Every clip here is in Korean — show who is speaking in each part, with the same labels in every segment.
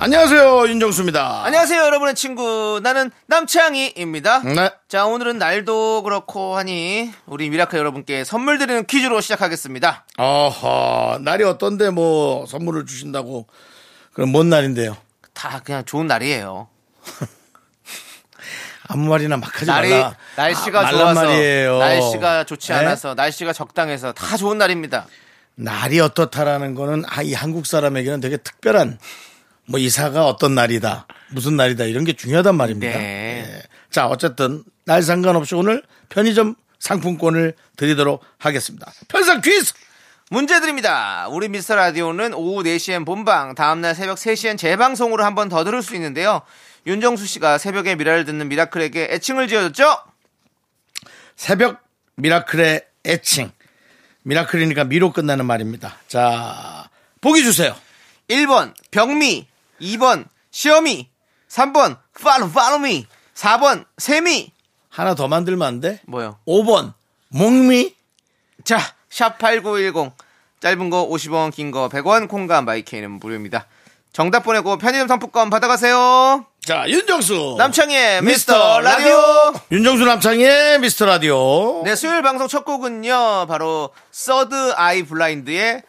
Speaker 1: 안녕하세요 윤정수입니다.
Speaker 2: 안녕하세요 여러분의 친구 나는 남창희입니다
Speaker 1: 네.
Speaker 2: 자 오늘은 날도 그렇고 하니 우리 미라클 여러분께 선물 드리는 퀴즈로 시작하겠습니다
Speaker 1: 어허 날이 어떤데 뭐 선물을 주신다고 그럼 뭔 날인데요?
Speaker 2: 다 그냥 좋은 날이에요
Speaker 1: 아무 말이나 막 하지
Speaker 2: 날이
Speaker 1: 말라.
Speaker 2: 날씨가
Speaker 1: 아, 말란
Speaker 2: 좋아서
Speaker 1: 말이에요.
Speaker 2: 날씨가 좋지
Speaker 1: 네?
Speaker 2: 않아서 날씨가 적당해서 다 좋은 날입니다
Speaker 1: 날이 어떻다라는 거는 아, 이 한국 사람에게는 되게 특별한 뭐 이사가 어떤 날이다 무슨 날이다 이런 게 중요하단 말입니다.
Speaker 2: 네.
Speaker 1: 예. 자 어쨌든 날 상관없이 오늘 편의점 상품권을 드리도록 하겠습니다. 편상 퀴즈
Speaker 2: 문제 드립니다. 우리 미스터 라디오는 오후 4시엔 본방, 다음날 새벽 3시엔 재방송으로 한 번 더 들을 수 있는데요. 윤정수 씨가 새벽에 미라를 듣는 미라클에게 애칭을 지어줬죠?
Speaker 1: 새벽 미라클의 애칭 미라클이니까 미로 끝나는 말입니다. 자 보기 주세요.
Speaker 2: 1번, 병미. 2번, 시어미. 3번, 팔로 팔로미. 4번, 세미.
Speaker 1: 하나 더 만들면 안 돼?
Speaker 2: 뭐요?
Speaker 1: 5번 목미
Speaker 2: 자, 샵8910. 짧은 거 50원, 긴 거 100원, 콩과 마이케이는 무료입니다. 정답 보내고 편의점 상품권 받아가세요.
Speaker 1: 자 윤정수
Speaker 2: 남창희의 어. 미스터 라디오.
Speaker 1: 윤정수 남창희의 미스터 라디오
Speaker 2: 네, 수요일 방송 첫 곡은요, 바로 서드 아이 블라인드의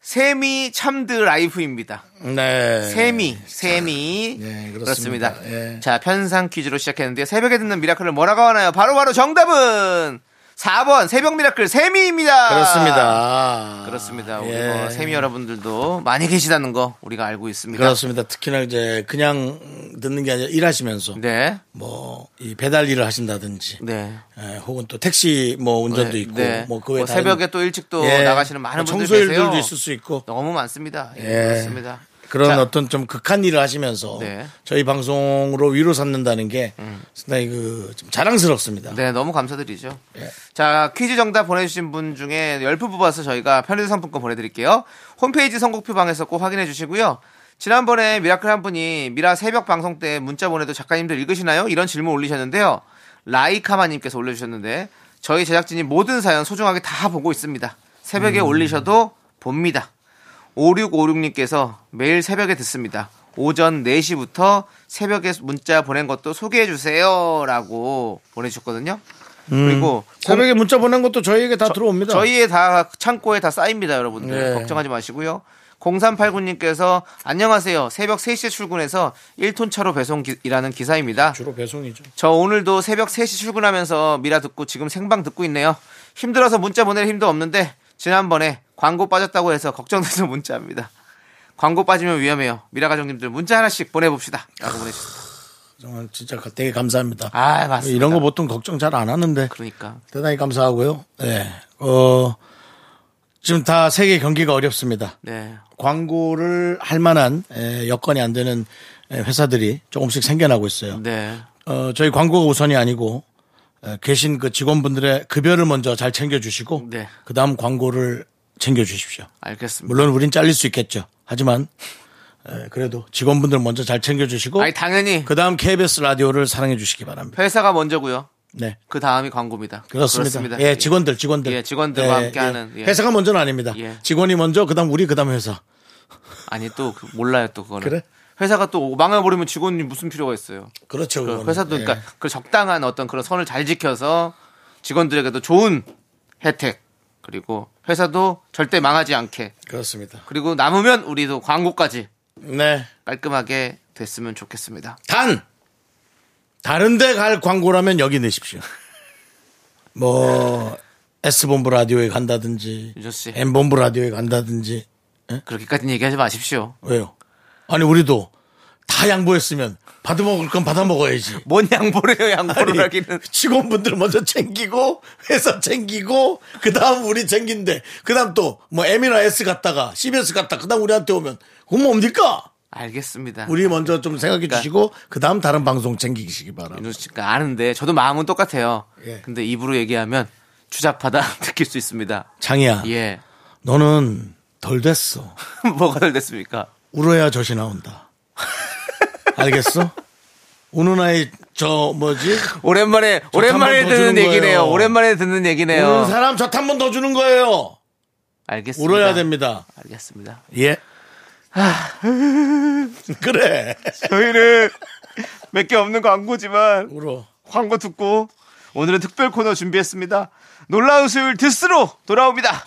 Speaker 2: 세미 참드 라이프입니다.
Speaker 1: 네.
Speaker 2: 세미, 세미.
Speaker 1: 네, 그렇습니다. 예.
Speaker 2: 자, 편상 퀴즈로 시작했는데 새벽에 듣는 미라클을 뭐라고 하나요? 바로 바로 정답은 4번 새벽 미라클 세미입니다.
Speaker 1: 그렇습니다.
Speaker 2: 그렇습니다. 우리
Speaker 1: 예.
Speaker 2: 뭐 세미 여러분들도 많이 계시다는 거 우리가 알고 있습니다.
Speaker 1: 그렇습니다. 특히나 이제 그냥 듣는 게 아니라 일하시면서
Speaker 2: 네.
Speaker 1: 뭐 이 배달 일을 하신다든지
Speaker 2: 네.
Speaker 1: 예, 혹은 또 택시 뭐 운전도
Speaker 2: 네,
Speaker 1: 있고
Speaker 2: 네.
Speaker 1: 뭐그
Speaker 2: 뭐 새벽에 또 일찍 또 나가시는 많은 분들
Speaker 1: 예, 뭐 청소일들도
Speaker 2: 계세요.
Speaker 1: 있을 수 있고
Speaker 2: 너무 많습니다. 예,
Speaker 1: 예.
Speaker 2: 그렇습니다.
Speaker 1: 그런
Speaker 2: 자,
Speaker 1: 어떤 좀 극한 일을 하시면서
Speaker 2: 네. 음.
Speaker 1: 저희 방송으로 위로 삼는다는 게 상당히 그좀 자랑스럽습니다.
Speaker 2: 네, 너무 감사드리죠.
Speaker 1: 예.
Speaker 2: 자, 퀴즈 정답 보내주신 분 중에 10분 뽑아서 저희가 편의점 상품권 보내드릴게요. 홈페이지 선곡표 방에서 꼭 확인해 주시고요. 지난번에 미라클 한 분이 미라 새벽 방송 때 문자 보내도 작가님들 읽으시나요? 이런 질문 올리셨는데요. 라이카마님께서 올려주셨는데 저희 제작진이 모든 사연 소중하게 다 보고 있습니다. 새벽에
Speaker 1: 음.
Speaker 2: 올리셔도 봅니다. 5656님께서 매일 새벽에 듣습니다. 오전 4시부터 새벽에 문자 보낸 것도 소개해 주세요. 라고 보내주셨거든요. 그리고
Speaker 1: 새벽에 문자 보낸 것도 저희에게 다 들어옵니다.
Speaker 2: 저희의 다 창고에 다 쌓입니다, 여러분들.
Speaker 1: 예.
Speaker 2: 걱정하지 마시고요. 0389님께서 안녕하세요. 새벽 3시에 출근해서 1톤 차로 배송 기- 일하는 기사입니다.
Speaker 1: 주로 배송이죠.
Speaker 2: 저 오늘도 새벽 3시 출근하면서 미라 듣고 지금 생방 듣고 있네요. 힘들어서 문자 보낼 힘도 없는데 지난번에 광고 빠졌다고 해서 걱정돼서 문자합니다. 광고 빠지면 위험해요. 미라 가족님들 문자 하나씩 보내봅시다. 라고 보내주셨습니다.
Speaker 1: 정말 진짜 되게 감사합니다.
Speaker 2: 아, 맞습니다.
Speaker 1: 이런 거 뭐- 보통 걱정 잘 안 하는데
Speaker 2: 그러니까.
Speaker 1: 대단히 감사하고요. 예. 어, 지금 다 세계 경기가 어렵습니다.
Speaker 2: 네.
Speaker 1: 광고를 할 만한 에, 여건이 안 되는 에, 회사들이 조금씩 생겨나고 있어요.
Speaker 2: 네.
Speaker 1: 어, 저희 광고가 우선이 아니고 에, 계신 그 직원분들의 급여를 먼저 잘 챙겨주시고
Speaker 2: 네.
Speaker 1: 그다음 광고를 챙겨주십시오.
Speaker 2: 알겠습니다.
Speaker 1: 물론 우린 잘릴 수 있겠죠. 하지만 에, 그래도 직원분들 먼저 잘 챙겨주시고
Speaker 2: 아니, 당연히
Speaker 1: 뭐- 그다음 KBS 라디오를 사랑해 주시기 바랍니다.
Speaker 2: 회사가 먼저고요.
Speaker 1: 네.
Speaker 2: 그 다음이 광고입니다.
Speaker 1: 그렇습니다. 예, 직원들, 직원들.
Speaker 2: 예, 직원들과
Speaker 1: 예,
Speaker 2: 함께하는,
Speaker 1: 예.
Speaker 2: 예.
Speaker 1: 회사가 먼저는 아닙니다.
Speaker 2: 예.
Speaker 1: 직원이 먼저, 그다음 우리, 그다음 회사.
Speaker 2: 아니 또 그- 몰라요 또 그거는.
Speaker 1: 그래?
Speaker 2: 회사가 또 망해버리면 직원이 무슨 필요가 있어요.
Speaker 1: 그렇죠.
Speaker 2: 그
Speaker 1: 그거는.
Speaker 2: 회사도
Speaker 1: 예.
Speaker 2: 그러니까 그 적당한 어떤 그런 선을 잘 지켜서 직원들에게도 좋은 혜택 그리고 회사도 절대 망하지 않게
Speaker 1: 그렇습니다.
Speaker 2: 그리고 남으면 우리도 광고까지
Speaker 1: 네.
Speaker 2: 깔끔하게 됐으면 좋겠습니다.
Speaker 1: 단 다른데 갈 광고라면 여기 내십시오. 뭐 S 본부 라디오에 간다든지,
Speaker 2: 유조 씨.
Speaker 1: M 본부 라디오에 간다든지 네?
Speaker 2: 그렇게까지는 얘기하지 마십시오.
Speaker 1: 왜요? 아니 우리도 다 양보했으면 받아 먹을 건 받아 먹어야지.
Speaker 2: 뭔 양보를 해요 양보를
Speaker 1: 아니,
Speaker 2: 하기는.
Speaker 1: 직원분들 먼저 챙기고 회사 챙기고 그 다음 우리 챙긴데 그 다음 또 뭐 M이나 S 갔다가 CBS 갔다 그 다음 우리한테 오면 그건 뭡니까?
Speaker 2: 알겠습니다.
Speaker 1: 우리 먼저 좀 생각해
Speaker 2: 그러니까.
Speaker 1: 주시고 그 다음 다른 방송 챙기시기 바랍니다.
Speaker 2: 윤수 씨가 아는데 저도 마음은 똑같아요.
Speaker 1: 예.
Speaker 2: 근데 입으로 얘기하면 추잡하다 느낄 수 있습니다.
Speaker 1: 장이야,
Speaker 2: 예.
Speaker 1: 너는 덜 됐어.
Speaker 2: 뭐가 덜 됐습니까?
Speaker 1: 울어야 젖이 나온다. 알겠어? 우는 아이 저 뭐지?
Speaker 2: 오랜만에 오랜만에
Speaker 1: 한번더
Speaker 2: 듣는
Speaker 1: 주는
Speaker 2: 얘기네요.
Speaker 1: 거예요.
Speaker 2: 오랜만에 듣는 얘기네요.
Speaker 1: 우는 사람 젖 한 번 더 주는 거예요.
Speaker 2: 알겠습니다.
Speaker 1: 울어야 됩니다.
Speaker 2: 알겠습니다.
Speaker 1: 예. 그래.
Speaker 2: 저희는 몇 개 없는 광고지만
Speaker 1: 울어.
Speaker 2: 광고 듣고 오늘은 특별 코너 준비했습니다. 놀라운 수요일 디스로 돌아옵니다.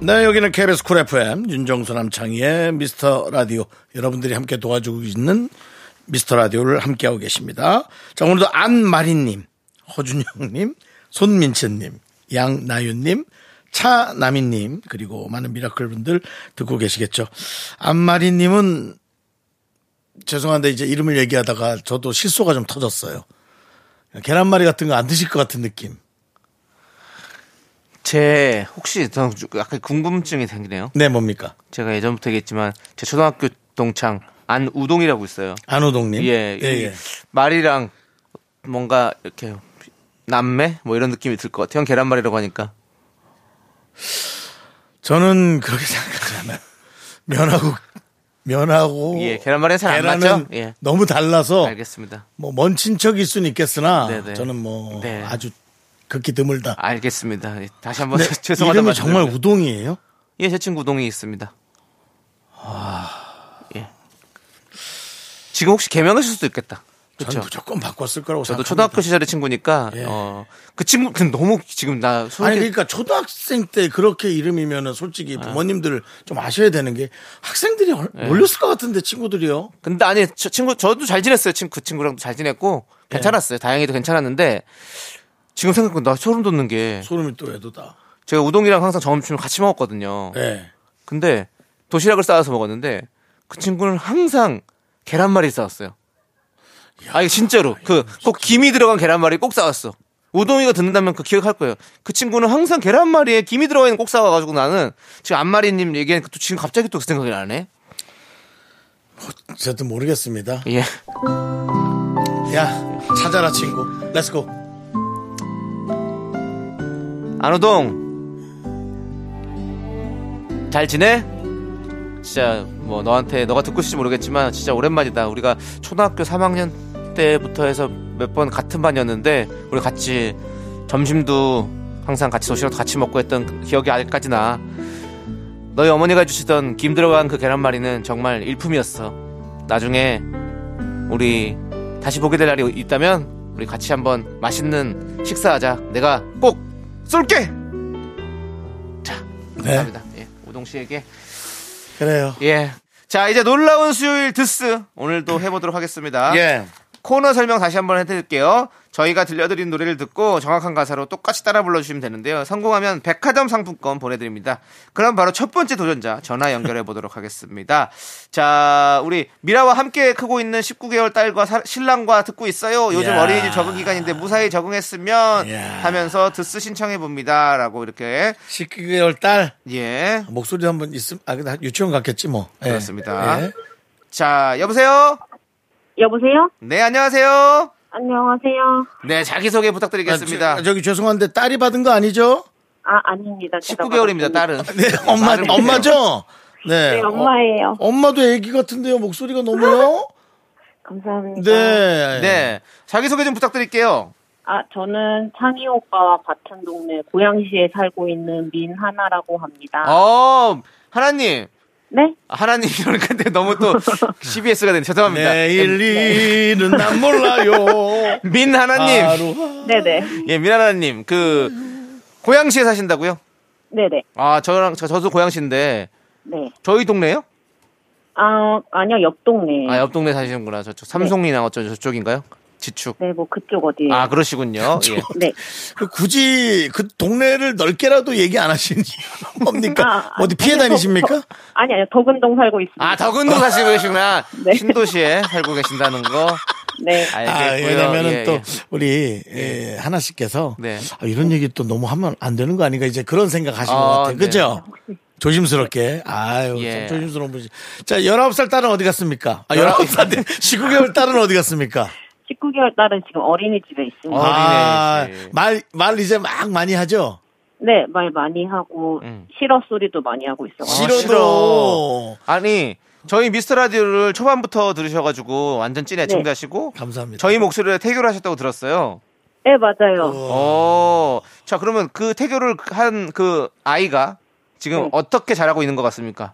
Speaker 1: 네 여기는 KBS 쿨 FM 윤정수 남창희의 미스터 라디오 여러분들이 함께 도와주고 있는 미스터 라디오를 함께하고 계십니다. 자 오늘도 안마리님, 허준영님, 손민채님, 양나윤님. 차나미님 그리고 많은 미라클 분들 듣고 계시겠죠. 안마리님은 죄송한데 이제 이름을 얘기하다가 저도 실소가 좀 터졌어요. 계란말이 같은 거 안 드실 것 같은 느낌.
Speaker 2: 제 혹시 저 약간 궁금증이 생기네요.
Speaker 1: 네 뭡니까?
Speaker 2: 제가 예전부터 얘기했지만 제 초등학교 동창 안우동이라고 있어요.
Speaker 1: 안호동님.
Speaker 2: 예, 이 말이랑 뭔가 이렇게 남매 뭐 이런 느낌이 들 것 같아요. 형 계란말이라고 하니까
Speaker 1: 저는 그렇게 생각하지 않아요. 면하고 면하고
Speaker 2: 예, 계란말이는 잘안
Speaker 1: 계란은
Speaker 2: 맞죠? 예.
Speaker 1: 너무 달라서
Speaker 2: 알겠습니다.
Speaker 1: 뭐 먼 친척일 수는 있겠으나
Speaker 2: 네네.
Speaker 1: 저는 뭐
Speaker 2: 네.
Speaker 1: 아주 극히 드물다.
Speaker 2: 알겠습니다. 예, 다시 한번
Speaker 1: 네,
Speaker 2: 죄송하다
Speaker 1: 이름이
Speaker 2: 말씀드립니다.
Speaker 1: 정말 우동이에요?
Speaker 2: 예, 제 친구 우동이 있습니다.
Speaker 1: 아.
Speaker 2: 예. 지금 혹시 개명하실 수도 있겠다.
Speaker 1: 저는
Speaker 2: 그렇죠.
Speaker 1: 무조건 바꿨을 거라고
Speaker 2: 저도
Speaker 1: 생각합니다.
Speaker 2: 초등학교 시절의 친구니까
Speaker 1: 예.
Speaker 2: 어, 그 친구 근 너무 지금 나
Speaker 1: 아니
Speaker 2: 소개
Speaker 1: 그러니까 초등학생 때 그렇게 이름이면은
Speaker 2: 아.
Speaker 1: 솔직히 부모님들 좀 아셔야 되는 게 학생들이 얼-
Speaker 2: 네.
Speaker 1: 놀렸을 것 같은데 친구들이요.
Speaker 2: 근데 아니 저 친구 저도 잘 지냈어요. 친구 그 친구랑도 잘 지냈고
Speaker 1: 예.
Speaker 2: 괜찮았어요. 다행히도 괜찮았는데 지금 생각해보면 나 소름 돋는 게
Speaker 1: 소름이 또 애도다.
Speaker 2: 제가 우동이랑 항상 점심을 같이 먹었거든요.
Speaker 1: 네.
Speaker 2: 근데 도시락을 싸와서 먹었는데 그 친구는 항상 계란말이 싸왔어요. 아 이거 진짜로 그 꼭 김이 들어간 계란말이 꼭 싸왔어. 우동이가 듣는다면 그 기억할 거예요. 그 친구는 항상 계란말이에 김이 들어가 있는 꼭 싸와가지고 나는 지금 안마리님 얘기하니까 또 지금 갑자기 또 그 생각이 나네.
Speaker 1: 어쨌든 모르겠습니다.
Speaker 2: 예.
Speaker 1: 야 찾아라 친구. 렛츠고.
Speaker 2: 안우동 잘 지내? 진짜 뭐 너한테 너가 듣고 있을지 모르겠지만 진짜 오랜만이다. 우리가 초등학교 3학년 때부터 해서 몇 번 같은 반이었는데 우리 같이 점심도 항상 같이 도시락도 같이 먹고 했던 그 기억이 아직까지 나. 너희 어머니가 해주시던 김 들어간 그 계란말이는 정말 일품이었어. 나중에 우리 다시 보게 될 날이 있다면 우리 같이 한번 맛있는 식사하자. 내가 꼭 쏠게.
Speaker 1: 네.
Speaker 2: 감사합니다. 예, 오동 씨에게
Speaker 1: 그래요.
Speaker 2: 예. 자 이제 놀라운 수요일 드스 오늘도 해보도록 하겠습니다.
Speaker 1: 예.
Speaker 2: 코너 설명 다시 한번 해드릴게요. 저희가 들려드린 노래를 듣고 정확한 가사로 똑같이 따라 불러주시면 되는데요. 성공하면 백화점 상품권 보내드립니다. 그럼 바로 첫 번째 도전자 전화 연결해 보도록 하겠습니다. 자, 우리 미라와 함께 크고 있는 19개월 딸과 사- 신랑과 듣고 있어요. 요즘
Speaker 1: 이야.
Speaker 2: 어린이집 적응 기간인데 무사히 적응했으면
Speaker 1: 이야.
Speaker 2: 하면서 드스 신청해 봅니다. 라고 이렇게
Speaker 1: 19개월 딸
Speaker 2: 예.
Speaker 1: 목소리 한번 있음 아 근데 유치원 갔겠지 뭐 예.
Speaker 2: 그렇습니다.
Speaker 1: 예.
Speaker 2: 자, 여보세요?
Speaker 3: 여보세요?
Speaker 2: 네, 안녕하세요?
Speaker 3: 안녕하세요.
Speaker 2: 네, 자기소개
Speaker 1: 아,
Speaker 2: 부탁드리겠습니다.
Speaker 1: 저, 저기 죄송한데 딸이 받은 거 아니죠?
Speaker 3: 아, 아닙니다. 제가 받았습니다.
Speaker 2: 19개월입니다, 딸은.
Speaker 1: 네 엄마
Speaker 2: 말을 못해요.
Speaker 1: 엄마죠? 네,
Speaker 3: 네, 엄마예요.
Speaker 1: 어, 엄마도 애기 같은데요 목소리가 너무요?
Speaker 3: 감사합니다.
Speaker 1: 네.
Speaker 2: 네. 자기소개 좀 부탁드릴게요.
Speaker 3: 아, 저는 창희 오빠와 같은 동네 고양시에 살고 있는 민하나라고
Speaker 1: 아.
Speaker 3: 합니다.
Speaker 2: 어, 하나님. 아,
Speaker 3: 네?
Speaker 2: 하나님, 이러니까 너무 또 CBS가 되네. 죄송합니다.
Speaker 1: 내일 일은 난 몰라요.
Speaker 2: 예, 민 네. 하나님.
Speaker 1: 하루
Speaker 3: 네네.
Speaker 2: 예, 민 하나님. 그, 고양시에 사신다고요?
Speaker 4: 네네.
Speaker 2: 아, 저랑 저, 저도 고양시인데
Speaker 4: 네.
Speaker 2: 저희 동네요?
Speaker 4: 아, 아니요, 옆 동네.
Speaker 2: 아, 옆 동네 사시는구나. 저쪽 삼송리나 어쩌 저쪽인가요? 지축.
Speaker 4: 네, 뭐 그쪽 어디.
Speaker 2: 아, 그러시군요. 예.
Speaker 4: 네.
Speaker 1: 그 굳이 그 동네를 넓게라도 얘기 안 하시는 이유는 뭡니까?
Speaker 4: 아,
Speaker 1: 그, 뭐 어디 피해
Speaker 3: 뭐
Speaker 4: 아니, 더-
Speaker 1: 다니십니까?
Speaker 4: 더- 아니, 아니요, 덕은동 살고 있습니다.
Speaker 2: 아, 덕은동 사시고 계시구나.
Speaker 4: 네.
Speaker 2: 신도시에 살고 계신다는 거
Speaker 4: 네.
Speaker 2: 알겠고요.
Speaker 1: 아, 왜냐면은
Speaker 2: 예,
Speaker 1: 또
Speaker 2: 예.
Speaker 1: 우리 예, 하나 씨께서
Speaker 2: 네.
Speaker 1: 아, 이런 얘기 또 너무 하면 안 되는 거 아닌가 이제 그런 생각 하신 것
Speaker 2: 아,
Speaker 1: 같아요.
Speaker 2: 네.
Speaker 1: 그죠? 조심스럽게. 아유,
Speaker 2: 예.
Speaker 1: 참 조심스러운 분이. 자, 19살 딸은 어디 갔습니까? 아, 19살, 19개월 딸은 어디 갔습니까?
Speaker 4: 19개월 딸은 지금 어린이집에 있습니다.
Speaker 2: 어.
Speaker 1: 아,
Speaker 2: 어린애지.
Speaker 1: 말, 말 이제 막 많이 하죠?
Speaker 4: 네, 말 많이 하고,
Speaker 2: 음.
Speaker 4: 실어 소리도 많이 하고 있어요.
Speaker 2: 시-
Speaker 1: 싫어도.
Speaker 2: 싫어. 아니, 저희 미스터 라디오를 초반부터 들으셔가지고 완전 찐 애청자시고
Speaker 1: 감사합니다.
Speaker 2: 저희 목소리에 태교를 하셨다고 들었어요.
Speaker 4: 네, 맞아요.
Speaker 2: 어. 자, 그러면 그 태교를 한 그 아이가 지금
Speaker 4: 네.
Speaker 2: 어떻게 잘하고 있는 것 같습니까?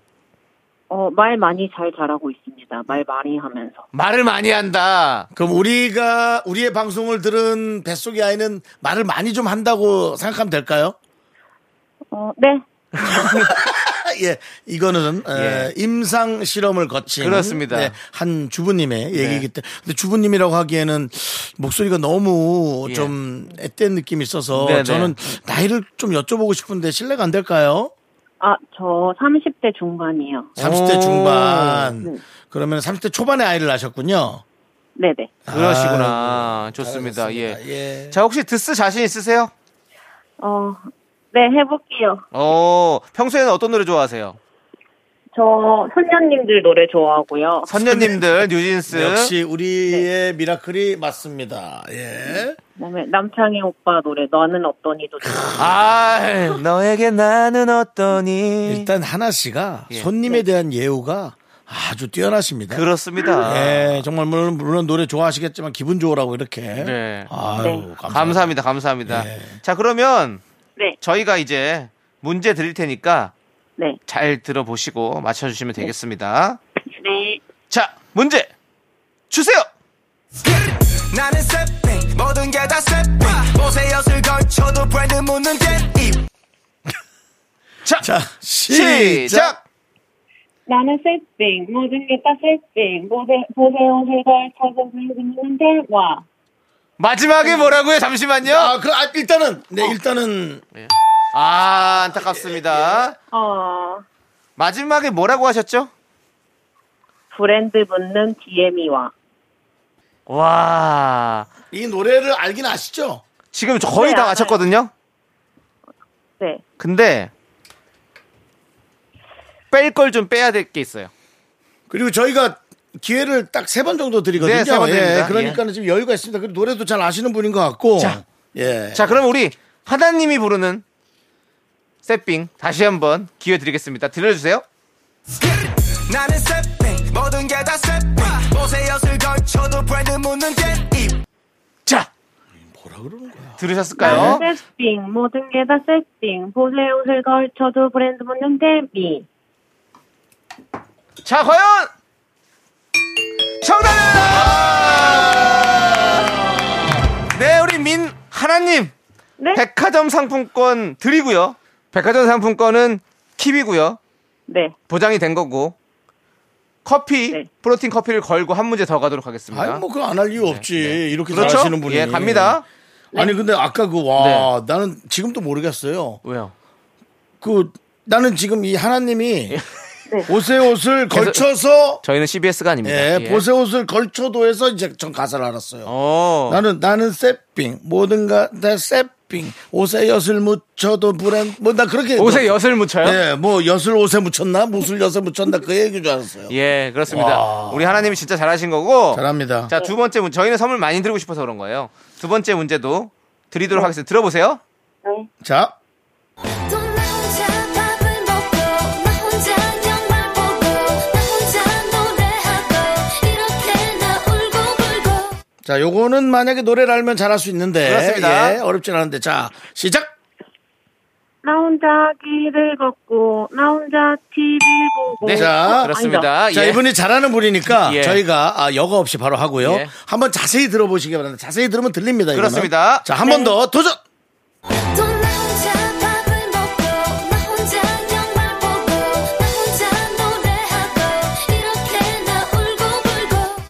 Speaker 4: 어, 말 많이 잘 자라고 있습니다. 말 많이 하면서.
Speaker 2: 말을 많이 한다.
Speaker 1: 그럼 우리가 우리의 방송을 들은 뱃속의 아이는 말을 많이 좀 한다고 생각하면 될까요?
Speaker 4: 어, 네.
Speaker 1: 아, 예, 이거는 에, 임상 실험을 거친
Speaker 2: 예. 그렇습니다. 네.
Speaker 1: 네, 한 주부님의 얘기이기 때문에 근데 주부님이라고 하기에는 목소리가 너무
Speaker 2: 예.
Speaker 1: 좀 앳된 느낌이 있어서
Speaker 2: 네네.
Speaker 1: 저는 나이를 좀 여쭤보고 싶은데 실례가 안 될까요?
Speaker 4: 아, 저 30대 중반이요.
Speaker 1: 30대
Speaker 2: 오.
Speaker 1: 중반
Speaker 4: 네.
Speaker 1: 그러면 30대 초반에 아이를 낳으셨군요.
Speaker 4: 네네.
Speaker 2: 그러시구나. 좋습니다.
Speaker 1: 잘하셨습니다.
Speaker 2: 예.
Speaker 1: 아, 예.
Speaker 2: 자, 혹시 드스 자신 있으세요?
Speaker 4: 어, 네, 해볼게요.
Speaker 2: 어, 평소에는 어떤 노래 좋아하세요?
Speaker 4: 저 선녀님들 노래 좋아하고요.
Speaker 2: 선녀님들, 뉴진스.
Speaker 1: 네, 역시 우리의 미라클이 맞습니다. 예.
Speaker 4: 그다음에 남창희 오빠 노래 너는 없더니도 좋아요.
Speaker 2: 아, 너에게 나는 어떠니?
Speaker 1: 일단 하나 씨가
Speaker 2: 음. 예. 그렇죠.
Speaker 1: 손님에 대한 예우가 아주 뛰어나십니다.
Speaker 2: 그렇습니다.
Speaker 1: 예, 정말 물론, 물론 노래 좋아하시겠지만 기분 좋으라고 이렇게.
Speaker 2: 네.
Speaker 1: 아유,
Speaker 4: 네.
Speaker 1: 감사합니다.
Speaker 2: 감사합니다. 감사합니다.
Speaker 1: 예.
Speaker 2: 자, 그러면
Speaker 4: 네,
Speaker 2: 저희가 이제 문제 드릴 테니까
Speaker 4: 네,
Speaker 2: 잘 들어보시고 맞춰주시면 되겠습니다.
Speaker 4: 네.
Speaker 2: 자, 문제 주세요!
Speaker 5: 나는 세핑 모든 게 다 세핑 보세요을 걸쳐도 브랜드 묻는 게입
Speaker 2: 자,
Speaker 1: 자, 시작.
Speaker 2: 시작!
Speaker 4: 나는 셋빙 모든 게 다 셋빙 보세 보세요 해결 찾은 분들인데 와.
Speaker 2: 마지막에 뭐라고요? 잠시만요.
Speaker 1: 아, 그, 아, 일단은,
Speaker 2: 어.
Speaker 1: 네, 일단은,
Speaker 2: 아,
Speaker 5: 예,
Speaker 2: 안타깝습니다.
Speaker 4: 어
Speaker 2: 마지막에 뭐라고 하셨죠?
Speaker 4: 브랜드 붙는 DM이와.
Speaker 2: 와,
Speaker 1: 이 노래를 알긴 아시죠?
Speaker 2: 지금 저 거의
Speaker 4: 네,
Speaker 2: 다
Speaker 4: 알아요.
Speaker 2: 맞췄거든요?
Speaker 4: 네.
Speaker 2: 근데, 뺄 걸 좀 빼야 될 게 있어요.
Speaker 1: 그리고 저희가 기회를 딱 세 번 정도 드리거든요.
Speaker 2: 네, 세번
Speaker 1: 예,
Speaker 2: 드립니다.
Speaker 1: 그러니까는 지금 여유가 있습니다. 그리고 노래도 잘 아시는 분인 것 같고.
Speaker 2: 자.
Speaker 5: 네.
Speaker 1: 예.
Speaker 2: 자, 그럼 우리 하나님이 부르는 세핑 다시 한번 기회 드리겠습니다. 들려주세요.
Speaker 5: 나는 세핑 모든 게 다 세핑 보세요을 걸쳐도 브랜드 묻는 게입
Speaker 2: 자,
Speaker 1: 뭐라 그러는 거야?
Speaker 3: 아,
Speaker 2: 들으셨을까요?
Speaker 5: 네.
Speaker 4: 나는 셋빙 모든 게 다 셋빙 보세요 해결 저도 브랜드 붙는 데미.
Speaker 2: 자, 과연 정답! 네, 우리 민 하나님
Speaker 4: 네.
Speaker 2: 백화점 상품권 드리고요. 백화점 상품권은 킵이고요.
Speaker 4: 네.
Speaker 2: 보장이 된 거고 커피
Speaker 4: 네.
Speaker 2: 프로틴 커피를 걸고 한 문제 더 가도록 하겠습니다. 네,
Speaker 1: 아니, 뭐, 그거 안 할 이유 없지. 이렇게
Speaker 2: 그렇죠?
Speaker 1: 잘하시는 분이.
Speaker 2: 예, 갑니다. 네.
Speaker 1: 아니, 근데 아까 그, 와, 나는 지금도 모르겠어요.
Speaker 2: 왜요?
Speaker 1: 그 나는 지금 이 하나님이
Speaker 2: 예.
Speaker 1: 옷에 옷을 걸쳐서
Speaker 2: 저희는 CBS가 아닙니다.
Speaker 1: 예, 보세 옷을 걸쳐도 해서 이제 전 가사를 알았어요.
Speaker 2: 어.
Speaker 1: 나는 나는 세핑 뭐든가 내 세핑 옷에 엿을 묻혀도 브랜 뭐나 그렇게
Speaker 2: 옷에 엿을 묻혀요?
Speaker 1: 예, 뭐 엿을 옷에 묻혔나 무술 엿에 묻혔나 그 얘기인 줄 알았어요.
Speaker 2: 예, 그렇습니다.
Speaker 1: 와.
Speaker 2: 우리 하나님이 진짜 잘하신 거고.
Speaker 1: 잘합니다.
Speaker 2: 아. 자, 두 번째 문제. 저희는 선물 많이 드리고 싶어서 그런 거예요. 두 번째 문제도 드리도록 하겠습니다. 들어보세요.
Speaker 3: 네.
Speaker 1: 자,
Speaker 6: 또 나 혼자 밥을 먹고 나 혼자 영화 보고 나 혼자 노래하고 이렇게 나 울고 불고
Speaker 1: 자, 요거는 만약에 노래를 알면 잘할 수 있는데
Speaker 2: 그렇습니다.
Speaker 1: 예, 어렵진 않은데 자 시작.
Speaker 4: 나 혼자 길을 걷고 나 혼자 TV 보고.
Speaker 2: 네.
Speaker 3: 아,
Speaker 1: 자,
Speaker 2: 그렇습니다.
Speaker 1: 어, 자,
Speaker 2: 예.
Speaker 1: 이분이 잘하는 분이니까
Speaker 2: 예.
Speaker 1: 저희가 아, 여과 없이 바로 하고요.
Speaker 2: 예.
Speaker 1: 한번 자세히
Speaker 2: 네.
Speaker 1: 들어보시기 바랍니다. 자세히 들으면 들립니다. 이거는.
Speaker 2: 그렇습니다.
Speaker 1: 자, 한 번 더 도전!
Speaker 6: 또 나 혼자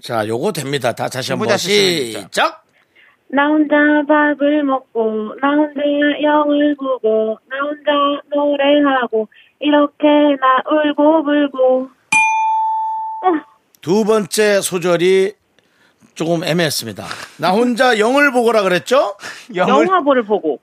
Speaker 1: 자, 요거 됩니다. 다 다시 한번
Speaker 2: 충분히 하실 수 있습니다.
Speaker 1: 시작.
Speaker 3: 나 혼자 밥을 먹고 나 혼자 영을 보고 나 혼자 노래하고 이렇게 나 울고 불고
Speaker 1: 두 번째 소절이 조금 애매했습니다. 나 혼자 영을 보거라 그랬죠?
Speaker 2: 네,
Speaker 3: 영화보를 보고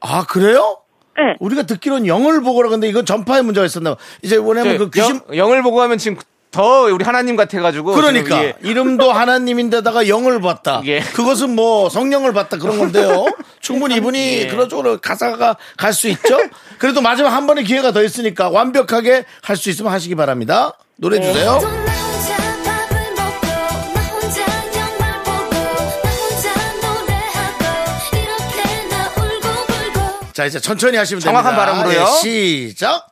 Speaker 1: 아, 그래요?
Speaker 3: 네.
Speaker 1: 우리가 듣기로는 영을 보거라 근데 이건 전파의 문제가 있었나 봐. 이제 왜냐면 그 귀신
Speaker 2: 네, 영, 을 보고 하면 지금 더 우리 하나님 같아가지고.
Speaker 1: 그러니까
Speaker 2: 지금 이게
Speaker 1: 이름도 하나님인데다가 영을 봤다.
Speaker 2: 예.
Speaker 1: 그것은 뭐 성령을 봤다 그런 건데요. 충분히 이분이
Speaker 2: 예.
Speaker 1: 그런 쪽으로 가사가 갈 수 있죠. 그래도 마지막 한 번의 기회가 더 있으니까 완벽하게 할 수 있으면 하시기 바랍니다. 노래 주세요.
Speaker 7: 또 나 혼자 밥을 먹고 나 혼자 영화 보고 나 혼자 노래하고 이렇게 나 울고 불고
Speaker 1: 자 이제 천천히 하시면
Speaker 2: 정확한
Speaker 1: 됩니다.
Speaker 2: 발음으로요.
Speaker 1: 예, 시작.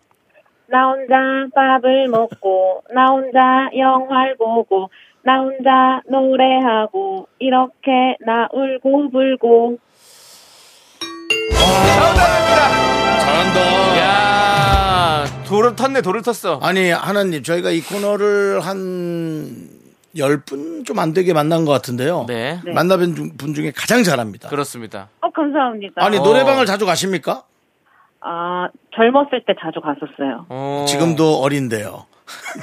Speaker 3: 나 혼자 밥을 먹고 나 혼자 영화를 보고 나 혼자 노래하고 이렇게 나 울고 불고
Speaker 2: 야 돌을 텄네, 돌을 텄어.
Speaker 1: 아니 하나님 저희가 이 코너를 한 10분 좀 안 되게 만난 것 같은데요.
Speaker 2: 네.
Speaker 1: 만나뵌 중- 분 중에 가장 잘합니다.
Speaker 2: 그렇습니다.
Speaker 3: 어 감사합니다.
Speaker 1: 아니
Speaker 2: 어.
Speaker 1: 노래방을 자주 가십니까?
Speaker 3: 아 젊었을 때 자주 갔었어요.
Speaker 2: 어.
Speaker 1: 지금도 어린데요.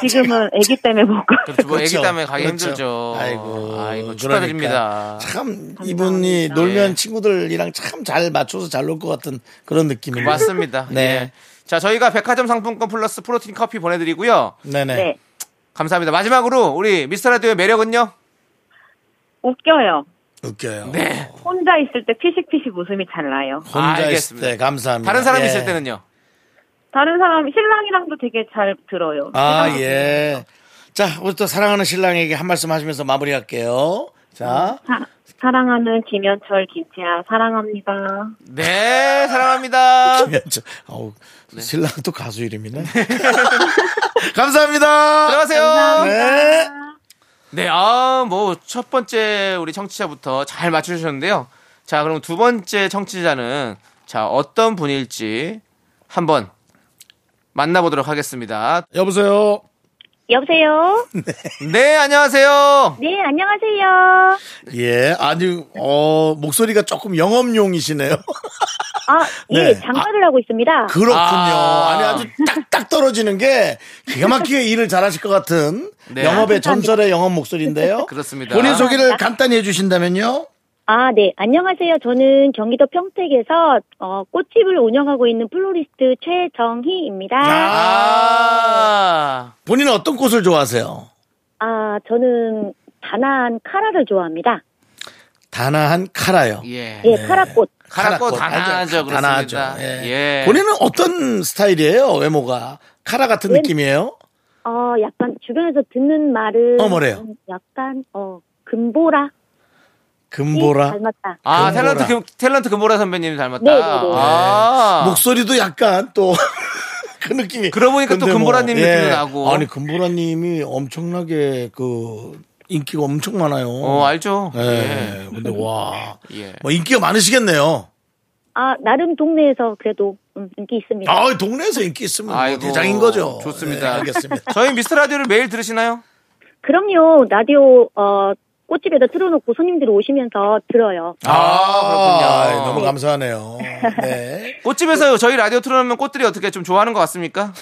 Speaker 3: 지금은 아기 때문에 못 가.
Speaker 2: 그렇죠. 뭐
Speaker 1: 그렇죠.
Speaker 2: 애기 때문에 가기
Speaker 1: 그렇죠.
Speaker 2: 힘들죠.
Speaker 1: 아이고,
Speaker 2: 아이고,
Speaker 1: 그러니까
Speaker 2: 축하드립니다.
Speaker 1: 참 이분이 놀면
Speaker 2: 예.
Speaker 1: 친구들이랑 참 잘 맞춰서 잘 놀 것 같은 그런 느낌이
Speaker 2: 맞습니다.
Speaker 1: 네.
Speaker 2: 예. 자, 저희가 백화점 상품권 플러스 프로틴 커피 보내드리고요.
Speaker 1: 네네.
Speaker 3: 네.
Speaker 2: 감사합니다. 마지막으로 우리 미스터 라디오의 매력은요?
Speaker 3: 웃겨요.
Speaker 1: 웃겨요.
Speaker 2: 네.
Speaker 3: 혼자 있을 때 피식피식 웃음이 잘 나요.
Speaker 1: 혼자 있을
Speaker 2: 알겠습니다.
Speaker 1: 때 감사합니다.
Speaker 2: 어, 다른 사람이
Speaker 1: 예.
Speaker 2: 있을 때는요?
Speaker 3: 다른 사람 신랑이랑도 되게 잘 들어요.
Speaker 1: 아 예. 자 우리 또 사랑하는 신랑에게 한 말씀 하시면서 마무리할게요. 자
Speaker 2: 음.
Speaker 3: 사, 사랑하는 김현철 김태아 사랑합니다.
Speaker 2: 네, 사랑합니다.
Speaker 1: 김현철. 아, 어우,
Speaker 2: 네.
Speaker 1: 신랑 또 가수 이름이네. 감사합니다.
Speaker 2: 들어가세요.
Speaker 1: 네.
Speaker 2: 네, 아, 뭐, 첫 번째 우리 청취자부터 잘 맞추셨는데요. 자, 그럼 두 번째 청취자는, 자, 어떤 분일지 한번 만나보도록 하겠습니다.
Speaker 1: 여보세요.
Speaker 3: 여보세요.
Speaker 2: 네, 안녕하세요.
Speaker 3: 네 안녕하세요.
Speaker 2: 네.
Speaker 1: 예. 아니 어 목소리가 조금 영업용이시네요.
Speaker 3: 아,
Speaker 1: 네.
Speaker 3: 예, 장사를 하고 있습니다.
Speaker 1: 그렇군요.
Speaker 2: 아.
Speaker 1: 아~ 니 아주 딱딱 떨어지는 게 기가 막히게 일을 잘하실 것 같은
Speaker 2: 네.
Speaker 1: 영업의 전설의 영업 목소리인데요.
Speaker 2: 그렇습니다.
Speaker 1: 본인 소개를 간단히 해주신다면요.
Speaker 3: 아, 네. 안녕하세요. 저는 경기도 평택에서 어, 꽃집을 운영하고 있는 플로리스트 최정희입니다.
Speaker 2: 아,
Speaker 1: 본인은 어떤 꽃을 좋아하세요?
Speaker 3: 아, 저는 단아한 카라를 좋아합니다.
Speaker 1: 다나한 카라요.
Speaker 2: 예.
Speaker 3: 예,
Speaker 1: 네.
Speaker 3: 카라꽃.
Speaker 2: 카라꽃
Speaker 1: 카라꽃.
Speaker 2: 다나죠,
Speaker 1: 아주 다나죠.
Speaker 2: 그렇습니다.
Speaker 1: 예.
Speaker 2: 예.
Speaker 1: 본인은 어떤 스타일이에요? 외모가 카라 같은
Speaker 3: 음.
Speaker 1: 느낌이에요?
Speaker 3: 어, 약간 주변에서 듣는 말은
Speaker 1: 어, 뭐래요?
Speaker 3: 약간 어, 금보라 예,
Speaker 1: 금보라.
Speaker 3: 음, 닮았다.
Speaker 2: 아,
Speaker 1: 금보라.
Speaker 2: 탤런트, 금, 탤런트 금보라 선배님 닮았다.
Speaker 3: 네, 네, 네.
Speaker 2: 아.
Speaker 1: 목소리도 약간 또 그 느낌이.
Speaker 2: 그러고 보니까 또
Speaker 1: 근데 뭐, 예.
Speaker 2: 금보라님 느낌도 나고.
Speaker 1: 아니 금보라님이 엄청나게 그 인기가 엄청 많아요.
Speaker 2: 어, 알죠.
Speaker 1: 예.
Speaker 2: 예.
Speaker 1: 근데 와.
Speaker 2: 예.
Speaker 1: 뭐 인기가 많으시겠네요.
Speaker 3: 아, 나름 동네에서 그래도 음, 인기 있습니다.
Speaker 1: 아, 동네에서 인기 있으면 뭐
Speaker 2: 아이고,
Speaker 1: 대장인 거죠.
Speaker 2: 좋습니다.
Speaker 1: 네, 알겠습니다.
Speaker 2: 저희 미스터 라디오를 매일 들으시나요?
Speaker 3: 그럼요. 라디오 어, 꽃집에다 틀어 놓고 손님들이 오시면서 들어요.
Speaker 1: 아,
Speaker 2: 그렇군요.
Speaker 1: 아이, 예, 너무 감사하네요. 네.
Speaker 2: 꽃집에서 저희 라디오 틀어놓으면 꽃들이 어떻게 좀 좋아하는 것 같습니까?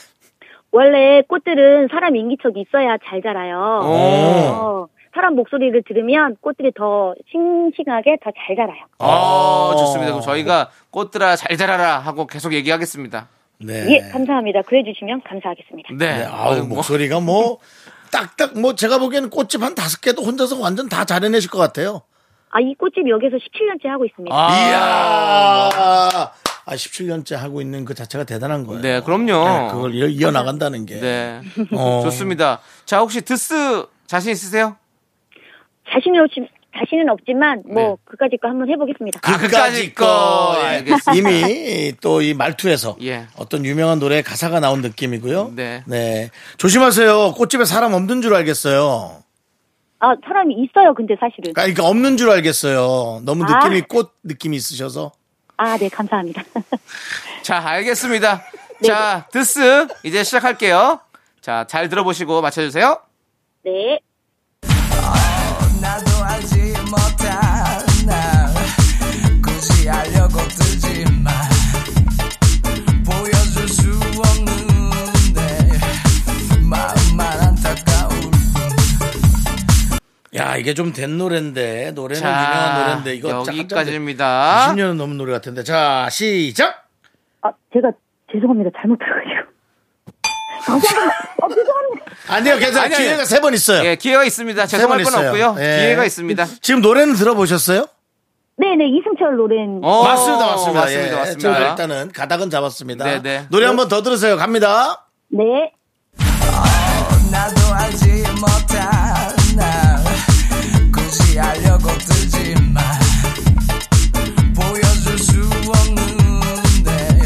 Speaker 3: 원래 꽃들은 사람 인기척이 있어야 잘 자라요.
Speaker 2: 오.
Speaker 3: 어, 사람 목소리를 들으면 꽃들이 더 싱싱하게 더 잘 자라요.
Speaker 2: 아, 좋습니다. 그럼 저희가 꽃들아 잘 자라라 하고 계속 얘기하겠습니다.
Speaker 1: 네.
Speaker 3: 예, 감사합니다. 그래 주시면 감사하겠습니다.
Speaker 2: 네.
Speaker 1: 네, 아우,
Speaker 2: 뭐,
Speaker 1: 목소리가 뭐 딱딱 뭐 제가 보기에는 꽃집 한 다섯 개도 혼자서 완전 다 잘해내실 것 같아요.
Speaker 3: 아, 이 꽃집 여기서 17년째 하고 있습니다.
Speaker 2: 아.
Speaker 1: 이야. 아, 17년째 하고 있는 그 자체가 대단한 거예요.
Speaker 2: 네, 그럼요.
Speaker 1: 네, 그걸 이어- 이어나간다는 게.
Speaker 2: 네.
Speaker 1: 어.
Speaker 2: 좋습니다. 자, 혹시 드스 자신 있으세요?
Speaker 3: 자신은 없지, 자신은 없지만 뭐
Speaker 2: 네.
Speaker 3: 그까짓 거 한번 해보겠습니다.
Speaker 2: 아, 그까짓 거.
Speaker 1: 예.
Speaker 2: 알겠습니다.
Speaker 1: 이미 또 이 말투에서
Speaker 2: 예.
Speaker 1: 어떤 유명한 노래 가사가 나온 느낌이고요.
Speaker 2: 네.
Speaker 1: 조심하세요. 꽃집에 사람 없는 줄 알겠어요.
Speaker 3: 아, 사람이 있어요. 근데 사실은.
Speaker 1: 그러니까 없는 줄 알겠어요. 너무
Speaker 3: 아.
Speaker 1: 느낌이 꽃 느낌이 있으셔서.
Speaker 3: 아, 네, 감사합니다.
Speaker 2: 자, 알겠습니다. 자, 드스 이제 시작할게요. 자, 잘 들어보시고 맞춰주세요.
Speaker 3: 네.
Speaker 5: 못한 날 굳이 알려고 들지 마 보여줄 수 없는데 마음만 안타까울
Speaker 1: 야 이게 좀 된 노래인데 노래는
Speaker 2: 자,
Speaker 1: 유명한 노래인데 이거
Speaker 2: 여기까지입니다.
Speaker 1: 20년은 넘은 노래 같은데 자 시작
Speaker 3: 아, 제가 죄송합니다. 잘못 들어가지고.
Speaker 1: 아니요 괜찮아요
Speaker 2: 아니, 아니.
Speaker 1: 기회가 세 번 있어요
Speaker 2: 예, 기회가 있습니다. 죄송할
Speaker 1: 세
Speaker 2: 건
Speaker 1: 번 있어요.
Speaker 2: 없고요.
Speaker 1: 예.
Speaker 2: 기회가 있습니다.
Speaker 1: 지금 노래는 들어보셨어요?
Speaker 3: 네네, 이승철 노래인.
Speaker 2: 어,
Speaker 1: 맞습니다 맞습니다
Speaker 2: 맞습니다.
Speaker 1: 예,
Speaker 2: 맞습니다.
Speaker 1: 저 일단은 가닥은 잡았습니다
Speaker 2: 네, 네.
Speaker 1: 노래 한 번 더 들으세요 갑니다
Speaker 3: 네.
Speaker 5: 나도 알지 못한 날 굳이 알려고 들지 마 보여줄 수 없는데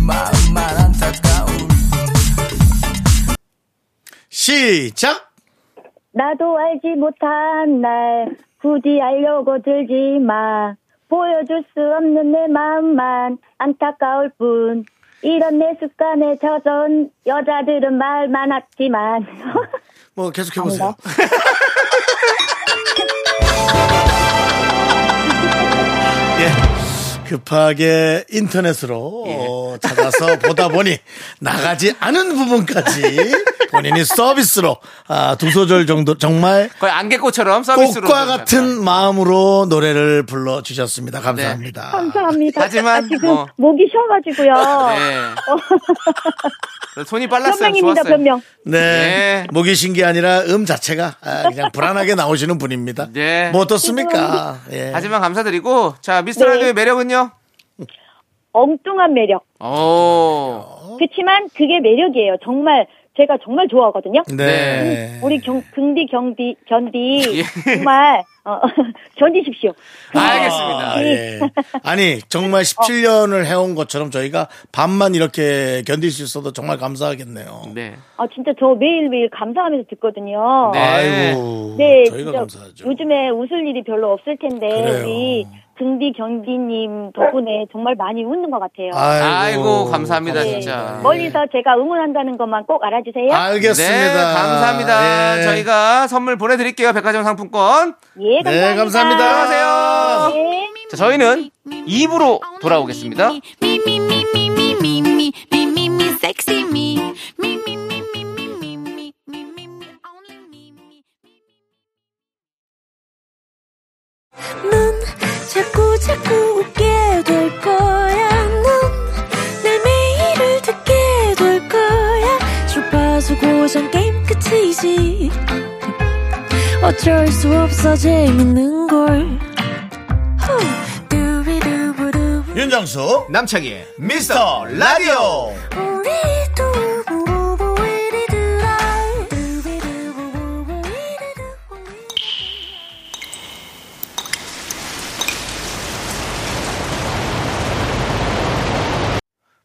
Speaker 5: 마음만 안타까울
Speaker 1: 시작
Speaker 3: 나도 알지 못한 날, 굳이 알려고 들지 마. 보여줄 수 없는 내 마음만 안타까울 뿐. 이런 내 습관에 젖은 여자들은 말 많았지만.
Speaker 2: 아,
Speaker 1: 뭐 계속 해보세요 예. 급하게 인터넷으로
Speaker 2: 예.
Speaker 1: 어, 찾아서 보다 보니 나가지 않은 부분까지 본인이 서비스로 아, 두 소절 정도 정말
Speaker 2: 거의 안개꽃처럼 서비스로.
Speaker 1: 꽃과
Speaker 2: 들어갑니다.
Speaker 1: 같은 마음으로 노래를 불러 주셨습니다. 감사합니다.
Speaker 2: 네.
Speaker 3: 감사합니다.
Speaker 2: 하지만
Speaker 3: 아, 지금
Speaker 2: 뭐.
Speaker 3: 목이 쉬어가지고요.
Speaker 2: 네. 그래도 손이 빨랐어요.
Speaker 3: 변명입니다,
Speaker 2: 좋았어요.
Speaker 3: 변명.
Speaker 1: 네.
Speaker 2: 네.
Speaker 1: 목이신 게 아니라 음 자체가 아, 그냥 불안하게 나오시는 분입니다.
Speaker 2: 네.
Speaker 1: 뭐 어떻습니까? 예.
Speaker 2: 하지만 감사드리고 자 미스터
Speaker 3: 네.
Speaker 2: 라디오의 매력은요.
Speaker 3: 엉뚱한 매력.
Speaker 2: 오.
Speaker 3: 그렇지만 그게 매력이에요. 정말 제가 정말 좋아하거든요. 음,
Speaker 1: 네.
Speaker 3: 우리 경, 금디 경디 견디
Speaker 2: 예.
Speaker 3: 정말 어, 견디십시오. 그
Speaker 2: 알겠습니다.
Speaker 1: 아, 예. 아니 정말 17년을 해온 것처럼 저희가 밤만 이렇게 견딜 수 있어도 정말 감사하겠네요.
Speaker 2: 네.
Speaker 3: 아 진짜 저 매일 매일 감사하면서 듣거든요.
Speaker 2: 네.
Speaker 1: 아이고
Speaker 3: 네,
Speaker 1: 저희가
Speaker 3: 진짜
Speaker 1: 감사하죠.
Speaker 3: 요즘에 웃을 일이 별로 없을 텐데
Speaker 1: 그래요.
Speaker 3: 우리 금디 경디님 덕분에 정말 많이 웃는 것 같아요.
Speaker 2: 아이고, 감사합니다,
Speaker 3: 네.
Speaker 2: 진짜.
Speaker 1: 예.
Speaker 3: 멀리서 제가 응원한다는 것만 꼭 알아주세요.
Speaker 1: 알겠습니다.
Speaker 2: 네, 감사합니다.
Speaker 1: 예.
Speaker 2: 저희가 선물 보내드릴게요. 백화점 상품권.
Speaker 3: 예, 감사합니다.
Speaker 1: 네, 감사합니다.
Speaker 2: 안녕하세요.
Speaker 3: 네.
Speaker 2: 자, 저희는 2부로 돌아오겠습니다.
Speaker 7: 넌 자꾸 자꾸 웃게 될 거야. 넌내 매일을 듣게 될 거야. 주파수 고정 게임 끝이지. 어쩔 수 없어 재밌는 걸. 후. 두비두부두.
Speaker 1: 윤정수
Speaker 2: 남창희의
Speaker 1: 미스터 라디오
Speaker 7: 우리 두부부부 우리 두라. 두비두부부부 우리 두부부.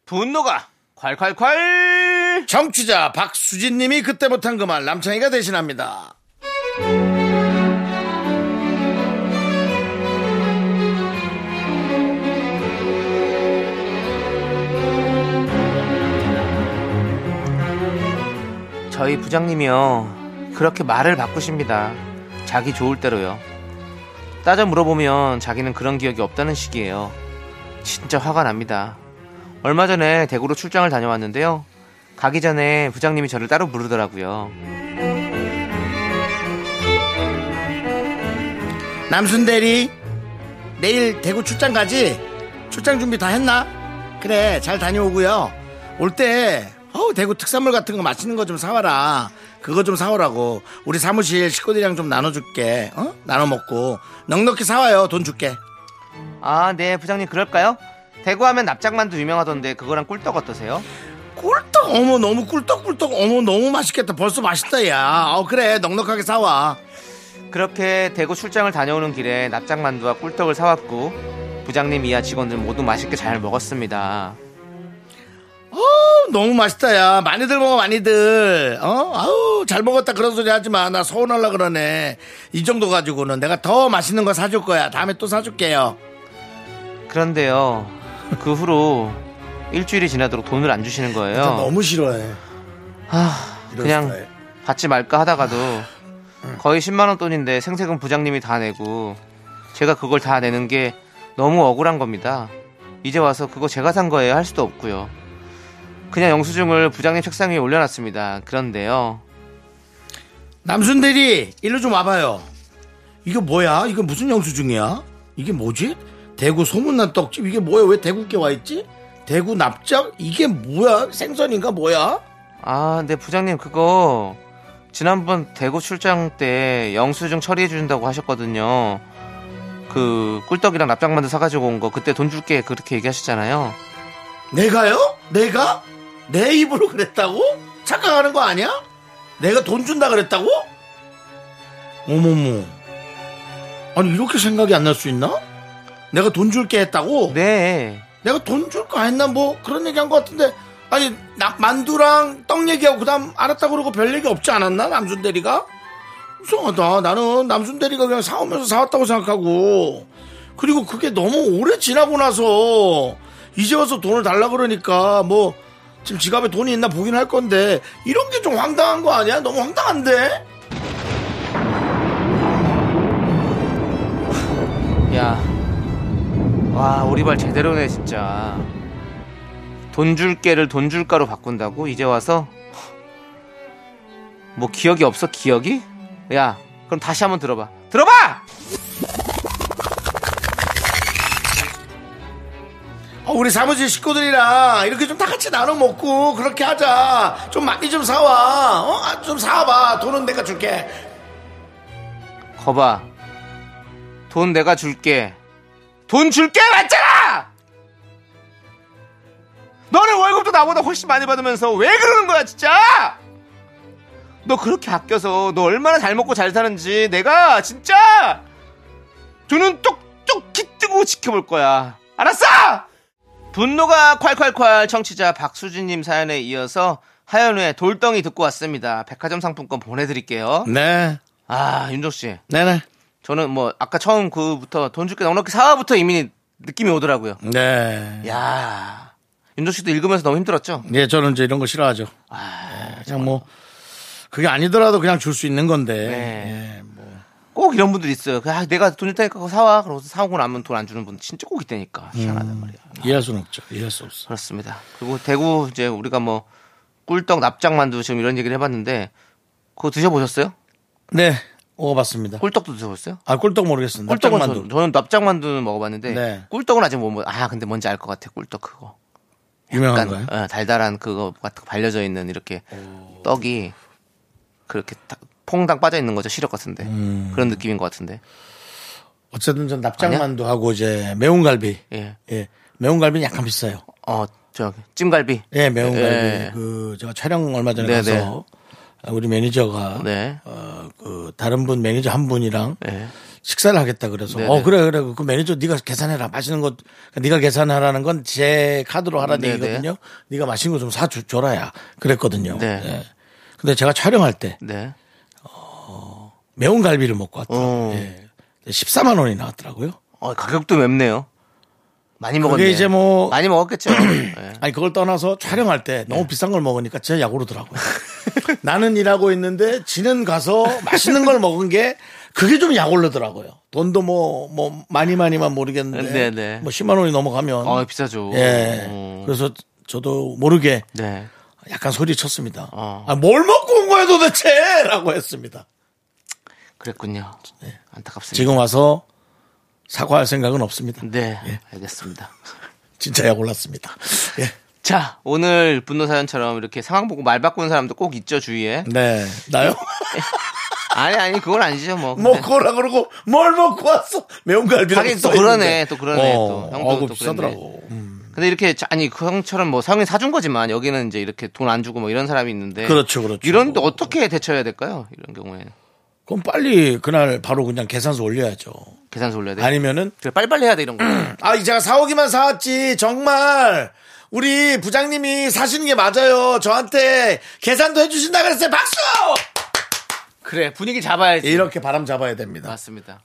Speaker 2: 분노가 콸콸콸.
Speaker 1: 정취자 박수진님이 그때 못한 그 말 남창희가 대신합니다.
Speaker 2: 저희 부장님이요. 그렇게 말을 바꾸십니다. 자기 좋을 대로요. 따져 물어보면 자기는 그런 기억이 없다는 식이에요. 진짜 화가 납니다. 얼마 전에 대구로 출장을 다녀왔는데요. 가기 전에 부장님이 저를 따로 부르더라고요.
Speaker 1: 남순 대리 내일 대구 출장 가지? 출장 준비 다 했나? 그래 잘 다녀오고요 올 때 어우 대구 특산물 같은 거 맛있는 거 좀 사와라 그거 좀 사오라고 우리 사무실 식구들이랑 좀 나눠줄게 어? 나눠 먹고 넉넉히 사와요 돈 줄게
Speaker 2: 아, 네, 부장님 그럴까요? 대구하면 납작만두 유명하던데 그거랑 꿀떡 어떠세요?
Speaker 1: 꿀떡 어머 너무 꿀떡꿀떡 어머 너무 맛있겠다 벌써 맛있다 야어 그래 넉넉하게 사와
Speaker 2: 그렇게 대구 출장을 다녀오는 길에 납작만두와 꿀떡을 사왔고 부장님 이하 직원들 모두 맛있게 잘 먹었습니다.
Speaker 1: 어, 너무 맛있다, 야. 많이들 먹어, 많이들. 어? 아우, 잘 먹었다. 그런 소리 하지 마. 나 서운하려 그러네. 이 정도 가지고는 내가 더 맛있는 거 사줄 거야. 다음에 또 사줄게요.
Speaker 2: 그런데요, 그 후로 일주일이 지나도록 돈을 안 주시는 거예요.
Speaker 1: 싫어해.
Speaker 2: 하,
Speaker 1: 이런
Speaker 2: 그냥
Speaker 1: 스타일.
Speaker 2: 받지 말까 하다가도 거의 10만 원 돈인데 생색은 부장님이 다 내고 제가 그걸 다 내는 게 너무 억울한 겁니다. 이제 와서 그거 제가 산 거예요 할 수도 없고요. 그냥 영수증을 부장님 책상 위에 올려놨습니다. 그런데요.
Speaker 1: 남순 대리 일로 좀 와봐요. 이거 뭐야? 이거 무슨 영수증이야? 이게 뭐지? 대구 소문난 떡집 이게 뭐야? 왜 대구께 와 있지? 대구 납작 이게 뭐야? 생선인가 뭐야?
Speaker 2: 아, 네, 부장님, 그거, 지난번 대구 출장 때 영수증 처리해 준다고 하셨거든요. 그, 꿀떡이랑 납작만두 사가지고 온 거, 그때 돈 줄게, 그렇게 얘기하셨잖아요.
Speaker 1: 내가요? 내가 내 입으로 그랬다고? 착각하는 거 아니야? 내가 돈 준다 그랬다고? 어머머. 아니 이렇게 생각이 안 날 수 있나? 내가 돈 줄게 했다고?
Speaker 2: 네.
Speaker 1: 내가 돈 줄까 했나 뭐 그런 얘기한 것 같은데 아니 나 만두랑 떡 얘기하고 그다음 알았다 그러고 별 얘기 없지 않았나 남순 대리가 이상하다 나는 남순 대리가 그냥 사오면서 사왔다고 생각하고 그리고 그게 너무 오래 지나고 나서 이제 와서 돈을 달라 그러니까 뭐 지금 지갑에 돈이 있나 보긴 할 건데 이런 게 좀 황당한 거 아니야 너무 황당한데
Speaker 2: 야. 와, 오리발 제대로네, 진짜. 돈 줄게를 돈 줄까로 바꾼다고? 이제 와서? 뭐, 기억이 없어, 기억이? 야, 그럼 다시 한번 들어봐. 들어봐!
Speaker 1: 어, 우리 사무실 식구들이랑 이렇게 좀 다 같이 나눠 먹고 그렇게 하자. 좀 많이 좀 사와. 어? 아, 좀 사와봐. 돈은 내가 줄게.
Speaker 2: 거봐. 돈 내가 줄게. 돈 줄게 맞잖아! 너는 월급도 나보다 훨씬 많이 받으면서 왜 그러는 거야, 진짜! 너 그렇게 아껴서 너 얼마나 잘 먹고 잘 사는지 내가 진짜 두 눈 똑똑히 뜨고 지켜볼 거야. 알았어! 분노가 콸콸콸 청취자 박수진님 사연에 이어서 하연우의 돌덩이 듣고 왔습니다. 백화점 상품권 보내드릴게요.
Speaker 1: 네.
Speaker 2: 아, 윤정씨.
Speaker 1: 네네.
Speaker 2: 저는 뭐 아까 처음 그부터 돈 줄게 넉넉히 사부터 이미 느낌이 오더라고요.
Speaker 1: 네.
Speaker 2: 야 윤종 씨도 읽으면서 너무 힘들었죠?
Speaker 1: 예, 저는 이제 이런 거 싫어하죠. 예, 그냥 뭐, 그게 아니더라도 그냥 줄 수 있는 건데.
Speaker 2: 네.
Speaker 1: 예, 뭐.
Speaker 2: 꼭 이런 분들 있어요. 그, 아, 내가 돈 줄 테니까 그거 사와. 그러고서 사오고 나면 돈 안 주는 분 진짜 꼭 있다니까.
Speaker 1: 음.
Speaker 2: 희한하단 말이야.
Speaker 1: 이해할 수는 없죠. 이해할 수 없어.
Speaker 2: 그렇습니다. 그리고 대구 이제 우리가 뭐 꿀떡 납작만두 지금 이런 얘기를 해봤는데 그거 드셔보셨어요?
Speaker 1: 네. 먹어봤습니다.
Speaker 2: 꿀떡도 드셔보셨어요?
Speaker 1: 아, 꿀떡 모르겠습니다.
Speaker 2: 꿀떡은
Speaker 1: 납작만두.
Speaker 2: 저는, 저는 납작만두는 먹어봤는데
Speaker 1: 네.
Speaker 2: 꿀떡은 아직 못 먹. 아 근데 뭔지 알 것 같아. 꿀떡 그거.
Speaker 1: 유명한가요?
Speaker 2: 약간 어, 달달한 그거 같은 거 발려져 있는 이렇게 떡이 그렇게 다- 퐁당 빠져 있는 거죠 시럽 같은데
Speaker 1: 음.
Speaker 2: 그런 느낌인 것 같은데
Speaker 1: 어쨌든 전 납작만두하고 이제 매운갈비.
Speaker 2: 예.
Speaker 1: 예. 매운갈비는 약간 비싸요.
Speaker 2: 어 저기 찜갈비
Speaker 1: 예, 매운 갈비.
Speaker 2: 예.
Speaker 1: 그 제가 촬영 얼마 전에
Speaker 2: 네네.
Speaker 1: 가서 우리 매니저가
Speaker 2: 네.
Speaker 1: 어, 그 다른 분 매니저 한 분이랑
Speaker 2: 예.
Speaker 1: 식사를 하겠다 그래서
Speaker 2: 네네.
Speaker 1: 어 그래 그래 그 매니저 네가 계산해라 맛있는 거 네가 계산하라는 건 제 카드로 하라는
Speaker 2: 네네.
Speaker 1: 얘기거든요. 네가 맛있는 거 좀 사 줘라야 그랬거든요.
Speaker 2: 네.
Speaker 1: 예. 근데 제가 촬영할 때
Speaker 2: 네
Speaker 1: 매운 갈비를 먹고
Speaker 2: 어.
Speaker 1: 왔죠. 예. 14만 원이 나왔더라고요.
Speaker 2: 어, 가격도 맵네요 많이 먹었네
Speaker 1: 그게 이제 뭐-
Speaker 2: 많이 먹었겠죠 예.
Speaker 1: 아니 그걸 떠나서 촬영할 때 너무
Speaker 2: 네.
Speaker 1: 비싼 걸 먹으니까 진짜 약 오르더라고요. 나는 일하고 있는데 지는 가서 맛있는 걸 먹은 게 그게 좀 약 오르더라고요. 돈도 뭐 뭐 많이 많이만 모르겠는데
Speaker 2: 네, 음. 네.
Speaker 1: 뭐 10만 원이 넘어가면
Speaker 2: 어, 비싸죠
Speaker 1: 예. 그래서 저도 모르게
Speaker 2: 네
Speaker 1: 약간 소리쳤습니다.
Speaker 2: 어.
Speaker 1: 아, 뭘 먹고 온 거야 도대체라고 했습니다.
Speaker 2: 그랬군요 안타깝습니다
Speaker 1: 예. 지금 와서 사과할 생각은 없습니다.
Speaker 2: 네
Speaker 1: 예.
Speaker 2: 알겠습니다
Speaker 1: 진짜 약 올랐습니다. 예.
Speaker 2: 자 오늘 분노 사연처럼 이렇게 상황 보고 말 바꾸는 사람도 꼭 있죠 주위에
Speaker 1: 네. 나요?
Speaker 2: 아니 아니 그건 아니죠 뭐 근데-
Speaker 1: 먹고 오라 그러고 뭘 먹고 왔어? 매운 갈비라고
Speaker 2: 하긴 또
Speaker 1: 써있는데.
Speaker 2: 그러네, 또 그러네, 또. 형도
Speaker 1: 어우,
Speaker 2: 또
Speaker 1: 비싸더라고. 음.
Speaker 2: 근데 이렇게 자- 아니 그 형처럼 뭐 상인 사준 거지만 여기는 이제 이렇게 돈 안 주고 뭐 이런 사람이 있는데
Speaker 1: 그렇죠, 그렇죠.
Speaker 2: 이런데 어떻게 대처해야 될까요? 이런 경우에는
Speaker 1: 그럼 빨리 그날 바로 그냥 계산서 올려야죠.
Speaker 2: 계산서 올려야 돼.
Speaker 1: 아니면은
Speaker 2: 그래, 빨리빨리 해야 돼 이런 거.
Speaker 1: 아, 이 제가 사오기만 사왔지. 정말 우리 부장님이 사시는 게 맞아요. 저한테 계산도 해주신다 그랬어요. 박수!
Speaker 2: 그래 분위기 잡아야지.
Speaker 1: 이렇게 바람 잡아야 됩니다.
Speaker 2: 맞습니다.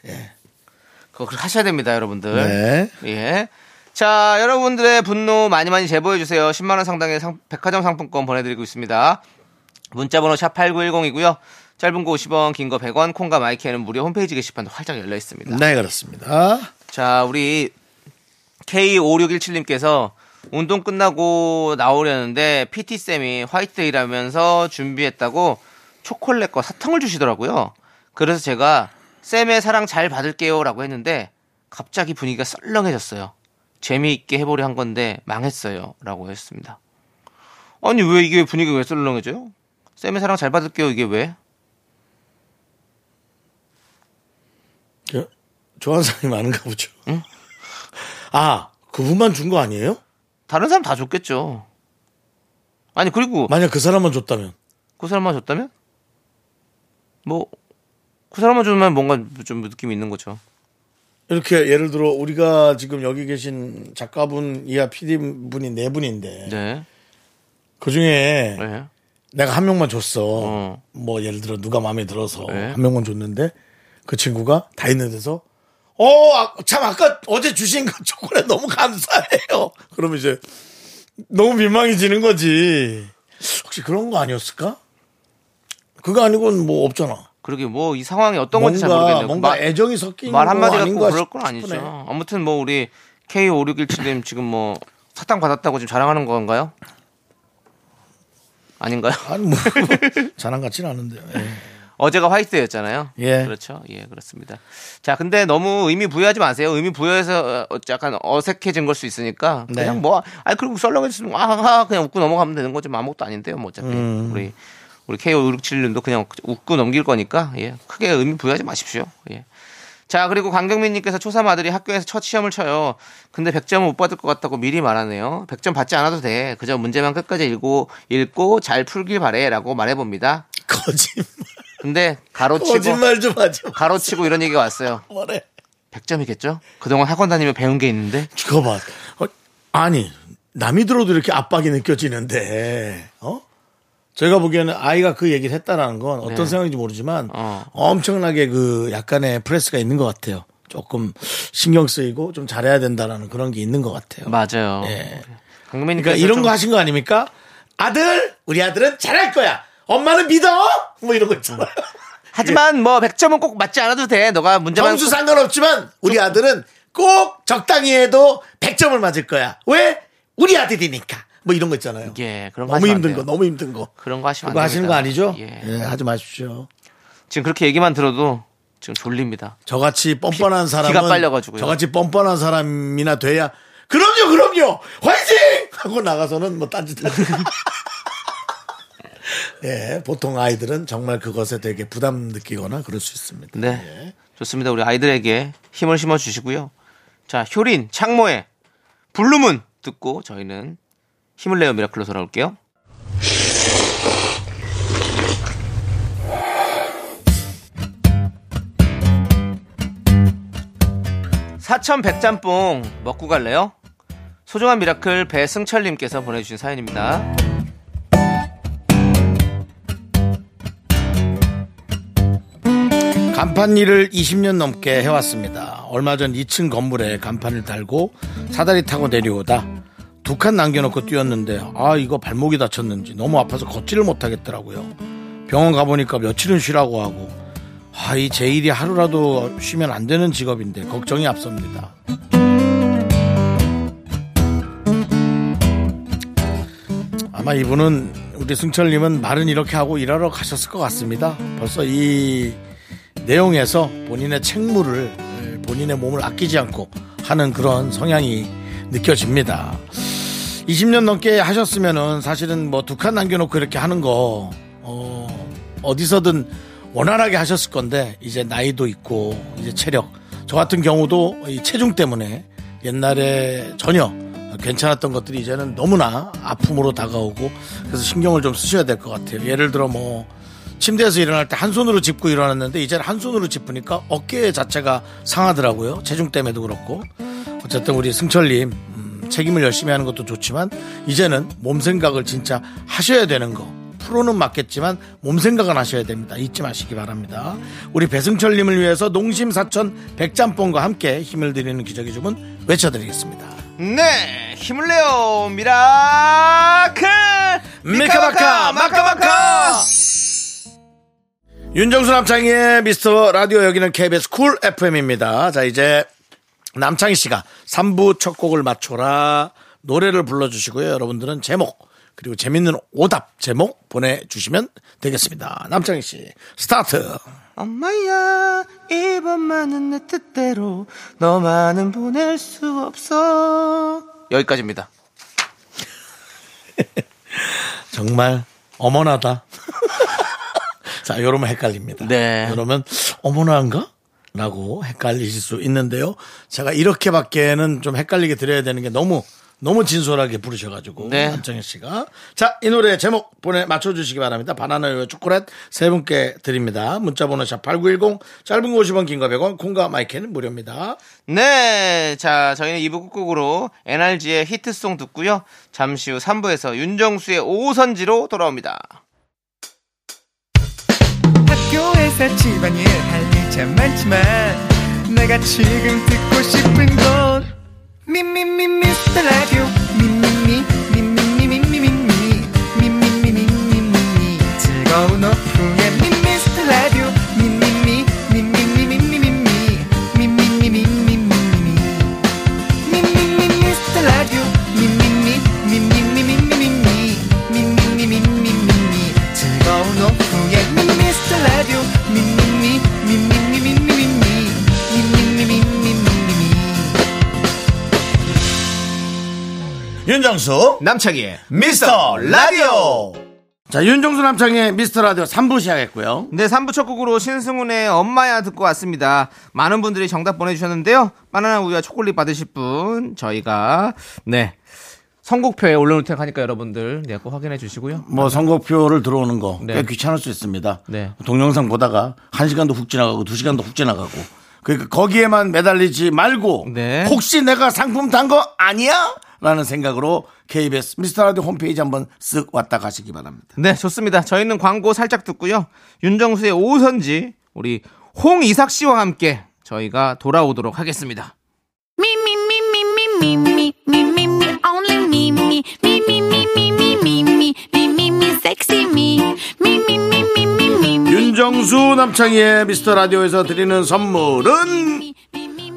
Speaker 2: 그거 그렇게 하셔야 됩니다, 여러분들.
Speaker 1: 네.
Speaker 2: 예. 자, 여러분들의 분노 많이 많이 제보해 주세요. 10만 원 상당의 상- 백화점 상품권 보내 드리고 있습니다. 문자 번호 샵 8910이고요. 짧은 거 50원, 긴 거 100원, 콩과 마이크에는 무료 홈페이지 게시판도 활짝 열려 있습니다.
Speaker 1: 네, 그렇습니다.
Speaker 2: 자, 우리 K5617님께서 운동 끝나고 나오려는데 PT쌤이 화이트데이라면서 준비했다고 초콜릿과 사탕을 주시더라고요. 그래서 제가 쌤의 사랑 잘 받을게요 라고 했는데 갑자기 분위기가 썰렁해졌어요. 재미있게 해보려 한 건데 망했어요 라고 했습니다. 아니 왜 이게 분위기가 왜 썰렁해져요? 쌤의 사랑 잘 받을게요 이게 왜?
Speaker 1: 저, 좋아하는 사람이 많은가 보죠. 아, 그분만 준 거 아니에요?
Speaker 2: 다른 사람 다 줬겠죠. 아니 그리고
Speaker 1: 만약 그 사람만 줬다면.
Speaker 2: 그 사람만 줬다면? 뭐, 그 사람만 주면 뭔가 좀 느낌이 있는 거죠.
Speaker 1: 이렇게 예를 들어 우리가 지금 여기 계신 작가분 이하 PD분이 네 분인데
Speaker 2: 네.
Speaker 1: 그 중에
Speaker 2: 네.
Speaker 1: 내가 한 명만 줬어.
Speaker 2: 어.
Speaker 1: 뭐 예를 들어 누가 마음에 들어서
Speaker 2: 네.
Speaker 1: 한 명만 줬는데 그 친구가 다 있는 데서 어, 아, 참 아까 어제 주신 그 초콜릿 너무 감사해요. 그러면 이제 너무 민망해지는 거지. 혹시 그런 거 아니었을까? 그거 아니고는 뭐 없잖아.
Speaker 2: 그러게 뭐 이 상황이 어떤 건지 잘
Speaker 1: 뭔가
Speaker 2: 모르겠네요.
Speaker 1: 뭔가
Speaker 2: 말-
Speaker 1: 애정이 섞인
Speaker 2: 말 한마디
Speaker 1: 거
Speaker 2: 갖고
Speaker 1: 아닌가
Speaker 2: 그럴 건 아니죠.
Speaker 1: 싶으네.
Speaker 2: 아무튼 뭐 우리 K5617님 지금 뭐 사탕 받았다고 지금 자랑하는 건가요? 아닌가요?
Speaker 1: 아니 뭐 자랑 같지는 않은데. 예.
Speaker 2: 어제가 화이트였잖아요.
Speaker 1: 예.
Speaker 2: 그렇죠. 예, 그렇습니다. 자, 근데 너무 의미 부여하지 마세요. 의미 부여해서 어, 약간 어색해진 걸 수 있으니까
Speaker 1: 네.
Speaker 2: 그냥 뭐, 아니 그리고 썰렁해지면 아하 그냥 웃고 넘어가면 되는 거지 뭐 아무것도 아닌데요. 뭐 어차피
Speaker 1: 음.
Speaker 2: 우리 우리 K567님도 그냥 웃고 넘길 거니까 예, 크게 의미 부여하지 마십시오. 예. 자, 그리고 강경민님께서 초삼 아들이 학교에서 첫 시험을 쳐요. 근데 100점은 못 받을 것 같다고 미리 말하네요. 100점 받지 않아도 돼. 그저 문제만 끝까지 읽고 읽고 잘 풀길 바래라고 말해봅니다.
Speaker 1: 거짓말.
Speaker 2: 근데 가로치고
Speaker 1: 거짓말 좀 하지. 마.
Speaker 2: 가로치고 이런 얘기가 왔어요.
Speaker 1: 뭐래?
Speaker 2: 100점이겠죠? 그동안 학원 다니며 배운 게 있는데
Speaker 1: 그거 봐. 어, 아니 남이 들어도 이렇게 압박이 느껴지는데, 어? 제가 보기에는 아이가 그 얘기를 했다라는 건 어떤
Speaker 2: 네.
Speaker 1: 생각인지 모르지만
Speaker 2: 어.
Speaker 1: 엄청나게 그 약간의 프레스가 있는 것 같아요. 조금 신경 쓰이고 좀 잘해야 된다라는 그런 게 있는 것 같아요.
Speaker 2: 맞아요.
Speaker 1: 예.
Speaker 2: 강민이
Speaker 1: 그러니까 이런 거 하신 거 아닙니까? 아들, 우리 아들은 잘할 거야. 엄마는 믿어. 뭐 이런 거 있잖아요.
Speaker 2: 하지만 뭐 100점은 꼭 맞지 않아도 돼. 너가 문제만
Speaker 1: 예. 점수 상관없지만 우리 아들은 꼭 적당히 해도 100점을 맞을 거야. 왜? 우리 아들이니까. 뭐 이런 거 있잖아요.
Speaker 2: 예, 그런 거
Speaker 1: 너무
Speaker 2: 하시면
Speaker 1: 힘든
Speaker 2: 안
Speaker 1: 거,
Speaker 2: 돼요.
Speaker 1: 너무 힘든 거.
Speaker 2: 그런 거 하시면
Speaker 1: 그거
Speaker 2: 안
Speaker 1: 하시는 거
Speaker 2: 됩니다.
Speaker 1: 아니죠?
Speaker 2: 예.
Speaker 1: 예, 하지 마십시오.
Speaker 2: 지금 그렇게 얘기만 들어도 지금 졸립니다.
Speaker 1: 저같이 뻔뻔한 사람은
Speaker 2: 빨려가지고요.
Speaker 1: 저같이 뻔뻔한 사람이나 돼야 그럼요, 그럼요. 화이팅! 하고 나가서는 뭐 딴짓 하지. 예, 보통 아이들은 정말 그것에 되게 부담 느끼거나 그럴 수 있습니다.
Speaker 2: 네. 좋습니다. 우리 아이들에게 힘을 심어 주시고요. 자, 효린 창모의 블루문 듣고 저희는 힘을 내요 미라클로 돌아올게요. 사천 백짬뽕 먹고 갈래요? 소중한 미라클 배승철님께서 보내주신 사연입니다.
Speaker 1: 간판 일을 20년 넘게 해왔습니다. 얼마 전 2층 건물에 간판을 달고 사다리 타고 내려오다 두 칸 남겨놓고 뛰었는데 아 이거 발목이 다쳤는지 너무 아파서 걷지를 못하겠더라고요. 병원 가보니까 며칠은 쉬라고 하고 아 이 제 일이 하루라도 쉬면 안 되는 직업인데 걱정이 앞섭니다. 아마 이분은 우리 승철님은 말은 이렇게 하고 일하러 가셨을 것 같습니다. 벌써 이 내용에서 본인의 책무를 예, 본인의 몸을 아끼지 않고 하는 그런 성향이 느껴집니다. 20년 넘게 하셨으면은 사실은 뭐 두 칸 남겨놓고 이렇게 하는 거 어, 어디서든 원활하게 하셨을 건데 이제 나이도 있고 이제 체력 저 같은 경우도 이 체중 때문에 옛날에 전혀 괜찮았던 것들이 이제는 너무나 아픔으로 다가오고 그래서 신경을 좀 쓰셔야 될 것 같아요. 예를 들어 뭐 침대에서 일어날 때 한 손으로 짚고 일어났는데 이제는 한 손으로 짚으니까 어깨 자체가 상하더라고요. 체중 때문에도 그렇고 어쨌든 우리 승철님 음, 책임을 열심히 하는 것도 좋지만 이제는 몸 생각을 진짜 하셔야 되는 거. 프로는 맞겠지만 몸 생각은 하셔야 됩니다. 잊지 마시기 바랍니다. 우리 배승철님을 위해서 농심 사천 백짬뽕과 함께 힘을 드리는 기적의 주문 외쳐드리겠습니다.
Speaker 2: 네, 힘을 내요, 미라클!
Speaker 1: 미카마카, 마카마카! 윤정수 남창희의 미스터 라디오 여기는 KBS 쿨 FM입니다. 자, 이제 남창희 씨가 3부 첫 곡을 맞춰라 노래를 불러주시고요. 여러분들은 제목 그리고 재밌는 오답 제목 보내주시면 되겠습니다. 남창희 씨 스타트.
Speaker 2: 엄마야 이번만은 내 뜻대로 너만은 보낼 수 없어 여기까지입니다
Speaker 1: 정말 어머나다. 자, 이러면 헷갈립니다.
Speaker 2: 네.
Speaker 1: 이러면 어머나인가? 라고 헷갈리실 수 있는데요. 제가 이렇게밖에는 좀 헷갈리게 드려야 되는 게 너무 너무 진솔하게 부르셔가지고
Speaker 2: 네.
Speaker 1: 남정희 씨가 자 이 노래 제목 보내 맞춰주시기 바랍니다. 바나나우유 초콜릿 세 분께 드립니다. 문자번호 샵 #8910 짧은 거 50원, 긴 거 100원, 콩과 마이크는 무료입니다.
Speaker 2: 네, 자 저희는 2부 끝곡으로 NRG의 히트송 듣고요. 잠시 후 3부에서 윤정수의 오선지로 돌아옵니다.
Speaker 8: 학교에서 집안일 할 일 참 많지만 내가 지금 듣고 싶은 건 미미미 미스터 라디오 미미미 미미미 미미미 미미미 미미미 즐거운 오후에 미스터 라디오 미미미 미미미 미미미 미미미 미미미 미미미 미스터 라디오 미미미 미미미 미미미 미미미 미미미 즐거운 오후에 Mr. Radio 미미미 미미미 미미미 미미미 미미미
Speaker 1: 윤정수
Speaker 2: 남창희의
Speaker 1: 미스터 라디오. 자 윤정수 남창의 미스터 라디오 3부 시작했고요.
Speaker 2: 네, 3부 첫 곡으로 신승훈의 엄마야 듣고 왔습니다. 많은 분들이 정답 보내주셨는데요. 바나나 우유와 초콜릿 받으실 분 저희가 네 선곡표에 올려놓을 테니까 여러분들 네, 꼭 확인해 주시고요.
Speaker 1: 뭐 선거표를 들어오는 거 꽤
Speaker 2: 네.
Speaker 1: 귀찮을 수 있습니다.
Speaker 2: 네.
Speaker 1: 동영상 보다가 한 시간도 훅 지나가고 두 시간도 훅 지나가고 그러니까 거기에만 매달리지 말고
Speaker 2: 네.
Speaker 1: 혹시 내가 상품 탄 거 아니야? 라는 생각으로 KBS 미스터라디오 홈페이지 한번 쓱 왔다 가시기 바랍니다.
Speaker 2: 네, 좋습니다. 저희는 광고 살짝 듣고요. 윤정수의 오선지 우리 홍이삭 씨와 함께 저희가 돌아오도록 하겠습니다.
Speaker 7: Me, me, me, me, me, me, me, me, me, me, only me, me, me, me, me, me, me, me, me, me, me, me, sexy me, me, me, me, me, me, me, me,
Speaker 1: 네. 윤정수 남창희의 미스터라디오에서 드리는 선물은
Speaker 7: me, me, me.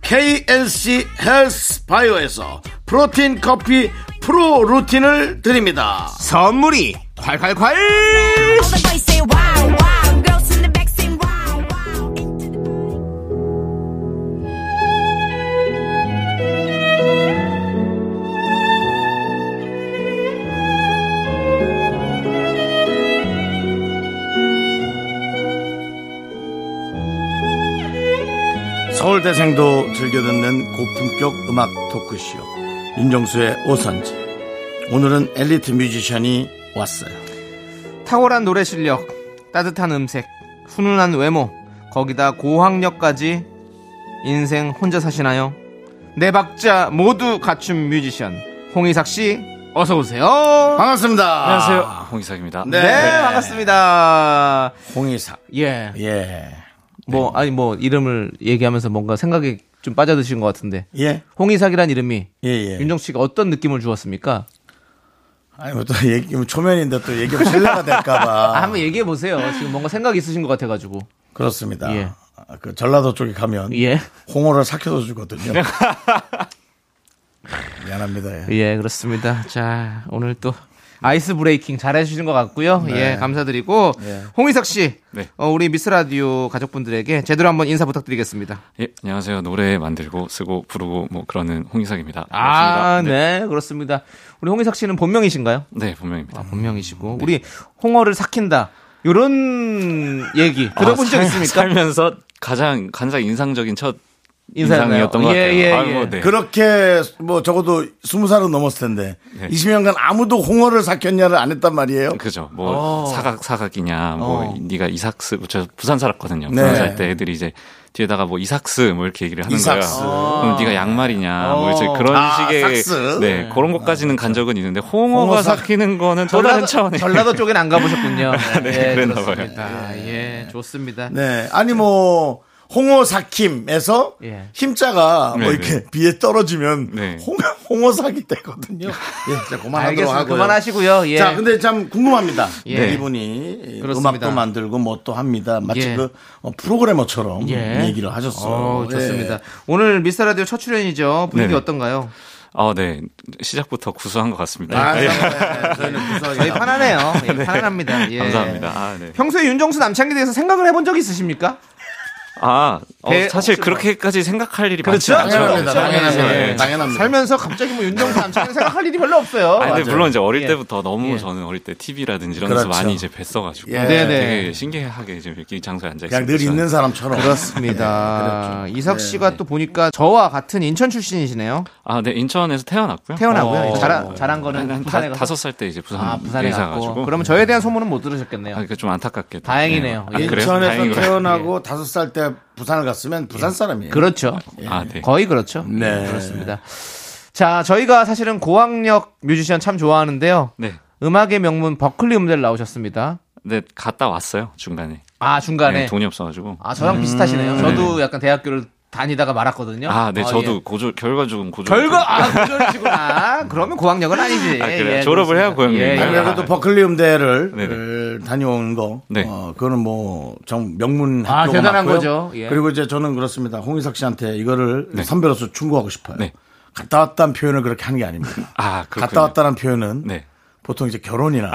Speaker 1: KNC 헬스 바이오에서 프로틴 커피 프로 루틴을 드립니다
Speaker 2: 선물이 콸콸콸!
Speaker 7: All the boys say wow, wow, girls in the back say wow, wow.
Speaker 1: 서울대생도 즐겨 듣는 고품격 음악 토크쇼 윤정수의 오선지 오늘은 엘리트 뮤지션이 왔어요
Speaker 2: 탁월한 노래 실력, 따뜻한 음색, 훈훈한 외모, 거기다 고학력까지 인생 혼자 사시나요? 네 박자 모두 갖춘 뮤지션 홍희삭 씨 어서 오세요.
Speaker 1: 반갑습니다 안녕하세요
Speaker 9: 아, 홍기석입니다.
Speaker 2: 네, 반갑습니다.
Speaker 1: 홍의사
Speaker 2: 예.
Speaker 1: 예
Speaker 2: 뭐
Speaker 9: 네.
Speaker 2: 아니 뭐 이름을 얘기하면서 뭔가 생각이 좀 빠져드신 것 같은데
Speaker 1: 예.
Speaker 2: 홍희삭이란 이름이
Speaker 1: 예, 예.
Speaker 2: 윤정 씨가 어떤 느낌을 주었습니까?
Speaker 1: 아니 뭐또 얘기 뭐 초면인데 또 얘기하면 실례가 될까봐.
Speaker 2: 아, 한번 얘기해 보세요. 지금 뭔가 생각이 있으신 것 같아가지고
Speaker 1: 그렇습니다.
Speaker 2: 예.
Speaker 1: 아, 그 전라도 쪽에 가면
Speaker 2: 예.
Speaker 1: 홍어를 삭혀서 주거든요.
Speaker 9: 네.
Speaker 1: 아, 미안합니다. 예.
Speaker 2: 예, 그렇습니다. 자, 오늘 또 아이스 브레이킹 잘 해주시는 것 같고요. 예, 감사드리고 홍희석 씨,
Speaker 9: 네.
Speaker 2: 어, 우리 미스 라디오 가족분들에게 제대로 한번 인사 부탁드리겠습니다.
Speaker 9: 예, 안녕하세요. 노래 만들고 쓰고 부르고 뭐 그러는 홍기석입니다.
Speaker 2: 아,
Speaker 9: 반갑습니다.
Speaker 2: 네. 그렇습니다. 우리 홍희석 씨는 본명이신가요?
Speaker 9: 네, 네, 분명입니다. 네.
Speaker 2: 아, 본명이시고 우리 홍어를 삭힌다. 요런 얘기 들어본 적
Speaker 9: 아, 살-
Speaker 2: 있습니까?
Speaker 9: 살면서 가장 간장 인상적인 첫
Speaker 8: 인상이었나요?
Speaker 9: 인상이었던 것 같아요.
Speaker 8: 예, 예,
Speaker 9: 아이고,
Speaker 8: 예.
Speaker 9: 네.
Speaker 1: 그렇게 뭐 적어도 스무 살은 넘었을 텐데
Speaker 9: 네.
Speaker 1: 20년간 아무도 홍어를 삭혔냐를 안 했단 말이에요.
Speaker 9: 그죠. 뭐
Speaker 1: 어.
Speaker 9: 사각 사각이냐, 뭐
Speaker 1: 어.
Speaker 9: 네가 이삭스, 저 부산 살았거든요.
Speaker 1: 네.
Speaker 9: 부산 살 때 애들이 이제 뒤에다가 뭐 이삭스 뭐 이렇게 얘기를 하는
Speaker 1: 이삭스. 아.
Speaker 9: 거예요. 그럼 네가 양말이냐, 뭐 이제
Speaker 1: 어.
Speaker 9: 그런
Speaker 1: 아,
Speaker 9: 식의
Speaker 1: 삭스.
Speaker 9: 네 그런 것까지는 간 적은 있는데 홍어가
Speaker 2: 홍어 삭-
Speaker 9: 삭히는 거는 또
Speaker 2: 전라도,
Speaker 9: 다른 차원의
Speaker 2: 전라도 쪽엔 안 가보셨군요. 예,
Speaker 9: 네, 그랬나 봐요.
Speaker 2: 아, 예, 좋습니다.
Speaker 1: 네. 아니 뭐 홍어 삭힘에서
Speaker 2: 예.
Speaker 1: 힘자가
Speaker 2: 네,
Speaker 1: 뭐 이렇게 비에 떨어지면
Speaker 9: 네.
Speaker 1: 홍, 홍어 삭이 되거든요. 예, 진짜 그만하도록
Speaker 2: 알겠습니다.
Speaker 1: 하고요.
Speaker 2: 그만하시고요. 예.
Speaker 1: 자, 근데 참 궁금합니다. 네,
Speaker 2: 예.
Speaker 1: 이분이
Speaker 2: 그렇습니다.
Speaker 1: 음악도 만들고 뭐 또 합니다. 마치
Speaker 2: 예.
Speaker 1: 그 어, 프로그래머처럼
Speaker 2: 예.
Speaker 1: 얘기를 하셨어요.
Speaker 2: 어, 좋습니다.
Speaker 1: 예.
Speaker 2: 오늘 미스터 라디오 첫 출연이죠. 분위기
Speaker 9: 네네.
Speaker 2: 어떤가요?
Speaker 9: 아, 네. 시작부터 구수한 것 같습니다.
Speaker 2: 아,
Speaker 9: 예.
Speaker 1: 네, 저희는 구수하게
Speaker 2: 저희 편안해요. 예,
Speaker 9: 네.
Speaker 2: 편안합니다. 예.
Speaker 9: 감사합니다. 아, 네.
Speaker 2: 평소에 윤정수 남창에 대해서 생각을 해본 적 있으십니까?
Speaker 9: 아, 어,
Speaker 2: 배-
Speaker 9: 사실
Speaker 2: 혹시 뭐-
Speaker 9: 그렇게까지 생각할 일이
Speaker 2: 그렇죠?
Speaker 9: 많지 않죠.
Speaker 1: 당연합니다. 당연합니다.
Speaker 9: 예.
Speaker 1: 예. 당연합니다.
Speaker 2: 살면서 갑자기 뭐 윤정수 남창이 생각할 일이 별로 없어요.
Speaker 9: 아니, 근데
Speaker 1: 맞아요.
Speaker 9: 물론 이제 어릴
Speaker 2: 예.
Speaker 9: 때부터 너무
Speaker 2: 예.
Speaker 9: 저는 어릴 때 TV라든지 이런 데서
Speaker 1: 그렇죠.
Speaker 9: 많이 이제 뵀어가지고
Speaker 1: 예.
Speaker 2: 네네.
Speaker 9: 되게 신기하게 지금 이렇게 이 장소에 앉아
Speaker 1: 그냥 늘 있는 사람처럼.
Speaker 2: 그렇습니다. 아,
Speaker 1: 그렇죠.
Speaker 2: 이삭
Speaker 1: 네,
Speaker 2: 씨가 또 보니까 저와 같은 인천 출신이시네요.
Speaker 9: 아, 네 인천에서 태어났고요.
Speaker 2: 태어나고요.
Speaker 9: 어,
Speaker 2: 자라, 자란
Speaker 9: 한-
Speaker 2: 거는
Speaker 9: 한
Speaker 2: 부산에
Speaker 9: 다-
Speaker 2: 가서.
Speaker 9: 다섯 살 때 이제 부산
Speaker 2: 아, 부산에
Speaker 9: 이사
Speaker 2: 갔고.
Speaker 9: 가지고.
Speaker 2: 그러면 저에 대한 소문은 못 들으셨겠네요.
Speaker 9: 아, 그좀 안타깝게.
Speaker 2: 다행이네요.
Speaker 9: 아, 그래요?
Speaker 1: 예, 인천에서
Speaker 9: 다행이고요. 예.
Speaker 1: 태어나고 다섯 살 때 부산을 갔으면 부산 사람이에요.
Speaker 2: 그렇죠.
Speaker 1: 예.
Speaker 9: 아, 네.
Speaker 2: 거의 그렇죠.
Speaker 1: 네.
Speaker 2: 그렇습니다. 자, 저희가 사실은 고학력 뮤지션 참 좋아하는데요.
Speaker 9: 네,
Speaker 2: 음악의 명문 버클리 음대를 나오셨습니다.
Speaker 9: 네 갔다 왔어요 중간에.
Speaker 2: 아, 중간에.
Speaker 9: 네, 돈이 없어가지고.
Speaker 2: 아, 저랑 비슷하시네요. 저도 약간 대학교를 다니다가 말았거든요.
Speaker 9: 아, 네,
Speaker 2: 어,
Speaker 9: 저도
Speaker 2: 예.
Speaker 9: 고졸 결과적으로 고졸.
Speaker 2: 결과 아, 고졸이시구나. 그러면 고학력은 아니지. 예,
Speaker 9: 아, 그래요? 졸업을
Speaker 2: 그렇습니다.
Speaker 9: 해야 고학력인가요?
Speaker 2: 예, 예.
Speaker 1: 네. 그래도 또 버클리 음대를
Speaker 9: 네네.
Speaker 1: 다녀온 거,
Speaker 9: 네.
Speaker 1: 어, 그거는 뭐, 정 명문
Speaker 2: 아,
Speaker 1: 학교가
Speaker 2: 대단한
Speaker 1: 맞고요.
Speaker 2: 거죠. 예.
Speaker 1: 그리고 이제 저는 그렇습니다. 홍희석 씨한테 이거를 선배로서 충고하고 싶어요.
Speaker 9: 네.
Speaker 1: 갔다 왔다는 표현을 그렇게 하는 게 아닙니다.
Speaker 9: 아, 그렇군요.
Speaker 1: 갔다 왔다는 표현은
Speaker 9: 네.
Speaker 1: 보통 이제 결혼이나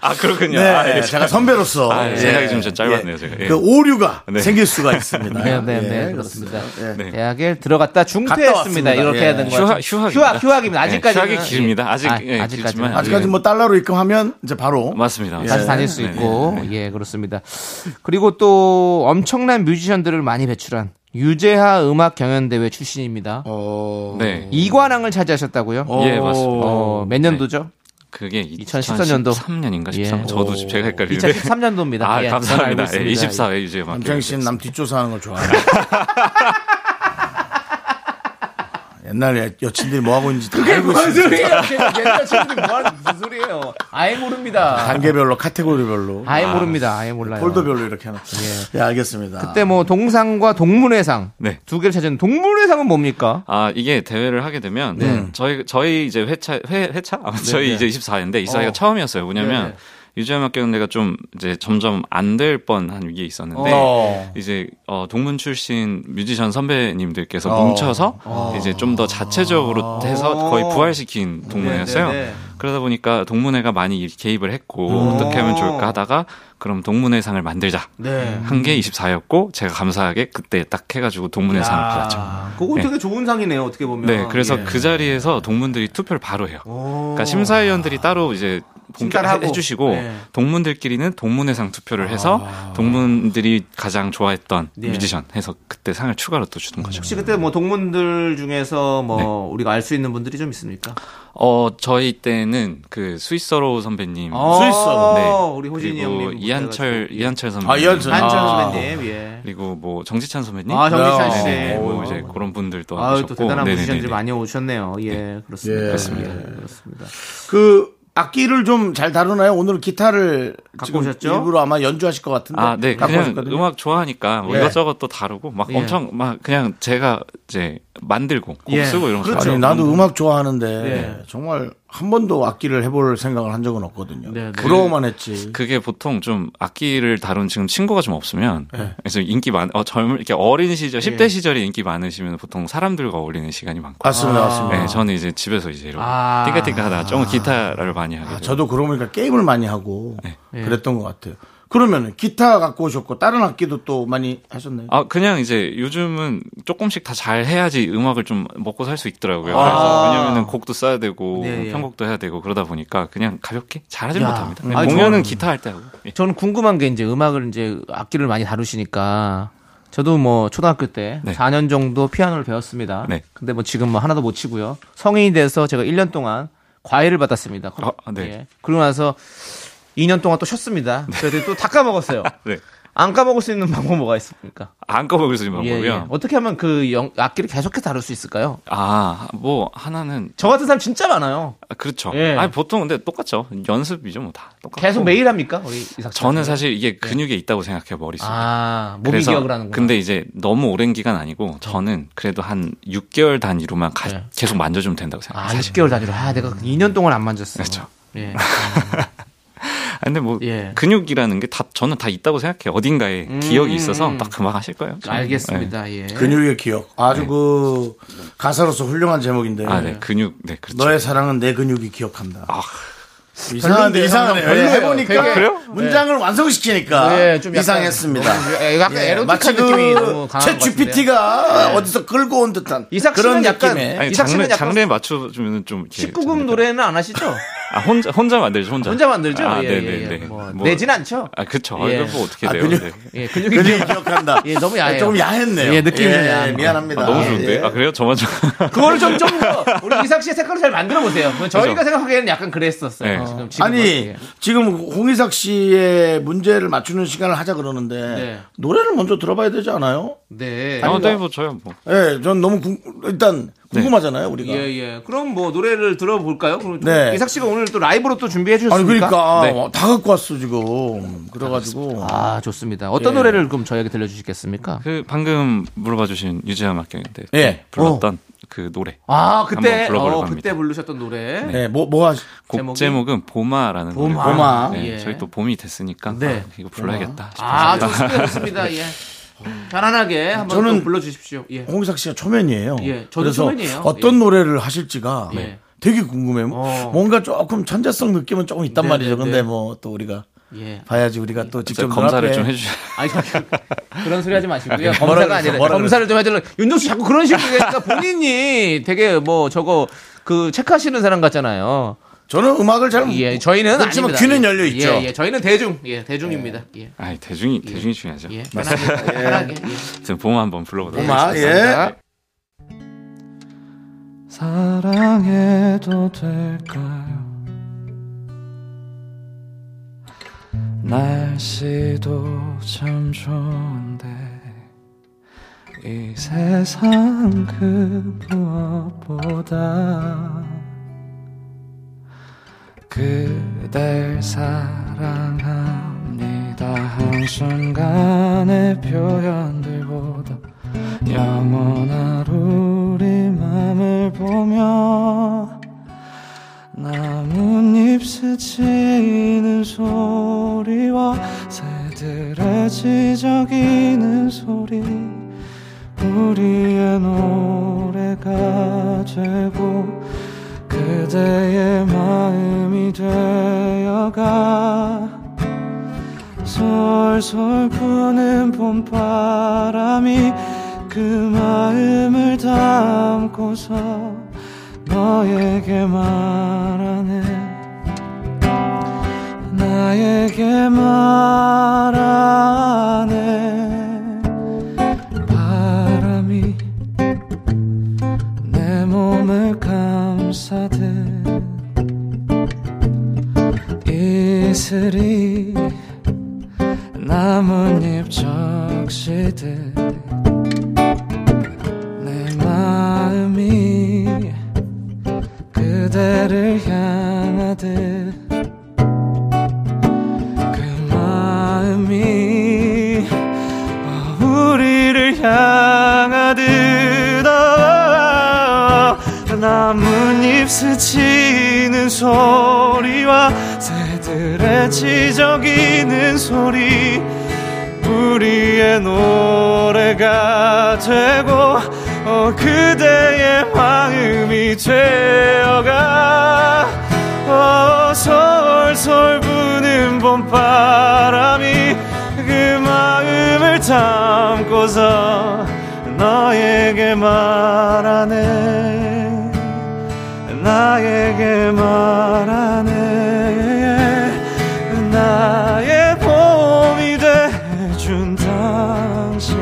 Speaker 9: 아 그렇군요.
Speaker 1: 네,
Speaker 9: 아, 예.
Speaker 1: 제가 선배로서
Speaker 9: 아, 예. 생각이 좀좀 짧았네요,
Speaker 1: 예.
Speaker 9: 제가. 예.
Speaker 1: 그 오류가
Speaker 9: 네.
Speaker 1: 생길 수가 있습니다.
Speaker 2: 네, 네,
Speaker 1: 예,
Speaker 2: 네, 그렇습니다.
Speaker 1: 예.
Speaker 9: 아, 네.
Speaker 2: 대학에 들어갔다 중퇴했습니다.
Speaker 1: 왔습니다.
Speaker 2: 이렇게
Speaker 1: 예.
Speaker 2: 해야 되는 거죠.
Speaker 9: 휴학, 휴학입니다. 예,
Speaker 2: 휴학, 휴학입니다. 아직까지.
Speaker 9: 휴학이 길입니다. 아직, 예, 길지만 아직-
Speaker 1: 아직까지 뭐 달러로 입금하면 이제 바로
Speaker 9: 맞습니다.
Speaker 1: 예.
Speaker 2: 다시 다닐 수
Speaker 9: 네네.
Speaker 2: 있고 예 그렇습니다. 그리고 또 엄청난 뮤지션들을 많이 배출한 유재하 음악 경연 대회 출신입니다.
Speaker 1: 어.
Speaker 9: 네.
Speaker 2: 이관왕을 차지하셨다고요?
Speaker 9: 예, 맞습니다.
Speaker 2: 어, 몇 년도죠?
Speaker 9: 그게
Speaker 2: 2014 년도.
Speaker 9: 3년인가
Speaker 2: 예.
Speaker 9: 13. 저도 지금 제가 헷갈리는데.
Speaker 2: 2013년도입니다.
Speaker 9: 네. 아,
Speaker 2: 예, 저는 알고
Speaker 9: 감사합니다.
Speaker 2: 있습니다.
Speaker 9: 24회 유지에 어, 예, 맞게.
Speaker 1: 남창희 씨는 남 뒷조사하는 걸 좋아해요. 옛날에 여친들이 뭐 하고 있는지 다 알고 있어요.
Speaker 2: 소리예요? 옛날 친구들 뭐하는 무슨 소리예요? 아예 모릅니다.
Speaker 1: 단계별로 카테고리별로
Speaker 2: 아예 모릅니다. 아예 몰라요.
Speaker 1: 폴더별로 이렇게 하나. 예, 알겠습니다.
Speaker 2: 그때 뭐 동상과 동문회상
Speaker 9: 네.
Speaker 2: 두 개를 차지한 동문회상은 뭡니까?
Speaker 9: 아, 이게 대회를 하게 되면
Speaker 1: 네.
Speaker 9: 저희 저희 이제 회차 회 회차 아, 저희 이제 24회인데 24회가
Speaker 2: 어.
Speaker 9: 처음이었어요. 왜냐면
Speaker 2: 네네.
Speaker 9: 유재함 학교는 내가 좀 이제 점점 안 될 뻔한 위기에 있었는데
Speaker 1: 어.
Speaker 9: 이제 어, 동문 출신 뮤지션 선배님들께서
Speaker 1: 어.
Speaker 9: 뭉쳐서 이제 좀 더 자체적으로 해서 거의 부활시킨 동문회였어요.
Speaker 2: 네네네.
Speaker 9: 그러다 보니까 동문회가 많이 일- 개입을 했고 어떻게 하면 좋을까 하다가 그럼 동문회상을 만들자.
Speaker 2: 네.
Speaker 9: 한 게 24였고 제가 감사하게 그때 딱 해가지고 동문회상을 받았죠.
Speaker 2: 그거
Speaker 9: 네.
Speaker 2: 되게 좋은 상이네요. 어떻게 보면.
Speaker 9: 네, 그래서
Speaker 2: 예.
Speaker 9: 그 자리에서 동문들이 투표를 바로 해요. 그러니까 심사위원들이 따로 이제 본격
Speaker 2: 심사를 하고. 아.
Speaker 9: 해주시고
Speaker 2: 네.
Speaker 9: 동문들끼리는 동문회상 투표를 해서 동문들이 가장 좋아했던
Speaker 2: 네.
Speaker 9: 뮤지션 해서 그때 상을 추가로 또 주는 거죠.
Speaker 2: 혹시 그때 뭐 동문들 중에서 뭐
Speaker 9: 네.
Speaker 2: 우리가 알 수 있는 분들이 좀 있습니까?
Speaker 9: 어 저희 때는 그 스위스로 선배님,
Speaker 1: 수있어.
Speaker 9: 음, 네.
Speaker 2: 아, 우리 호진이
Speaker 9: 그리고
Speaker 2: 형님 예.
Speaker 9: 이한철 이한철 선배님,
Speaker 1: 아, 이한철.
Speaker 2: 한철
Speaker 1: 아.
Speaker 2: 선배님 예.
Speaker 9: 그리고 뭐 정지찬 선배님,
Speaker 2: 아 정기찬
Speaker 1: 네.
Speaker 2: 씨.
Speaker 9: 네,
Speaker 2: 뭐.
Speaker 9: 뭐 이제 그런 분들도
Speaker 2: 아유 또
Speaker 9: 계셨고.
Speaker 2: 대단한
Speaker 9: 네네네네.
Speaker 2: 뮤지션들이 많이 오셨네요. 예 그렇습니다.
Speaker 1: 예.
Speaker 2: 그렇습니다. 예, 그렇습니다.
Speaker 1: 그 악기를 좀 잘 다루나요? 오늘 기타를
Speaker 2: 갖고
Speaker 1: 지금
Speaker 2: 오셨죠?
Speaker 1: 일부러 아마 연주하실 것 같은데.
Speaker 9: 아, 네.
Speaker 1: 갖고
Speaker 9: 그냥
Speaker 1: 오셨거든요.
Speaker 9: 음악 좋아하니까 뭐
Speaker 1: 예.
Speaker 9: 이것저것 또 다루고 막
Speaker 2: 예.
Speaker 9: 엄청 막 그냥 제가 이제 만들고 곡
Speaker 2: 예.
Speaker 9: 쓰고 이런 거.
Speaker 1: 아니,
Speaker 9: 좋아해요.
Speaker 1: 나도 음악 좋아하는데
Speaker 2: 네.
Speaker 1: 정말 한 번도 악기를 해볼 생각을 한 적은 없거든요.
Speaker 2: 네, 네.
Speaker 1: 부러워만 했지.
Speaker 9: 그게 보통 좀 악기를 다룬 지금 친구가 좀 없으면
Speaker 2: 예.
Speaker 9: 그래서 인기 많, 어, 젊은, 이렇게 어린 시절, 10대 시절에 인기 많으시면 보통 사람들과 어울리는 시간이 많고.
Speaker 10: 아,
Speaker 1: 맞습니다, 맞습니다.
Speaker 9: 네, 저는 이제 집에서 이제 이렇게
Speaker 2: 아.
Speaker 9: 띵까띵까 하다가 조금 기타를 많이 하게
Speaker 1: 아,
Speaker 9: 돼요.
Speaker 1: 저도 그러고 보니까 게임을 많이 하고
Speaker 10: 네.
Speaker 2: 네.
Speaker 1: 그랬던 것 같아요. 그러면 기타 갖고 오셨고 다른 악기도 또 많이 하셨나요?
Speaker 9: 아, 그냥 이제 요즘은 조금씩 다 잘 해야지 음악을 좀 먹고 살 수 있더라고요.
Speaker 2: 아.
Speaker 9: 그래서 왜냐면은 곡도 써야 되고
Speaker 2: 네, 예.
Speaker 9: 편곡도 해야 되고 그러다 보니까 그냥 가볍게 잘하지
Speaker 2: 야.
Speaker 9: 못합니다.
Speaker 2: 아,
Speaker 9: 그냥 공연은 기타 할 때 하고. 예.
Speaker 2: 저는 궁금한 게 이제 음악을 이제 악기를 많이 다루시니까 저도 뭐 초등학교 때
Speaker 10: 네.
Speaker 2: 4년 정도 피아노를 배웠습니다.
Speaker 10: 네.
Speaker 2: 근데 뭐 지금 뭐 하나도 못 치고요. 성인이 돼서 제가 1년 동안 과외를 받았습니다.
Speaker 10: 아, 네.
Speaker 2: 예. 그러고 나서 2년 동안 또 쉬었습니다. 그래도 또 다 까먹었어요.
Speaker 10: 네.
Speaker 2: 안 까먹을 수 있는 방법 뭐가 있습니까?
Speaker 10: 안 까먹을 수 있는
Speaker 2: 예,
Speaker 10: 방법이요.
Speaker 2: 예. 어떻게 하면 그 영- 악기를 계속해서 다룰 수 있을까요?
Speaker 10: 아, 뭐 하나는
Speaker 2: 저 같은 사람 진짜 많아요.
Speaker 10: 아, 그렇죠.
Speaker 2: 예.
Speaker 10: 아니 보통 근데 똑같죠. 연습이죠, 뭐 다. 똑같고.
Speaker 2: 계속 매일 합니까? 우리 이삭
Speaker 10: 저는 사실 이게 근육에 있다고 생각해요, 머릿속에.
Speaker 2: 예. 아, 몸이
Speaker 10: 그래서
Speaker 2: 기억을 하는구나.
Speaker 10: 근데 이제 너무 오랜 기간 아니고 저는 그래도 한 6개월 단위로만 가- 계속 만져주면 된다고
Speaker 2: 예. 아,
Speaker 10: 생각해요.
Speaker 2: 6개월 단위로. 아, 내가 2년 동안 안 만졌어.
Speaker 10: 그렇죠.
Speaker 2: 예.
Speaker 10: 아, 근데 뭐 근육이라는 게 다 저는 다 있다고 생각해요. 어딘가에
Speaker 2: 음.
Speaker 10: 기억이 있어서 딱 금방 하실 거예요. 저는.
Speaker 2: 알겠습니다.
Speaker 10: 네.
Speaker 2: 예.
Speaker 1: 근육의 기억. 아주 그 가사로서 훌륭한 제목인데.
Speaker 10: 네. 아, 네. 근육. 네, 그렇죠.
Speaker 2: 뭐,
Speaker 1: 너의 사랑은 내 근육이 기억한다. 이상한데
Speaker 2: 별론데요,
Speaker 1: 이상하네요.
Speaker 2: 별로예요.
Speaker 1: 예, 해보니까
Speaker 2: 되게- 그래요?
Speaker 1: 문장을 완성시키니까
Speaker 2: 예, 좀 약간-
Speaker 1: 이상했습니다.
Speaker 2: 예, 약간 에로틱한
Speaker 1: 마치 그
Speaker 2: 느낌이 너무 강한
Speaker 1: 그챗
Speaker 2: 것 같은데요.
Speaker 1: GPT가
Speaker 2: 예.
Speaker 1: 어디서 끌고 온 듯한
Speaker 2: 이삭 씨는
Speaker 1: 그런
Speaker 2: 약간-
Speaker 1: 느낌의
Speaker 10: 아니,
Speaker 2: 이삭 씨는
Speaker 10: 장르,
Speaker 2: 약간-
Speaker 10: 장르에 맞춰주면 좀 이렇게
Speaker 2: 19금 노래는 안 하시죠?
Speaker 10: 아, 혼자 혼자 만들죠, 혼자.
Speaker 2: 혼자 만들죠?
Speaker 10: 아,
Speaker 2: 예,
Speaker 10: 네,
Speaker 2: 예,
Speaker 10: 네,
Speaker 2: 예.
Speaker 10: 네.
Speaker 2: 뭐,
Speaker 10: 뭐-
Speaker 2: 내진 않죠?
Speaker 10: 아, 그렇죠.
Speaker 2: 예.
Speaker 10: 이거 뭐 어떻게
Speaker 1: 아,
Speaker 10: 돼요?
Speaker 1: 근육-
Speaker 10: 네.
Speaker 2: 예, 근육이
Speaker 1: 근육이
Speaker 2: 기억-
Speaker 1: 기억한다.
Speaker 2: 예, 너무 야해요.
Speaker 1: 조금 야했네요.
Speaker 2: 예, 느낌이 좀 야한 거.
Speaker 1: 미안합니다.
Speaker 10: 아, 너무 좋은데?
Speaker 1: 예.
Speaker 10: 아, 그래요? 저만 좀.
Speaker 2: 그걸 좀, 좀, 더 우리 이삭 씨의 색깔을 잘 만들어 보세요. 그 저희가 생각하기에는 약간 그랬었어요.
Speaker 10: 그렇죠.
Speaker 2: 지금,
Speaker 10: 네.
Speaker 2: 지금 뭐, 예.
Speaker 1: 아니
Speaker 2: 같아요.
Speaker 1: 지금 홍희석 씨의 문제를 맞추는 시간을 하자 그러는데
Speaker 2: 네.
Speaker 1: 노래를 먼저 들어봐야 되지 않아요?
Speaker 2: 네.
Speaker 10: 아, 네, 뭐 저요, 뭐.
Speaker 1: 예, 전 너무 궁- 일단 궁금하잖아요 우리가.
Speaker 2: 예, 예. 그럼 뭐 노래를 들어볼까요? 그럼 좀
Speaker 1: 네.
Speaker 2: 이삭 씨가 오늘 또 라이브로 또 준비해
Speaker 1: 아니
Speaker 2: 주셨으니까.
Speaker 1: 그러니까
Speaker 10: 네.
Speaker 1: 어, 다 갖고 왔어 지금 그래가지고
Speaker 2: 아, 좋습니다. 어떤
Speaker 1: 예.
Speaker 2: 노래를 그럼 저희에게 들려주시겠습니까?
Speaker 10: 그 방금 물어봐 주신 유재하 막경인데
Speaker 1: 예.
Speaker 10: 불렀던
Speaker 2: 어.
Speaker 10: 그 노래.
Speaker 2: 아, 그때,
Speaker 10: 한번 불러보려고
Speaker 2: 어, 그때
Speaker 10: 합니다.
Speaker 2: 부르셨던 노래.
Speaker 10: 네.
Speaker 1: 예, 뭐, 뭐, 하,
Speaker 10: 곡
Speaker 2: 제목이?
Speaker 10: 제목은 보마라는
Speaker 2: 보마.
Speaker 10: 노래고요.
Speaker 1: 보마.
Speaker 10: 네,
Speaker 2: 예.
Speaker 10: 저희 또 봄이 됐으니까
Speaker 2: 네.
Speaker 10: 아, 이거 불러야겠다.
Speaker 2: 아,
Speaker 10: 싶어서.
Speaker 2: 좋습니다. 좋습니다. 예. 편안하게 한번
Speaker 1: 저는-
Speaker 2: 또 불러주십시오. 예.
Speaker 1: 홍희석 씨가 초면이에요.
Speaker 2: 예, 저도
Speaker 1: 그래서
Speaker 2: 초면이에요.
Speaker 1: 어떤 노래를 하실지가
Speaker 2: 예.
Speaker 1: 되게 궁금해요.
Speaker 2: 어.
Speaker 1: 뭔가 조금 천재성 느낌은 조금 있단
Speaker 2: 네,
Speaker 1: 말이죠.
Speaker 2: 네,
Speaker 1: 근데
Speaker 2: 네.
Speaker 1: 뭐 또 우리가
Speaker 2: 예.
Speaker 1: 봐야지 우리가 또 직접
Speaker 10: 진짜 검사를
Speaker 1: 눈앞에
Speaker 10: 좀 해주셔.
Speaker 2: 아니, 그- 그런 소리 하지 마시고요.
Speaker 1: 네, 뭐라 그랬어?
Speaker 2: 검사가 아니라
Speaker 1: 뭐라
Speaker 2: 검사를 좀 해달라. 윤정수 자꾸 그런 식으로 얘기하니까 본인이 되게 뭐 저거 그 체크하시는 사람 같잖아요.
Speaker 1: 저는 음악을 잘
Speaker 2: 예, 저희는
Speaker 1: 그렇지만
Speaker 2: 아닙니다.
Speaker 1: 귀는
Speaker 2: 예.
Speaker 1: 열려 있죠. 네.
Speaker 2: 예, 예, 저희는 대중, 예, 대중입니다. 예,
Speaker 10: 아, 대중이 대중이 중요하죠.
Speaker 2: 예, 편하게, 편하게. 예.
Speaker 10: 아무튼 보마 한번 불러보도록
Speaker 1: 보마,
Speaker 10: 하겠습니다.
Speaker 1: 예.
Speaker 10: 사랑해도 될까요? 날씨도 참 좋은데 이 세상 그 무엇보다 그댈 사랑합니다 한순간의 표현들보다 영원한 우리 맘을 보며 나뭇잎 스치는 소리와 새들의 지저귀는 소리 우리의 노래가 되고 그대의 마음이 되어가 솔솔 부는 봄바람이 그 마음을 담고서 너에게 말하네 나에게 말하네 바람이 내 몸을 감싸듯 이슬이 나뭇잎 적시듯 내 마음이 그대를 향하듯 그 마음이 우리를 향하듯 아, 나뭇잎 스치는 소리와 새들의 지저귀는 소리 우리의 노래가 되고 어, 그대의 마음이 되어가 어, 솔솔 부는 봄바람이 그 마음을 담고서 너에게 말하네 나에게 말하네 나의 봄이 돼준 당신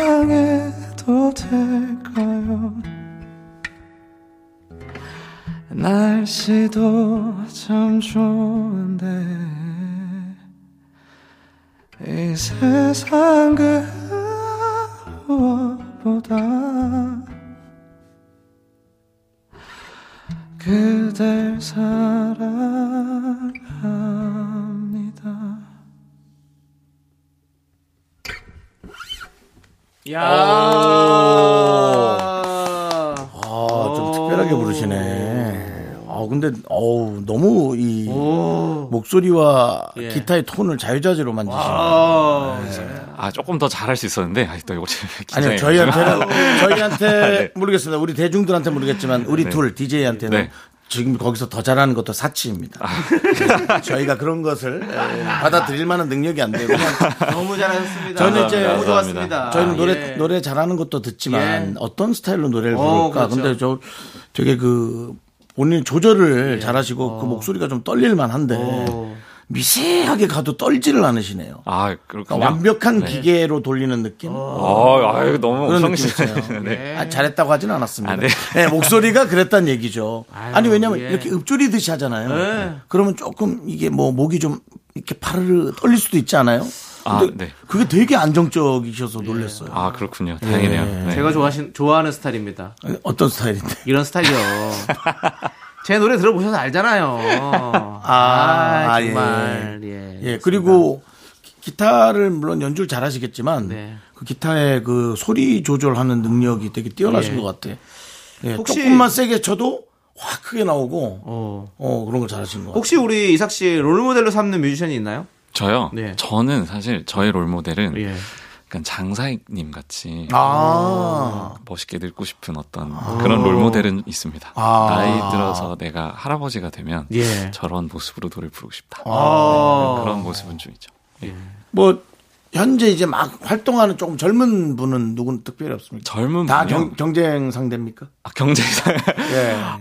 Speaker 8: 사랑해도 될까요? 날씨도 참 좋은데 이 세상 그 무엇보다 그댈 사랑합니다.
Speaker 2: 야.
Speaker 1: 아, 좀 특별하게 부르시네. 아, 근데, 어우, 너무 이 목소리와
Speaker 9: 예.
Speaker 1: 기타의 톤을 자유자재로
Speaker 2: 만드시네.
Speaker 9: 아 조금 더 잘할 수 있었는데 아직도 이거 지금
Speaker 1: 아니요,
Speaker 9: 긴장해가지고.
Speaker 1: 저희한테는, 저희한테
Speaker 9: 네.
Speaker 1: 모르겠습니다. 우리 대중들한테 모르겠지만, 우리
Speaker 9: 네.
Speaker 1: 둘, DJ한테는
Speaker 9: 네.
Speaker 1: 지금 거기서 더 잘하는 것도 사치입니다. 저희가 그런 것을 에, 받아들일 만한 능력이 안 되고. 그냥
Speaker 2: 너무 잘하셨습니다.
Speaker 1: 저는 이제
Speaker 2: 너무
Speaker 1: 감사합니다.
Speaker 2: 좋았습니다.
Speaker 9: 아,
Speaker 1: 저희는 노래
Speaker 2: 예.
Speaker 1: 노래 잘하는 것도 듣지만
Speaker 2: 예.
Speaker 1: 어떤 스타일로 노래를
Speaker 2: 어,
Speaker 1: 부를까.
Speaker 2: 그렇죠.
Speaker 1: 근데 저 되게 그 본인
Speaker 9: 예.
Speaker 1: 조절을 잘하시고
Speaker 9: 어.
Speaker 1: 그 목소리가 좀 떨릴만 한데 미세하게 가도 떨지를 않으시네요.
Speaker 9: 아
Speaker 1: 그러니까
Speaker 9: 그렇군요.
Speaker 1: 완벽한
Speaker 9: 네.
Speaker 1: 기계로 돌리는 느낌.
Speaker 9: 아, 아유, 너무
Speaker 1: 그런
Speaker 9: 성실하네요.
Speaker 1: 느낌이세요.
Speaker 9: 네.
Speaker 1: 아, 잘했다고 하진 않았습니다.
Speaker 9: 아, 네.
Speaker 1: 네, 목소리가 그랬단 얘기죠.
Speaker 9: 아유,
Speaker 1: 아니 왜냐면
Speaker 9: 예.
Speaker 1: 이렇게 읊조리듯이 하잖아요.
Speaker 9: 네.
Speaker 1: 그러면 조금 이게 뭐 목이 좀 이렇게 파르르 떨릴 수도 있지 않아요?
Speaker 9: 아,
Speaker 1: 근데
Speaker 9: 네.
Speaker 1: 그게 되게 안정적이셔서 놀랐어요.
Speaker 9: 아 그렇군요. 다행이네요.
Speaker 1: 예.
Speaker 9: 네.
Speaker 2: 제가 좋아하신 좋아하는 스타일입니다.
Speaker 1: 어떤 스타일인데? 예,
Speaker 2: 이런 스타일이요. 제 노래 들어보셔서 알잖아요. 아,
Speaker 1: 아,
Speaker 2: 정말
Speaker 1: 예.
Speaker 2: 예.
Speaker 1: 예, 그리고 기- 기타를 물론 연주를 잘 하시겠지만
Speaker 2: 네.
Speaker 1: 그 기타의 그 소리 조절하는 능력이 되게 뛰어나신
Speaker 2: 예.
Speaker 1: 것 같아. 예,
Speaker 2: 혹시-
Speaker 1: 조금만 세게 쳐도 확 크게 나오고 어, 그런 걸 잘하신 것 같아요.
Speaker 2: 혹시 우리 이삭 씨 롤모델로 삼는 뮤지션이 있나요?
Speaker 9: 저요.
Speaker 1: 네.
Speaker 9: 저는 사실 저의 롤 모델은
Speaker 1: 예.
Speaker 9: 약간 장사익님 같이
Speaker 1: 아.
Speaker 9: 멋있게 늙고 싶은 어떤
Speaker 1: 아.
Speaker 9: 그런 롤 모델은 있습니다.
Speaker 1: 아.
Speaker 9: 나이 들어서 내가 할아버지가 되면
Speaker 1: 예.
Speaker 9: 저런 모습으로 노래 부르고 싶다.
Speaker 1: 아.
Speaker 9: 네, 그런 모습은 좀 있죠. 예.
Speaker 1: 뭐 현재 이제 막 활동하는 조금 젊은 분은 누군 특별히 없습니까?
Speaker 9: 젊은
Speaker 1: 다
Speaker 9: 분이요?
Speaker 1: 경, 경쟁 상대입니까? 예.
Speaker 9: 아, 경쟁상.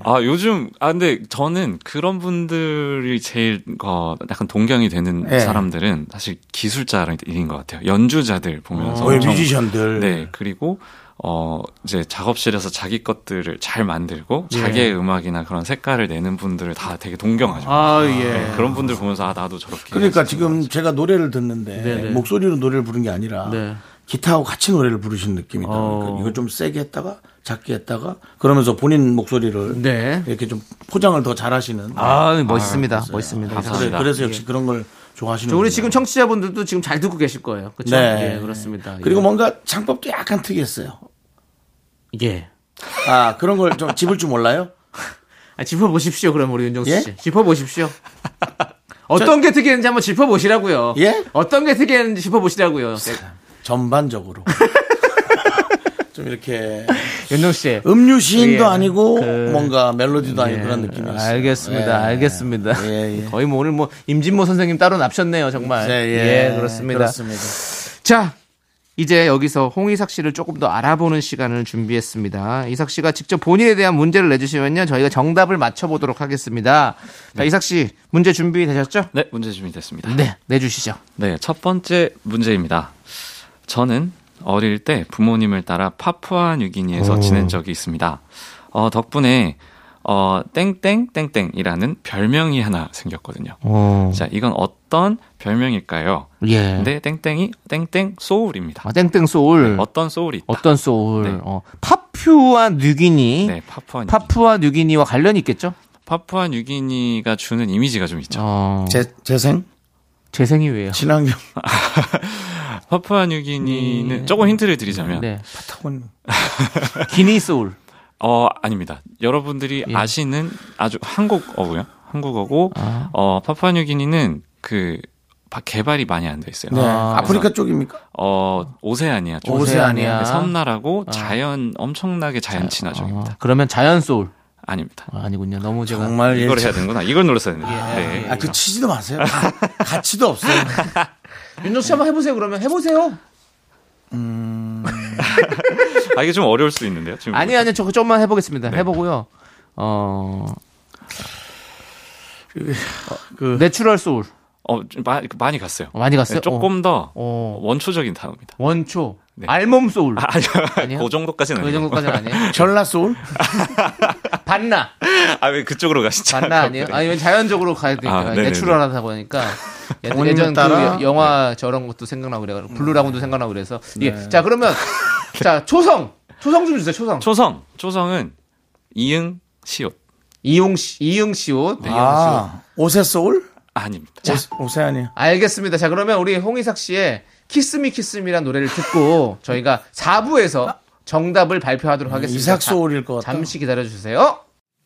Speaker 9: 아, 요즘, 아, 근데 저는 그런 분들이 제일, 어, 약간 동경이 되는
Speaker 1: 예.
Speaker 9: 사람들은 사실 기술자인 것 같아요. 연주자들 보면서.
Speaker 1: 어, 왜
Speaker 9: 엄청-
Speaker 1: 뮤지션들.
Speaker 9: 네, 그리고, 어, 이제 작업실에서 자기 것들을 잘 만들고,
Speaker 2: 예.
Speaker 9: 자기의 음악이나 그런 색깔을 내는 분들을 다 되게 동경하죠.
Speaker 2: 아,
Speaker 9: 네,
Speaker 2: 예.
Speaker 9: 그런 분들 보면서, 아, 나도 저렇게.
Speaker 1: 그러니까 지금 제가 노래를 듣는데
Speaker 9: 네네.
Speaker 1: 목소리로 노래를 부른 게 아니라
Speaker 2: 네.
Speaker 1: 기타하고 같이 노래를 부르시는 느낌이다.
Speaker 2: 어.
Speaker 1: 그러니까 이거 좀 세게 했다가 작게 했다가 그러면서 본인 목소리를 이렇게 좀 포장을 더 잘하시는.
Speaker 2: 네. 아, 멋있습니다. 멋있습니다. 예.
Speaker 1: 그래, 그래서 역시 그런 걸 좋아하시는.
Speaker 2: 네, 저 우리 지금 청취자분들도 지금 잘 듣고 계실 거예요. 그렇죠?
Speaker 1: 네.
Speaker 2: 예, 그렇습니다.
Speaker 1: 그리고 뭔가 창법도 약간 특이했어요.
Speaker 2: 예.
Speaker 1: 아 그런 걸 좀 짚을 줄 몰라요?
Speaker 2: 아, 짚어보십시오, 그럼 우리 윤정수
Speaker 1: 예?
Speaker 2: 씨. 짚어보십시오. 어떤 게 특이했는지 한번 짚어보시라고요.
Speaker 1: 예?
Speaker 2: 어떤 게 특이했는지 짚어보시라고요.
Speaker 1: 전반적으로. 좀 이렇게
Speaker 2: 윤정수 씨.
Speaker 1: 음료 시인도
Speaker 2: 예.
Speaker 1: 아니고
Speaker 2: 그- 예.
Speaker 1: 뭔가 멜로디도 아닌 그런 느낌이었어요.
Speaker 2: 알겠습니다.
Speaker 1: 예.
Speaker 2: 알겠습니다. 거의 뭐 오늘 뭐 임진모 선생님 따로 납셨네요, 정말.
Speaker 1: 예, 예.
Speaker 2: 예, 그렇습니다.
Speaker 1: 그렇습니다.
Speaker 2: 자, 이제 여기서 홍이삭 씨를 조금 더 알아보는 시간을 준비했습니다. 이삭 씨가 직접 본인에 대한 문제를 내주시면요, 저희가 정답을 맞춰보도록 하겠습니다. 자, 이삭 씨 문제 준비 되셨죠?
Speaker 9: 네, 문제 준비됐습니다.
Speaker 2: 네, 내주시죠.
Speaker 9: 네, 첫 번째 문제입니다. 저는 어릴 때 부모님을 따라 파푸아 뉴기니에서
Speaker 10: 오.
Speaker 9: 지낸 적이 있습니다. 어, 덕분에 어, 땡땡땡땡이라는 별명이 하나 생겼거든요.
Speaker 2: 오.
Speaker 9: 자, 이건 어떤 별명일까요?
Speaker 2: 예.
Speaker 9: 근데 땡땡이 땡땡 소울입니다.
Speaker 2: 아, 땡땡 소울.
Speaker 9: 네, 어떤 소울이 있다.
Speaker 2: 어떤 소울? 어, 파푸아 뉴기니.
Speaker 9: 네, 파푸아 뉴기니.
Speaker 2: 파푸아 뉴기니와 관련이 있겠죠?
Speaker 9: 파푸아 뉴기니가 주는 이미지가 좀
Speaker 2: 아.
Speaker 9: 있죠.
Speaker 1: 재, 재생?
Speaker 2: 어, 재생이 왜요?
Speaker 1: 친환경.
Speaker 9: 파푸아 뉴기니는 조금 힌트를 드리자면
Speaker 1: 파타곤.
Speaker 2: 네. 기니 소울.
Speaker 9: 어, 아닙니다. 여러분들이 아시는 아주 한국어고요. 한국어고 어, 파푸아뉴기니는 그 바- 개발이 많이 안 돼 있어요.
Speaker 1: 네.
Speaker 9: 그래서,
Speaker 1: 아프리카 쪽입니까?
Speaker 9: 어, 오세아니아 쪽. 네,
Speaker 1: 오세아니아.
Speaker 9: 섬나라고 자연 엄청나게 자연 친화적입니다.
Speaker 2: 어, 그러면 자연 소울.
Speaker 9: 아닙니다.
Speaker 2: 아, 니군요 너무 제가
Speaker 1: 정말
Speaker 9: 이걸 해야 되는구나. 이걸 눌렀어야 되는데.
Speaker 2: 예.
Speaker 9: 네.
Speaker 1: 아, 그 치지도 마세요. 가, 가치도 없어요.
Speaker 2: 윤정 씨 한번 해보세요. 그러면 해보세요.
Speaker 9: 아, 이게 좀 어려울 수도 있는데요. 지금
Speaker 2: 아니 아니 저 좀만
Speaker 9: 네.
Speaker 2: 해보겠습니다. 해보고요.
Speaker 9: 그,
Speaker 2: 어. 내추럴 소울.
Speaker 9: 어, 좀 마- 많이 갔어요.
Speaker 2: 많이 갔어요?
Speaker 9: 네, 조금
Speaker 2: 어.
Speaker 9: 더
Speaker 2: 어.
Speaker 9: 원초적인 단어입니다.
Speaker 2: 원초.
Speaker 9: 네.
Speaker 2: 알몸 소울.
Speaker 9: 아, 아니요. 그 정도까지는
Speaker 2: 그
Speaker 9: 아니에요.
Speaker 2: 정도까지는 아니에요.
Speaker 1: 전라 소울?
Speaker 2: 반나.
Speaker 9: 아, 왜 그쪽으로 가시죠?
Speaker 2: 반나 아니에요? 아니면 자연적으로 가야
Speaker 9: 네. 아,
Speaker 2: 되니까.
Speaker 9: 네네네.
Speaker 2: 내추럴하다고 하니까. 예-
Speaker 1: 본인
Speaker 2: 예전
Speaker 1: 따라.
Speaker 2: 그 영화 저런 것도 생각나고 그래. 블루라군도 생각나고 그래서. 예.
Speaker 9: 음. 네.
Speaker 2: 자, 그러면. 자, 초성. 초성 좀 주세요, 초성.
Speaker 9: 초성. 초성은 이응 시옷.
Speaker 2: 이용 씨, 이응 씨 옷.
Speaker 9: 네.
Speaker 1: 아, 옷의 소울?
Speaker 9: 아닙니다.
Speaker 1: 옷, 옷의 아니야.
Speaker 2: 알겠습니다. 자, 그러면 우리 홍희삭 씨의 키스미 키스미란 노래를 듣고 저희가 4부에서 정답을 발표하도록 하겠습니다.
Speaker 1: 이삭
Speaker 2: 자,
Speaker 1: 소울일 것 같다.
Speaker 2: 잠시 기다려 주세요.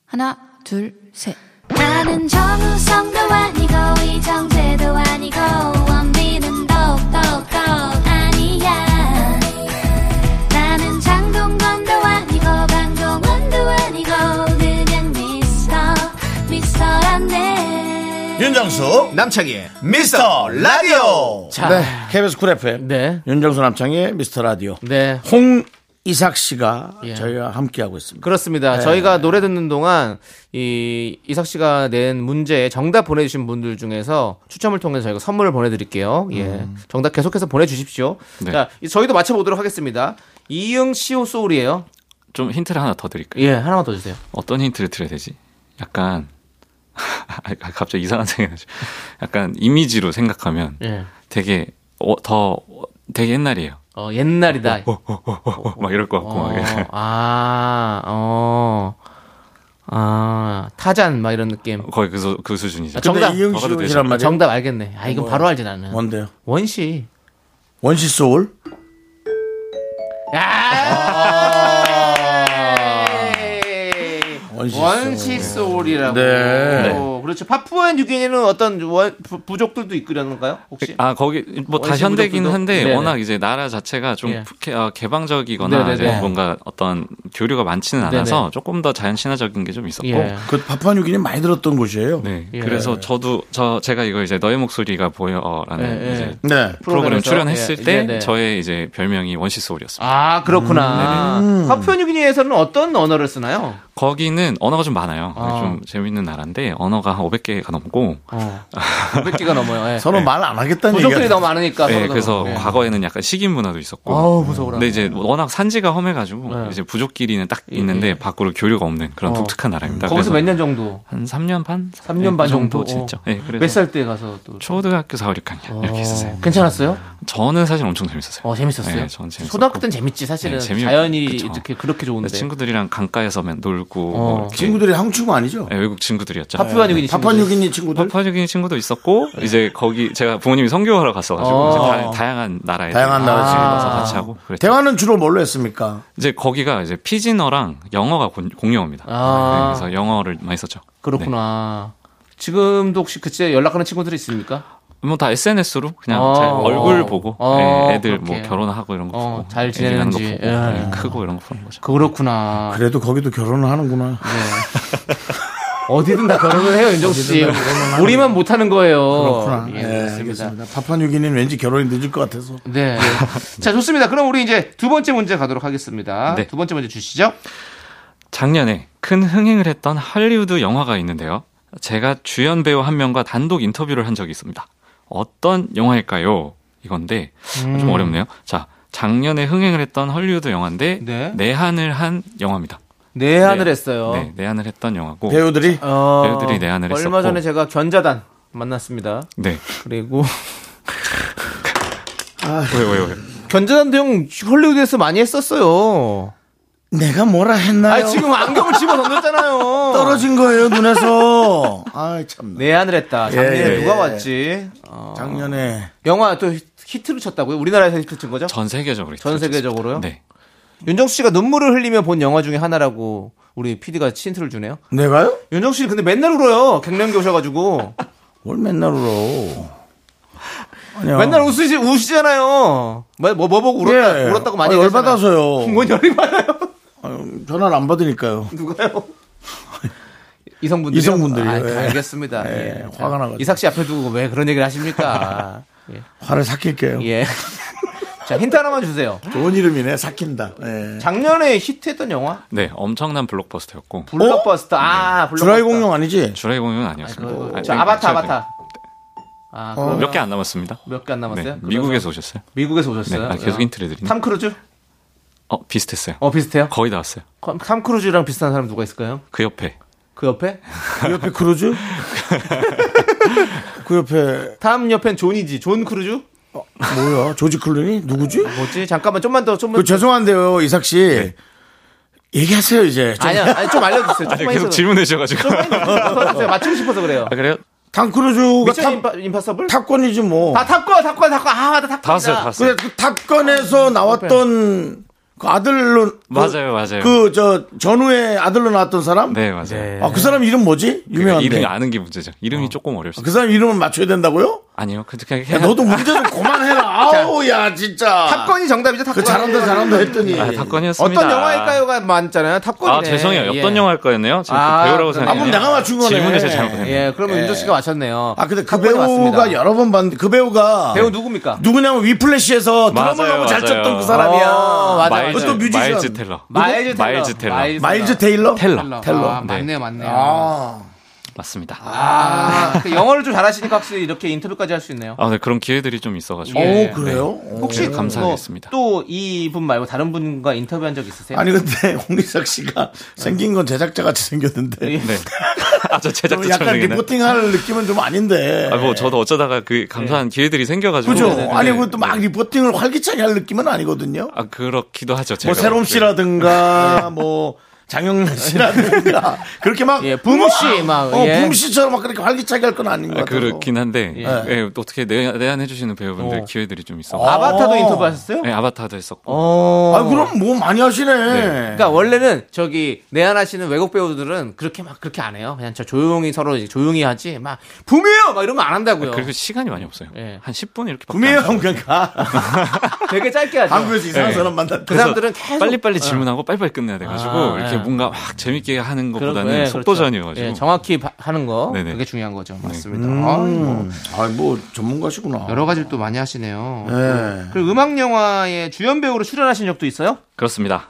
Speaker 7: 하나, 둘, 셋. 나는 정우성도 아니고, 이정재도 아니고, 원빈은 더욱더 아니야. 나는 장동건도 아니고, 강동원도 아니고, 그냥 미스터, 미스터란데.
Speaker 1: 윤정수
Speaker 11: 남창희의
Speaker 1: 미스터 라디오.
Speaker 2: 자.
Speaker 1: 네, KBS 쿨 FM.
Speaker 2: 네.
Speaker 1: 윤정수 남창의 미스터 라디오.
Speaker 2: 네.
Speaker 1: 홍 이삭 씨가
Speaker 2: 예.
Speaker 1: 저희와 함께 하고 있습니다.
Speaker 2: 그렇습니다.
Speaker 1: 네.
Speaker 2: 저희가 노래 듣는 동안 이 이삭 씨가 낸 문제에 정답 보내주신 분들 중에서 추첨을 통해서 저희가 선물을 보내드릴게요. 예, 정답 계속해서 보내주십시오.
Speaker 9: 네.
Speaker 2: 자, 이- 저희도 맞춰보도록 하겠습니다. 이응 시오 소울이에요.
Speaker 9: 좀 힌트를 하나 더 드릴까요?
Speaker 2: 예, 하나만 더 주세요.
Speaker 9: 어떤 힌트를 드려야 되지? 약간 아, 갑자기 이상한 생각이 나죠. 약간 이미지로 생각하면
Speaker 2: 예,
Speaker 9: 되게 어, 더 어, 되게 옛날이에요.
Speaker 2: 어 옛날이다.
Speaker 9: 어, 막 이럴 것 같고
Speaker 2: 어,
Speaker 9: 막 이래.
Speaker 2: 아, 어, 아, 타잔 막 이런 느낌.
Speaker 9: 거의 그, 수, 그 수준이죠.
Speaker 2: 아, 저- 정답.
Speaker 1: 이응
Speaker 9: 먹어도 되죠.
Speaker 1: 씨란 말이에요.
Speaker 2: 정답 알겠네. 아,
Speaker 1: 뭐,
Speaker 2: 이건 바로 알지 나는.
Speaker 1: 뭔데요?
Speaker 2: 원시.
Speaker 1: 원시 소울?
Speaker 2: 아!
Speaker 1: 아. 원시
Speaker 2: 원시 소울이라고.
Speaker 1: 네.
Speaker 2: 어, 그렇죠. 파푸안 유기니는 어떤 원- 부- 부족들도 이끌었는가요? 혹시?
Speaker 9: 아 거기 뭐 다
Speaker 2: 원시
Speaker 9: 현대긴
Speaker 2: 무적들도?
Speaker 9: 한데
Speaker 2: 네네.
Speaker 9: 워낙 이제 나라 자체가 좀
Speaker 2: 예.
Speaker 9: 부- 어, 개방적이거나
Speaker 2: 네네네.
Speaker 9: 이제 뭔가 어떤 교류가 많지는 않아서 조금 더 자연 친화적인 게 좀 있었고
Speaker 2: 예.
Speaker 1: 그 파푸아뉴기니 많이 들었던 곳이에요.
Speaker 9: 네
Speaker 2: 예.
Speaker 9: 그래서 저도 저 제가 이거 이제 너의 목소리가 보여라는
Speaker 2: 예, 예.
Speaker 9: 이제
Speaker 1: 네.
Speaker 9: 프로그램
Speaker 2: 프로그램에서?
Speaker 9: 출연했을
Speaker 2: 예,
Speaker 9: 때
Speaker 2: 네네.
Speaker 9: 저의 이제 별명이 원시 소울이었습니다.
Speaker 2: 아, 그렇구나.
Speaker 1: 음.
Speaker 2: 파푸안 유기니에서는 어떤 언어를 쓰나요?
Speaker 9: 거기는 언어가 좀 많아요.
Speaker 2: 아.
Speaker 9: 좀 재밌는 나라인데 언어가 한 500개가 넘고
Speaker 1: 어.
Speaker 2: 500개가 넘어요. 예.
Speaker 1: 서로 말 안 하겠다는
Speaker 2: 부족들이
Speaker 1: 얘기가
Speaker 2: 너무 많으니까.
Speaker 9: 예,
Speaker 2: 서로
Speaker 9: 그래서
Speaker 2: 서로. 예.
Speaker 9: 과거에는 네, 약간 식인 문화도 있었고
Speaker 2: 아우, 무서워라.
Speaker 9: 근데 이제 워낙 산지가 험해가지고
Speaker 2: 네.
Speaker 9: 이제 부족끼리는 딱
Speaker 2: 예,
Speaker 9: 있는데
Speaker 2: 예.
Speaker 9: 밖으로 교류가 없는 그런
Speaker 2: 어.
Speaker 9: 독특한 나라입니다.
Speaker 2: 거기서
Speaker 9: 그래서
Speaker 2: 몇 년 정도?
Speaker 9: 한 3년 반? 네,
Speaker 2: 삼년반 정도?
Speaker 9: 지냈죠.
Speaker 2: 어.
Speaker 9: 예, 그래서
Speaker 2: 몇 살 때 가서 또.
Speaker 9: 초등학교 4, 5, 6학년 이렇게 있었어요.
Speaker 2: 어, 괜찮았어요?
Speaker 9: 저는 사실 엄청 재밌었어요.
Speaker 2: 어, 재밌었어요?
Speaker 9: 예, 저는 재밌었고.
Speaker 2: 초등학교 때는 재밌지, 사실은.
Speaker 9: 예, 재미-
Speaker 2: 자연이
Speaker 9: 그쵸.
Speaker 2: 이렇게 그렇게
Speaker 9: 근데
Speaker 2: 좋은데.
Speaker 9: 친구들이랑 강가에서 맨 놀고
Speaker 2: 네, 어.
Speaker 9: 뭐 이렇게
Speaker 1: 친구들이 한국 아니죠?
Speaker 9: 예, 외국 친구들이었죠.
Speaker 2: 파푸안
Speaker 1: 네,
Speaker 2: 유기니 네. 친구들.
Speaker 1: 파푸아뉴기니 친구들?
Speaker 9: 파파적인 친구도 있었고 이제 거기 제가 부모님이 성교하러 갔어가지고
Speaker 2: 어.
Speaker 9: 이제 다, 양한 나라에
Speaker 1: 다양한 나라
Speaker 9: 가서
Speaker 1: 친구들.
Speaker 9: 같이 하고 그랬죠.
Speaker 1: 대화는 주로 뭘로 했습니까?
Speaker 9: 이제 거기가 이제 피진어랑 영어가 공- 공용어입니다.
Speaker 2: 아.
Speaker 9: 네, 그래서 영어를 많이 썼죠.
Speaker 2: 그렇구나. 지금도 혹시 그때 연락하는 친구들이 있습니까?
Speaker 9: 뭐 다 SNS로 그냥
Speaker 2: 어.
Speaker 9: 잘 얼굴 보고
Speaker 2: 어,
Speaker 9: 예, 애들 뭐
Speaker 2: 그렇게.
Speaker 9: 결혼하고 이런 거
Speaker 2: 어,
Speaker 9: 보고
Speaker 2: 잘
Speaker 9: 애기 낳는 거
Speaker 2: 지내는지.
Speaker 9: 보고
Speaker 2: 예.
Speaker 9: 예, 크고 이런 거 보는 거죠.
Speaker 2: 그렇구나.
Speaker 1: 그래도 거기도 결혼을 하는구나.
Speaker 2: 네. 어디든 다 결혼을 해요, 윤정수 씨. 우리만 못하는 거예요.
Speaker 1: 그렇구나.
Speaker 2: 예,
Speaker 1: 예,
Speaker 2: 그렇습니다.
Speaker 1: 알겠습니다. 파푸아뉴기니는 왠지 결혼이 늦을 것 같아서.
Speaker 2: 네. 자, 좋습니다. 그럼 우리 이제 두 번째 문제 가도록 하겠습니다.
Speaker 9: 네.
Speaker 2: 두 번째 문제 주시죠.
Speaker 9: 작년에 큰 흥행을 했던 할리우드 영화가 있는데요. 제가 주연 배우 한 명과 단독 인터뷰를 한 적이 있습니다. 어떤 영화일까요? 이건데 아,
Speaker 2: 음.
Speaker 9: 좀 어렵네요. 자, 작년에 흥행을 했던 할리우드 영화인데
Speaker 2: 네.
Speaker 9: 내한을 한 영화입니다.
Speaker 2: 내한을
Speaker 9: 네.
Speaker 2: 했어요.
Speaker 9: 네, 내한을 했던 영화고.
Speaker 1: 배우들이
Speaker 2: 어,
Speaker 9: 배우들이 내한을
Speaker 2: 얼마
Speaker 9: 했었고.
Speaker 2: 전에 제가 견자단 만났습니다.
Speaker 9: 네.
Speaker 2: 그리고
Speaker 9: 아, 왜요, 왜요, 왜요?
Speaker 2: 견자단도 형 헐리우드에서 많이 했었어요.
Speaker 1: 내가 뭐라 했나요?
Speaker 2: 아 지금 안경을 집어 던졌잖아요.
Speaker 1: 떨어진 거예요 눈에서. 아 참.
Speaker 2: 내한을 했다. 작년에
Speaker 1: 예, 예,
Speaker 2: 누가
Speaker 1: 예.
Speaker 2: 왔지? 어,
Speaker 1: 작년에
Speaker 2: 영화 또 히- 히트를 쳤다고요? 우리나라에서 히트 친 거죠?
Speaker 9: 전 세계적으로.
Speaker 2: 전 세계적으로요?
Speaker 9: 네.
Speaker 2: 윤정수 씨가 눈물을 흘리며 본 영화 중에 하나라고 우리 PD가 힌트를 주네요.
Speaker 1: 내가요?
Speaker 2: 윤정수 씨 근데 맨날 울어요. 갱년기 오셔가지고
Speaker 1: 뭘 맨날 울어. 아니야.
Speaker 2: 맨날 웃으시 우시잖아요. 뭐, 뭐, 뭐 보고 울었다,
Speaker 1: 예.
Speaker 2: 울었다고 많이
Speaker 1: 아,
Speaker 2: 얘기하잖아요.
Speaker 1: 열받아서요.
Speaker 2: 뭔 열이 받아요?
Speaker 1: 아유, 전화를 안 받으니까요.
Speaker 2: 누가요? 이성분들.
Speaker 1: 이성분들이요,
Speaker 2: 아,
Speaker 1: 예.
Speaker 2: 알겠습니다.
Speaker 1: 예,
Speaker 2: 예.
Speaker 1: 화가 나가지고.
Speaker 2: 이삭 씨 앞에 두고 왜 그런 얘기를 하십니까? 예.
Speaker 1: 화를 삭힐게요.
Speaker 2: 예. 자, 힌트 하나만 주세요.
Speaker 1: 좋은 이름이네. 삭힌다. 예.
Speaker 2: 작년에 히트했던
Speaker 1: 어?
Speaker 2: 영화?
Speaker 9: 네, 엄청난 블록버스터였고.
Speaker 2: 블록버스터. 아, 블록버스터.
Speaker 1: 주라이 네. 공룡 아니지?
Speaker 9: 주라이 공룡은 아니었습니다.
Speaker 2: 그거,
Speaker 9: 아,
Speaker 2: 저
Speaker 9: 네,
Speaker 2: 아바타,
Speaker 9: 저-
Speaker 2: 아바타. 아,
Speaker 9: 몇 개 안 남았습니다.
Speaker 2: 몇 개 안 남았어요?
Speaker 9: 네,
Speaker 2: 그래서-
Speaker 9: 미국에서 오셨어요.
Speaker 2: 미국에서 오셨어요?
Speaker 9: 네, 아, 계속
Speaker 2: 어.
Speaker 9: 힌트를 드리네.
Speaker 2: 탐 크루즈?
Speaker 9: 어, 비슷했어요.
Speaker 2: 어, 비슷해요?
Speaker 9: 거의 다 왔어요.
Speaker 2: 컴- 탐 크루즈랑 비슷한 사람 누가 있을까요?
Speaker 9: 그 옆에.
Speaker 2: 그 옆에?
Speaker 1: 그 옆에 크루즈? 그 옆에
Speaker 2: 다음 옆엔 존이지. 존 크루즈?
Speaker 1: 뭐야? 조지 클루니? 누구지?
Speaker 2: 뭐지? 잠깐만 좀만 더 좀만
Speaker 1: 그 죄송한데요, 이삭 씨. 얘기하세요 이제. 좀.
Speaker 2: 아니야, 아니, 좀 알려주세요.
Speaker 9: 아니,
Speaker 2: 좀만
Speaker 9: 계속
Speaker 2: 있어도-
Speaker 9: 질문해 주셔가지고.
Speaker 2: 좀만 있어도 맞추고 싶어서 그래요.
Speaker 9: 아, 그래요?
Speaker 1: 탐 크루즈가
Speaker 2: 미션
Speaker 1: 탑,
Speaker 2: 임파, 임파서블?
Speaker 1: 탑권이지 뭐.
Speaker 2: 아, 탑건, 탑건, 탑건. 아, 맞다, 탑건.
Speaker 9: 다 왔어요, 다 왔어요.
Speaker 1: 그래 그 탑건에서 나왔던 그 아들로 그-
Speaker 9: 맞아요, 맞아요.
Speaker 1: 그 저 전후에 아들로 나왔던 사람?
Speaker 9: 네, 맞아요.
Speaker 1: 아, 그 사람 이름 뭐지?
Speaker 9: 그러니까
Speaker 1: 유명한데. 네.
Speaker 9: 이름이 아는 게 문제죠. 이름이 조금 어렵습니다.
Speaker 1: 그 사람 이름을 맞춰야 된다고요?
Speaker 9: 아니요, 근데 그냥
Speaker 1: 야,
Speaker 9: 해야-
Speaker 1: 너도 문제 좀 그만해라. 아우, 야, 진짜.
Speaker 2: 탑건이 정답이죠, 탑건.
Speaker 1: 그 잘한다, 잘한다 했더니.
Speaker 9: 아, 탑건이었습니다.
Speaker 2: 어떤 영화일까요가 많잖아요. 탑건이네.
Speaker 9: 아, 죄송해요.
Speaker 2: 예.
Speaker 9: 어떤 영화일까였네요? 제가
Speaker 2: 아,
Speaker 9: 그 배우라고
Speaker 2: 그럼- 아,
Speaker 9: 생각했네요.
Speaker 1: 그럼 내가 맞춘 거네.
Speaker 9: 질문을 제가 잘못했네요.
Speaker 2: 예, 그러면
Speaker 1: 예.
Speaker 2: 윤정 씨가 맞췄네요.
Speaker 1: 아, 근데 그
Speaker 2: 탑건이
Speaker 1: 배우가
Speaker 2: 맞습니다.
Speaker 1: 여러 번 봤는데, 그 배우가.
Speaker 2: 배우 누굽니까?
Speaker 1: 누구냐면 위플래시에서 드럼을
Speaker 9: 맞아요,
Speaker 1: 너무 잘
Speaker 9: 맞아요.
Speaker 1: 쳤던 그 사람이야.
Speaker 2: 어, 맞아, 맞아.
Speaker 9: 마일즈,
Speaker 1: 그것도 뮤지션.
Speaker 9: 마일즈 텔러.
Speaker 2: 마일즈 텔러.
Speaker 9: 마일즈 텔러.
Speaker 1: 마일즈 테일러?
Speaker 9: 텔러.
Speaker 1: 텔러.
Speaker 2: 아,
Speaker 9: 네.
Speaker 2: 맞네요, 맞네요.
Speaker 1: 아.
Speaker 9: 맞습니다.
Speaker 2: 아, 그 영어를 좀 잘하시니까 확실히 이렇게 인터뷰까지 할 수 있네요.
Speaker 9: 아, 네, 그런 기회들이 좀 있어가지고.
Speaker 2: 예.
Speaker 1: 오, 그래요?
Speaker 2: 혹시 뭐
Speaker 9: 네, 감사하겠습니다.
Speaker 2: 또 이분 말고 다른 분과 인터뷰한 적 있으세요?
Speaker 1: 아니, 근데 홍리석 씨가 생긴 건 제작자 같이 생겼는데.
Speaker 9: 네. 아,
Speaker 1: 좀
Speaker 9: 저 제작자
Speaker 1: 약간 그
Speaker 9: 참석이네.
Speaker 1: 리포팅할 느낌은 좀 아닌데.
Speaker 9: 아, 뭐, 저도 어쩌다가 그 감사한 기회들이 생겨가지고.
Speaker 1: 그죠?
Speaker 9: 네, 네,
Speaker 1: 아니,
Speaker 9: 네.
Speaker 1: 그 또막 리포팅을 활기차게 할 느낌은 아니거든요.
Speaker 9: 아, 그렇기도 하죠. 제가. 네.
Speaker 1: 뭐 새롬 씨라든가 뭐 장영란 씨라든가 그렇게 막
Speaker 2: 예, 부무 씨, 막,
Speaker 1: 어,
Speaker 2: 예.
Speaker 1: 부무 씨처럼 막 그렇게 활기차게 할 건 아닌 것
Speaker 9: 네. 아,
Speaker 1: 같아요.
Speaker 9: 그렇긴 한데.
Speaker 2: 예.
Speaker 9: 예, 또 어떻게 내, 내한해주시는 배우분들 기회들이 좀 있어. 아,
Speaker 2: 아바타도
Speaker 1: 어.
Speaker 2: 인터뷰하셨어요?
Speaker 9: 네, 아바타도 했었고.
Speaker 2: 어.
Speaker 1: 아, 그럼 뭐 많이 하시네.
Speaker 2: 그러니까 원래는 저기 내한하 씨는 외국 배우들은 그렇게 막 그렇게 안 해요. 그냥 저 조용히 서로 이제 조용히 하지 막 붐이요 막 이러면 안 한다고요.
Speaker 9: 아, 그리고 시간이 많이 없어요.
Speaker 2: 예.
Speaker 9: 한 10분 이렇게.
Speaker 1: 구미호 형 그러니까
Speaker 2: 되게 짧게 하죠.
Speaker 1: 한국에서 이상한
Speaker 9: 네.
Speaker 1: 예. 사람 만났다.
Speaker 2: 그 사람들은 계속
Speaker 1: 예.
Speaker 9: 빨리빨리 질문하고 빨리빨리 끝내야 돼가지고
Speaker 2: 아,
Speaker 9: 이렇게
Speaker 2: 예.
Speaker 9: 뭔가 막 재밌게 하는
Speaker 2: 그런
Speaker 9: 것보다는
Speaker 2: 거, 예,
Speaker 9: 속도전이어가지고
Speaker 2: 그렇죠. 예, 정확히 바- 하는 거
Speaker 9: 네네.
Speaker 2: 그게 중요한 거죠. 맞습니다. 아이, 뭐
Speaker 1: 음. 아, 뭐 전문가시구나.
Speaker 2: 여러 가지를 또 많이 하시네요.
Speaker 1: 네.
Speaker 2: 그리고 음악 영화에 주연 배우로 출연하신 적도 있어요?
Speaker 9: 그렇습니다.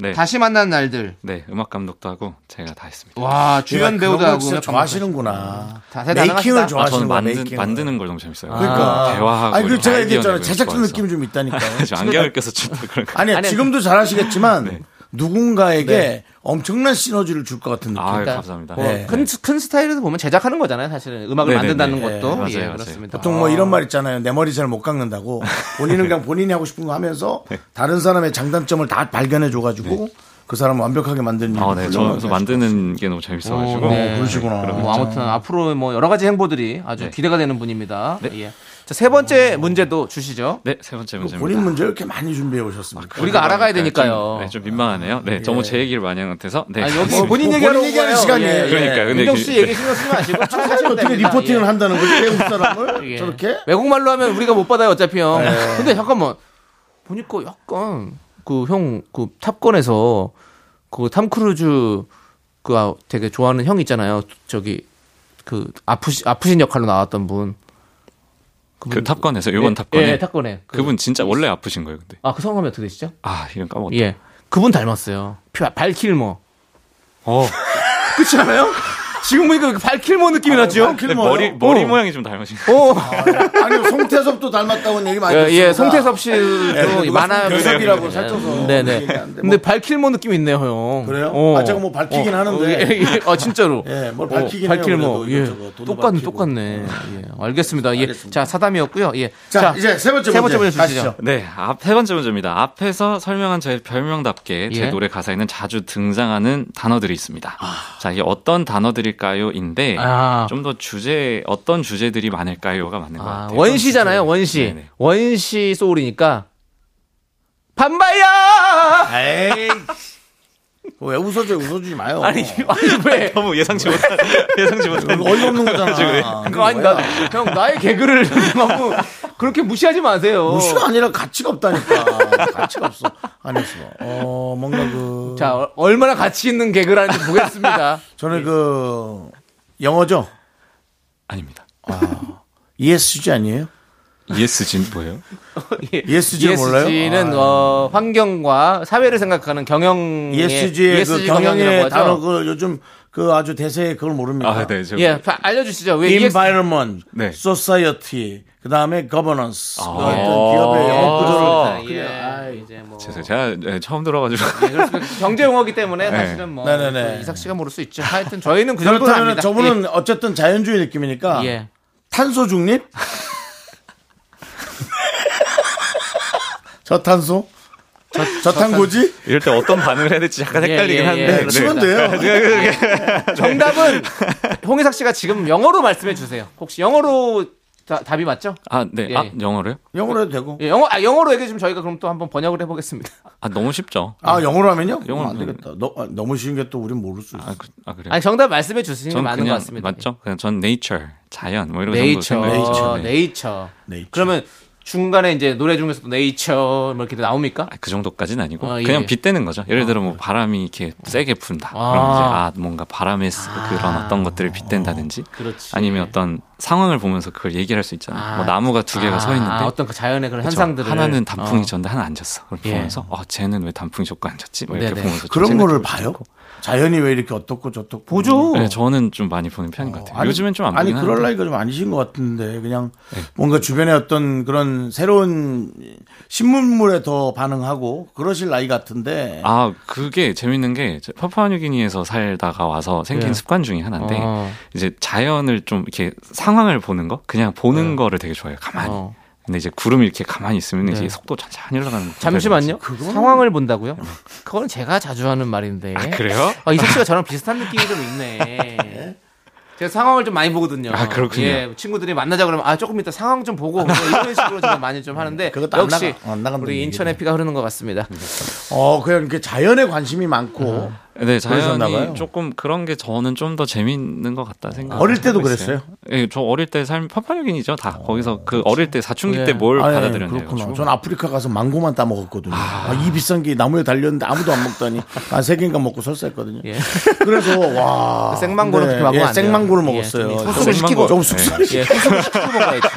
Speaker 9: 네,
Speaker 2: 다시 만난 날들.
Speaker 9: 네 음악 감독도 하고 제가 다 했습니다.
Speaker 2: 와 주연
Speaker 1: 그런
Speaker 2: 배우도
Speaker 1: 거
Speaker 2: 하고
Speaker 1: 진짜
Speaker 2: 음악 감독도
Speaker 1: 좋아하시는구나.
Speaker 2: 다 대단하시다.
Speaker 1: 메이킹을
Speaker 2: 아,
Speaker 9: 아, 저는
Speaker 1: 좋아하시는 거야.
Speaker 9: 만드,
Speaker 1: 메이킹을.
Speaker 9: 만드는 걸 너무 재밌어요.
Speaker 1: 그러니까.
Speaker 9: 대화하고
Speaker 1: 아니, 그
Speaker 9: 이런
Speaker 1: 제가
Speaker 9: 아이디어
Speaker 1: 얘기했잖아요.
Speaker 9: 내고
Speaker 1: 제작진
Speaker 9: 좋아해서.
Speaker 1: 느낌 좀 있다니까요.
Speaker 9: 저 네. 안경을 껴서 좀 그런 거.
Speaker 1: 아니, 네.
Speaker 2: 아니,
Speaker 1: 지금도 잘하시겠지만 누군가에게 엄청난 시너지를 줄 것 같은 느낌.
Speaker 9: 아,
Speaker 2: 그러니까
Speaker 9: 감사합니다.
Speaker 2: 뭐
Speaker 1: 네.
Speaker 2: 큰, 큰 스타일에서 보면 제작하는 거잖아요, 사실은. 음악을
Speaker 9: 네네네.
Speaker 2: 만든다는
Speaker 9: 예,
Speaker 2: 것도.
Speaker 9: 맞아요,
Speaker 2: 예,
Speaker 9: 맞아요.
Speaker 2: 그렇습니다.
Speaker 1: 보통 뭐 이런 말 있잖아요. 내 머리 잘 못 깎는다고. 본인은 그냥 본인이 하고 싶은 거 하면서
Speaker 2: 네.
Speaker 1: 다른 사람의 장단점을 다 발견해 줘가지고 그 사람을 완벽하게 만드는
Speaker 9: 아, 네,
Speaker 1: 일을
Speaker 9: 저 그래서
Speaker 1: 훌륭하게
Speaker 9: 만드는 게 너무 재밌어가지고.
Speaker 2: 오, 네.
Speaker 1: 그러시구나.
Speaker 2: 뭐 아무튼 앞으로 뭐 여러 가지 행보들이 아주
Speaker 9: 네.
Speaker 2: 기대가 되는 분입니다. 예. 자, 세 번째 문제도 주시죠.
Speaker 9: 네, 세
Speaker 1: 하시고.
Speaker 9: 번째 문제입니다.
Speaker 1: 본인 문제 이렇게 많이 준비해 오셨습니까?
Speaker 2: 우리가 알아가야 되니까요. 예.
Speaker 9: 좀, 네, 좀 민망하네요. 네, 너무 제 얘기를 많이 한 것 같아서. 네,
Speaker 2: 아니, 여기 뭐,
Speaker 9: 그렇습니다.
Speaker 2: 본인
Speaker 1: 본인
Speaker 2: 얘기하러 온
Speaker 1: 얘기하는
Speaker 2: 거예요.
Speaker 1: 시간이에요.
Speaker 2: 예.
Speaker 9: 그러니까요. 근데
Speaker 2: 윤정
Speaker 9: 그-
Speaker 2: 씨 얘기 신경 쓰지 마시고 쭉 하시면
Speaker 1: 어떻게
Speaker 2: 됩니다.
Speaker 1: 리포팅을
Speaker 2: 예.
Speaker 1: 한다는 거지? 외국 사람을
Speaker 2: 예.
Speaker 1: 저렇게?
Speaker 2: 외국말로 하면 우리가 못 받아요, 어차피 형. 근데 잠깐만. 보니까 약간 그 형, 그 탑건에서 그 탐크루즈 그 아- 되게 좋아하는 형 있잖아요. 저기 그 아프시, 아프신 역할로 나왔던 분.
Speaker 9: 그 탑건에서 요번
Speaker 2: 예,
Speaker 9: 탑건에
Speaker 2: 예, 탑건에. 그,
Speaker 9: 그분 진짜 원래 아프신 거예요, 근데.
Speaker 2: 아, 그 성함이 어떻게 되시죠?
Speaker 9: 아, 이런 까먹었다.
Speaker 2: 예. 그분 닮았어요. 피- 발킬머.
Speaker 9: 어.
Speaker 2: 그렇지 않아요? 지금 보니까 그 발킬머 느낌이
Speaker 1: 아,
Speaker 2: 났죠?
Speaker 9: 근데 머리 머리
Speaker 2: 어.
Speaker 9: 모양이 좀 닮으신 거.
Speaker 2: 어.
Speaker 1: 아니, 송태섭도 닮았다고는 얘기 아, 많이
Speaker 2: 예,
Speaker 1: 들었어요.
Speaker 2: 예, 송태섭 씨도
Speaker 1: 누가
Speaker 2: 만화
Speaker 1: 송태섭이라고
Speaker 2: 네,
Speaker 1: 살쪄서
Speaker 2: 네네.
Speaker 1: 얘기 안 돼.
Speaker 2: 근데 발킬모 느낌 이 있네요, 형.
Speaker 1: 뭐. 그래요? 아, 제가 뭐 밝히긴 하는데.
Speaker 2: 예, 예. 아, 진짜로.
Speaker 1: 예, 뭘 밝히긴 해요,
Speaker 2: 발킬모.
Speaker 1: 그래도
Speaker 2: 예.
Speaker 1: 이것저것. 돈도
Speaker 2: 똑같네,
Speaker 1: 밝히고.
Speaker 2: 똑같네. 예. 알겠습니다. 예.
Speaker 1: 알겠습니다.
Speaker 2: 자, 사담이었고요. 예.
Speaker 1: 자, 이제 세 번째
Speaker 2: 세 번째
Speaker 1: 문제
Speaker 2: 문제 주시죠.
Speaker 9: 네, 앞, 세 번째 문제입니다. 앞에서 설명한 제 별명답게 제
Speaker 2: 예.
Speaker 9: 노래 가사에는 자주 등장하는 단어들이 있습니다. 자, 이게 어떤 단어들일까요?인데
Speaker 2: 아.
Speaker 9: 좀 더 주제 어떤 주제들이 많을까요?가 맞는 것
Speaker 2: 아,
Speaker 9: 같아요.
Speaker 2: 원시잖아요, 원시.
Speaker 9: 네네.
Speaker 2: 원시 소울이니까. 반바야!
Speaker 1: 에이. 왜 웃어줘요? 웃어주지 마요.
Speaker 2: 아니, 아니, 왜.
Speaker 9: 너무 어, 예상치 못한 예상치 못한.
Speaker 1: 어이없는 거잖아.
Speaker 2: 그거 아니, 나, 형, 나의 개그를 너무 그렇게 무시하지 마세요.
Speaker 1: 무시가 아니라 가치가 없다니까. 가치가 없어. 아니, 없어. 어, 뭔가 그.
Speaker 2: 자, 예. 어- 얼마나 가치 있는 개그를 하는지 보겠습니다.
Speaker 1: 저는 그, 영어죠?
Speaker 9: 아닙니다.
Speaker 1: ESG 아니에요? E
Speaker 9: ESG 는 뭐예요?
Speaker 1: ESG 를
Speaker 2: E
Speaker 1: 몰라요? 아,
Speaker 2: ESG는 어, 환경과 사회를 생각하는 경영
Speaker 1: E
Speaker 2: E
Speaker 1: ESG의 그 경영의 단어, 그 요즘 그 아주 대세의 그걸 모릅니까?
Speaker 9: 아, 네, 제가-
Speaker 2: 예, 다 알려주시죠. 왜 EX-
Speaker 1: environment,
Speaker 9: 네.
Speaker 1: society, 그 다음에 governance, 그
Speaker 9: 아.
Speaker 1: 어떤 기업의 영업 구조를
Speaker 2: 예,
Speaker 9: 죄송해요. 제가 네, 처음 들어가지고.
Speaker 2: 아, 경제 용어기 때문에
Speaker 9: 네.
Speaker 2: 사실은 뭐
Speaker 1: 네네네.
Speaker 2: 그 이삭 씨가 모를 수 있죠. 하여튼 저희는 그 정도는
Speaker 1: 그렇다면
Speaker 2: 합니다.
Speaker 1: 저분은 어쨌든 자연주의 느낌이니까
Speaker 2: 예.
Speaker 1: 탄소 중립? 저탄소? 저, 탄고지
Speaker 9: 이럴 때 어떤 반응을 해야 될지 약간
Speaker 2: 예,
Speaker 9: 헷갈리긴
Speaker 2: 예, 예.
Speaker 9: 한데.
Speaker 2: 네,
Speaker 1: 치면 돼요.
Speaker 2: 예. 정답은 홍희삭 씨가 지금 영어로 말씀해 주세요. 혹시 영어로 다- 답이 맞죠?
Speaker 9: 아, 네. 아,
Speaker 2: 예.
Speaker 9: 영어로요?
Speaker 1: 영어로 해도
Speaker 9: 네.
Speaker 1: 되고.
Speaker 2: 예, 영어 아 영어로 얘기해 주면 저희가 그럼 또 한번 번역을 해보겠습니다.
Speaker 9: 아, 너무 쉽죠.
Speaker 1: 아, 영어로 하면요?
Speaker 9: 영어로
Speaker 1: 영어로 안 되겠다. 너, 아, 너무 쉬운 게 또 우린 모를 수 있어.
Speaker 9: 아, 그, 아 그래요.
Speaker 2: 아니 정답 말씀해 주시는 게
Speaker 9: 전
Speaker 2: 많은 것
Speaker 9: 그냥
Speaker 2: 같습니다. 예.
Speaker 9: 맞죠? 그냥 전 네이처, 자연 뭐 이런 정도
Speaker 2: 네이처,
Speaker 9: 생각했죠.
Speaker 2: 네이처,
Speaker 9: 네.
Speaker 1: 네이처.
Speaker 2: 어, 그러면 중간에 이제 노래 중에서도 네이처 뭐 이렇게 나옵니까?
Speaker 9: 아, 그 정도까지는 아니고
Speaker 2: 아, 예.
Speaker 9: 그냥 빗대는 거죠. 예를 들어 뭐 바람이 이렇게 세게 분다.
Speaker 2: 아.
Speaker 9: 그럼 이제 아 뭔가 바람에 쓰- 그런 어떤 것들을 빗댄다든지
Speaker 2: 그렇지.
Speaker 9: 아니면 어떤 상황을 보면서 그걸 얘기할 수 있잖아요.
Speaker 2: 아.
Speaker 9: 뭐 나무가 두 개가
Speaker 2: 아,
Speaker 9: 서 있는데
Speaker 2: 어떤 그 자연의 그런
Speaker 9: 그쵸?
Speaker 2: 현상들을
Speaker 9: 하나는 단풍이
Speaker 2: 어.
Speaker 9: 졌는데 하나 안 졌어. 그걸
Speaker 2: 예.
Speaker 9: 보면서 어 쟤는 왜 단풍이 졌고 안 졌지? 뭐 이렇게
Speaker 2: 네네.
Speaker 9: 보면서 좀
Speaker 1: 그런
Speaker 9: 생각해
Speaker 1: 거를
Speaker 9: 볼 수
Speaker 1: 봐요?
Speaker 9: 있고.
Speaker 1: 자연이 왜 이렇게 어떻고 저떻고. 뭐,
Speaker 2: 보죠.
Speaker 9: 네, 저는 좀 많이 보는 편인 것 같아요. 요즘엔 좀 안
Speaker 1: 아니
Speaker 9: 보긴 한데. 네.
Speaker 1: 그럴 나이가 좀 아니신 것 같은데 그냥 뭔가 주변에 어떤 그런 새로운 신문물에 더 반응하고 그러실 나이 같은데
Speaker 9: 아, 그게 재밌는 게 파푸아뉴기니에서 살다가 와서 생긴
Speaker 2: 예.
Speaker 9: 습관 중에 하나인데
Speaker 1: 아.
Speaker 2: 어.
Speaker 9: 이제 자연을 좀 이렇게 상황을 보는 거 그냥
Speaker 1: 예.
Speaker 9: 보는 거를 되게 좋아해요. 가만히.
Speaker 2: 어.
Speaker 9: 근데 이제 구름이 이렇게 가만히 있으면
Speaker 2: 네.
Speaker 9: 이제 속도 천천히 올라가는 거.
Speaker 2: 잠시만요. 상황을 본다고요? 그거는 제가 자주 하는 말인데.
Speaker 9: 아, 그래요?
Speaker 2: 아, 이석 씨가 저랑 비슷한 느낌이 좀 있네. 제가 상황을 좀 많이 보거든요.
Speaker 9: 아, 그렇군요.
Speaker 2: 예, 친구들이 만나자 그러면 아 조금 이따 상황 좀 보고 뭐 이런 식으로 제가 많이 좀 하는데
Speaker 1: 음, 그것도 안
Speaker 2: 역시
Speaker 1: 나가- 안 나간다는
Speaker 2: 우리
Speaker 1: 얘기네.
Speaker 2: 인천의 피가 흐르는 것 같습니다.
Speaker 1: 어 그냥 이렇게 자연에 관심이 많고
Speaker 9: 네,
Speaker 1: 그러셨나 봐요.
Speaker 9: 자연이 조금 그런 게 저는 좀 더 재밌는 것 같다 생각.
Speaker 1: 어릴 때도
Speaker 9: 예, 저 어릴 때 삶이 파푸아뉴기니죠 다. 거기서 그 어릴 때 사춘기
Speaker 2: 예.
Speaker 9: 때 뭘 그렇죠?
Speaker 1: 아니,
Speaker 9: 받아들였냐고.
Speaker 1: 그렇구나. 전 아프리카 가서 망고만 따 먹었거든요. 아, 이 비싼 게 나무에 달렸는데 아무도 안 먹다니 한 세 개인가 먹고 설사했거든요.
Speaker 2: 예.
Speaker 1: 그래서 와
Speaker 2: 생망고는 그렇게
Speaker 1: 네,
Speaker 2: 먹으면
Speaker 1: 예,
Speaker 2: 안 돼요.
Speaker 1: 생망고를
Speaker 2: 예,
Speaker 1: 먹었어요.
Speaker 2: 좀
Speaker 1: 조금
Speaker 9: 소스를
Speaker 1: 시키고
Speaker 9: 시키고. 예.
Speaker 1: 조금 숙소
Speaker 2: 예, 소스를 시키고 먹어야지.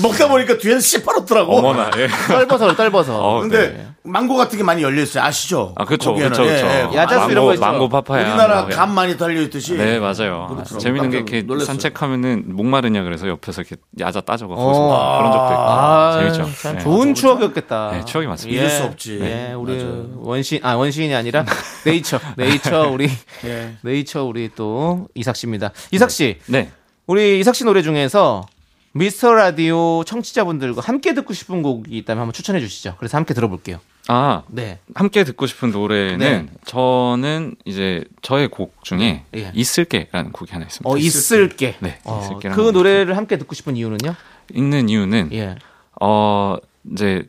Speaker 1: 먹다 보니까 뒤에서 씨팔었더라고.
Speaker 9: 어머나. 예.
Speaker 2: 떨버서 떨버서.
Speaker 9: 어,
Speaker 1: 근데
Speaker 9: 네.
Speaker 1: 망고 같은 게 많이 열려 있어요. 아시죠?
Speaker 9: 아, 그렇죠.
Speaker 1: 거기에는.
Speaker 9: 그렇죠. 그렇죠.
Speaker 1: 예, 예.
Speaker 2: 야자수
Speaker 9: 망고,
Speaker 2: 이런 거 있죠.
Speaker 9: 망고 파파야.
Speaker 1: 우리나라
Speaker 9: 뭐, 예.
Speaker 1: 감 많이 달려 있듯이.
Speaker 9: 네 맞아요.
Speaker 1: 그렇더라고요.
Speaker 9: 재밌는
Speaker 1: 깜짝
Speaker 9: 게 이렇게
Speaker 1: 놀랐어요.
Speaker 9: 산책하면은 목마르냐 그래서 옆에서 이렇게 야자 따져가
Speaker 1: 어.
Speaker 9: 거기서 그런 적도 있고 재밌죠.
Speaker 2: 아,
Speaker 9: 네.
Speaker 2: 참
Speaker 9: 예.
Speaker 2: 아, 좋은 추억이었겠다.
Speaker 9: 네, 추억이 많습니다.
Speaker 1: 잊을 수 없지.
Speaker 2: 예, 우리 원신 아 원신이 아니라 네이처, 네이처 우리
Speaker 1: 예.
Speaker 2: 네이처 우리 또 이삭 씨입니다. 이삭 씨,
Speaker 9: 네.
Speaker 2: 우리 이삭 씨 노래 중에서 미스터 라디오 청취자분들과 함께 듣고 싶은 곡이 있다면 한번 추천해 주시죠. 그래서 함께 들어볼게요.
Speaker 9: 아
Speaker 2: 네.
Speaker 9: 함께 듣고 싶은 노래는
Speaker 2: 네.
Speaker 9: 저는 이제 저의 곡 중에
Speaker 2: 예.
Speaker 9: 있을게라는 곡이 하나 있습니다.
Speaker 2: 어 있을게.
Speaker 9: 네,
Speaker 2: 어,
Speaker 9: 있을게라는
Speaker 2: 그
Speaker 9: 곡이
Speaker 2: 노래를 함께 듣고 싶은 이유는요?
Speaker 9: 있는 이유는
Speaker 2: 예.
Speaker 9: 어 이제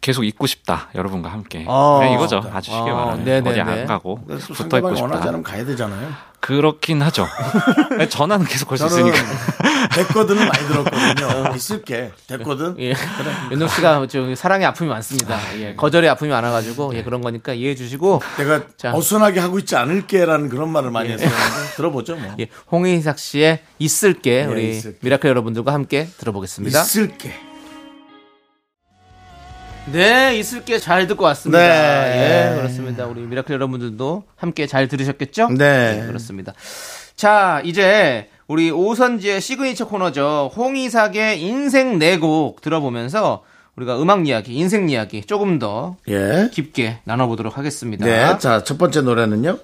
Speaker 9: 계속 있고 싶다 여러분과 함께
Speaker 2: 어.
Speaker 9: 그냥 이거죠 아주 쉽게
Speaker 2: 어,
Speaker 9: 말하면
Speaker 2: 네네네.
Speaker 9: 어디 안 가고
Speaker 1: 그래서
Speaker 9: 붙어 있고
Speaker 1: 상대방이 원하지
Speaker 9: 싶다
Speaker 1: 않으면 가야 되잖아요.
Speaker 9: 그렇긴 하죠 전화는 계속 걸 수
Speaker 1: 저는
Speaker 9: 있으니까
Speaker 1: 됐거든은 많이 들었거든요. 있을게. 됐거든.
Speaker 2: 예. 윤동 씨가 저 사랑의 아픔이 많습니다. 예. 거절의 아픔이 많아가지고 예 그런 거니까 이해해 주시고
Speaker 1: 내가
Speaker 2: 자.
Speaker 1: 어순하게 하고 있지 않을게라는 그런 말을 많이 했었는데 들어보죠 뭐.
Speaker 2: 예, 홍의삭 씨의 있을게 우리
Speaker 1: 네, 있을게.
Speaker 2: 미라클 여러분들과 함께 들어보겠습니다.
Speaker 1: 있을게.
Speaker 2: 네, 있을게 잘 듣고 왔습니다.
Speaker 1: 네.
Speaker 2: 예, 그렇습니다. 우리 미라클 여러분들도 함께 잘 들으셨겠죠?
Speaker 1: 네.
Speaker 2: 예, 그렇습니다. 자, 이제 우리 오선지의 시그니처 코너죠. 홍의삭의 인생 네 곡 들어보면서 우리가 음악 이야기, 인생 이야기 조금 더
Speaker 1: 예.
Speaker 2: 깊게 나눠보도록 하겠습니다.
Speaker 1: 네. 자, 첫 번째 노래는요.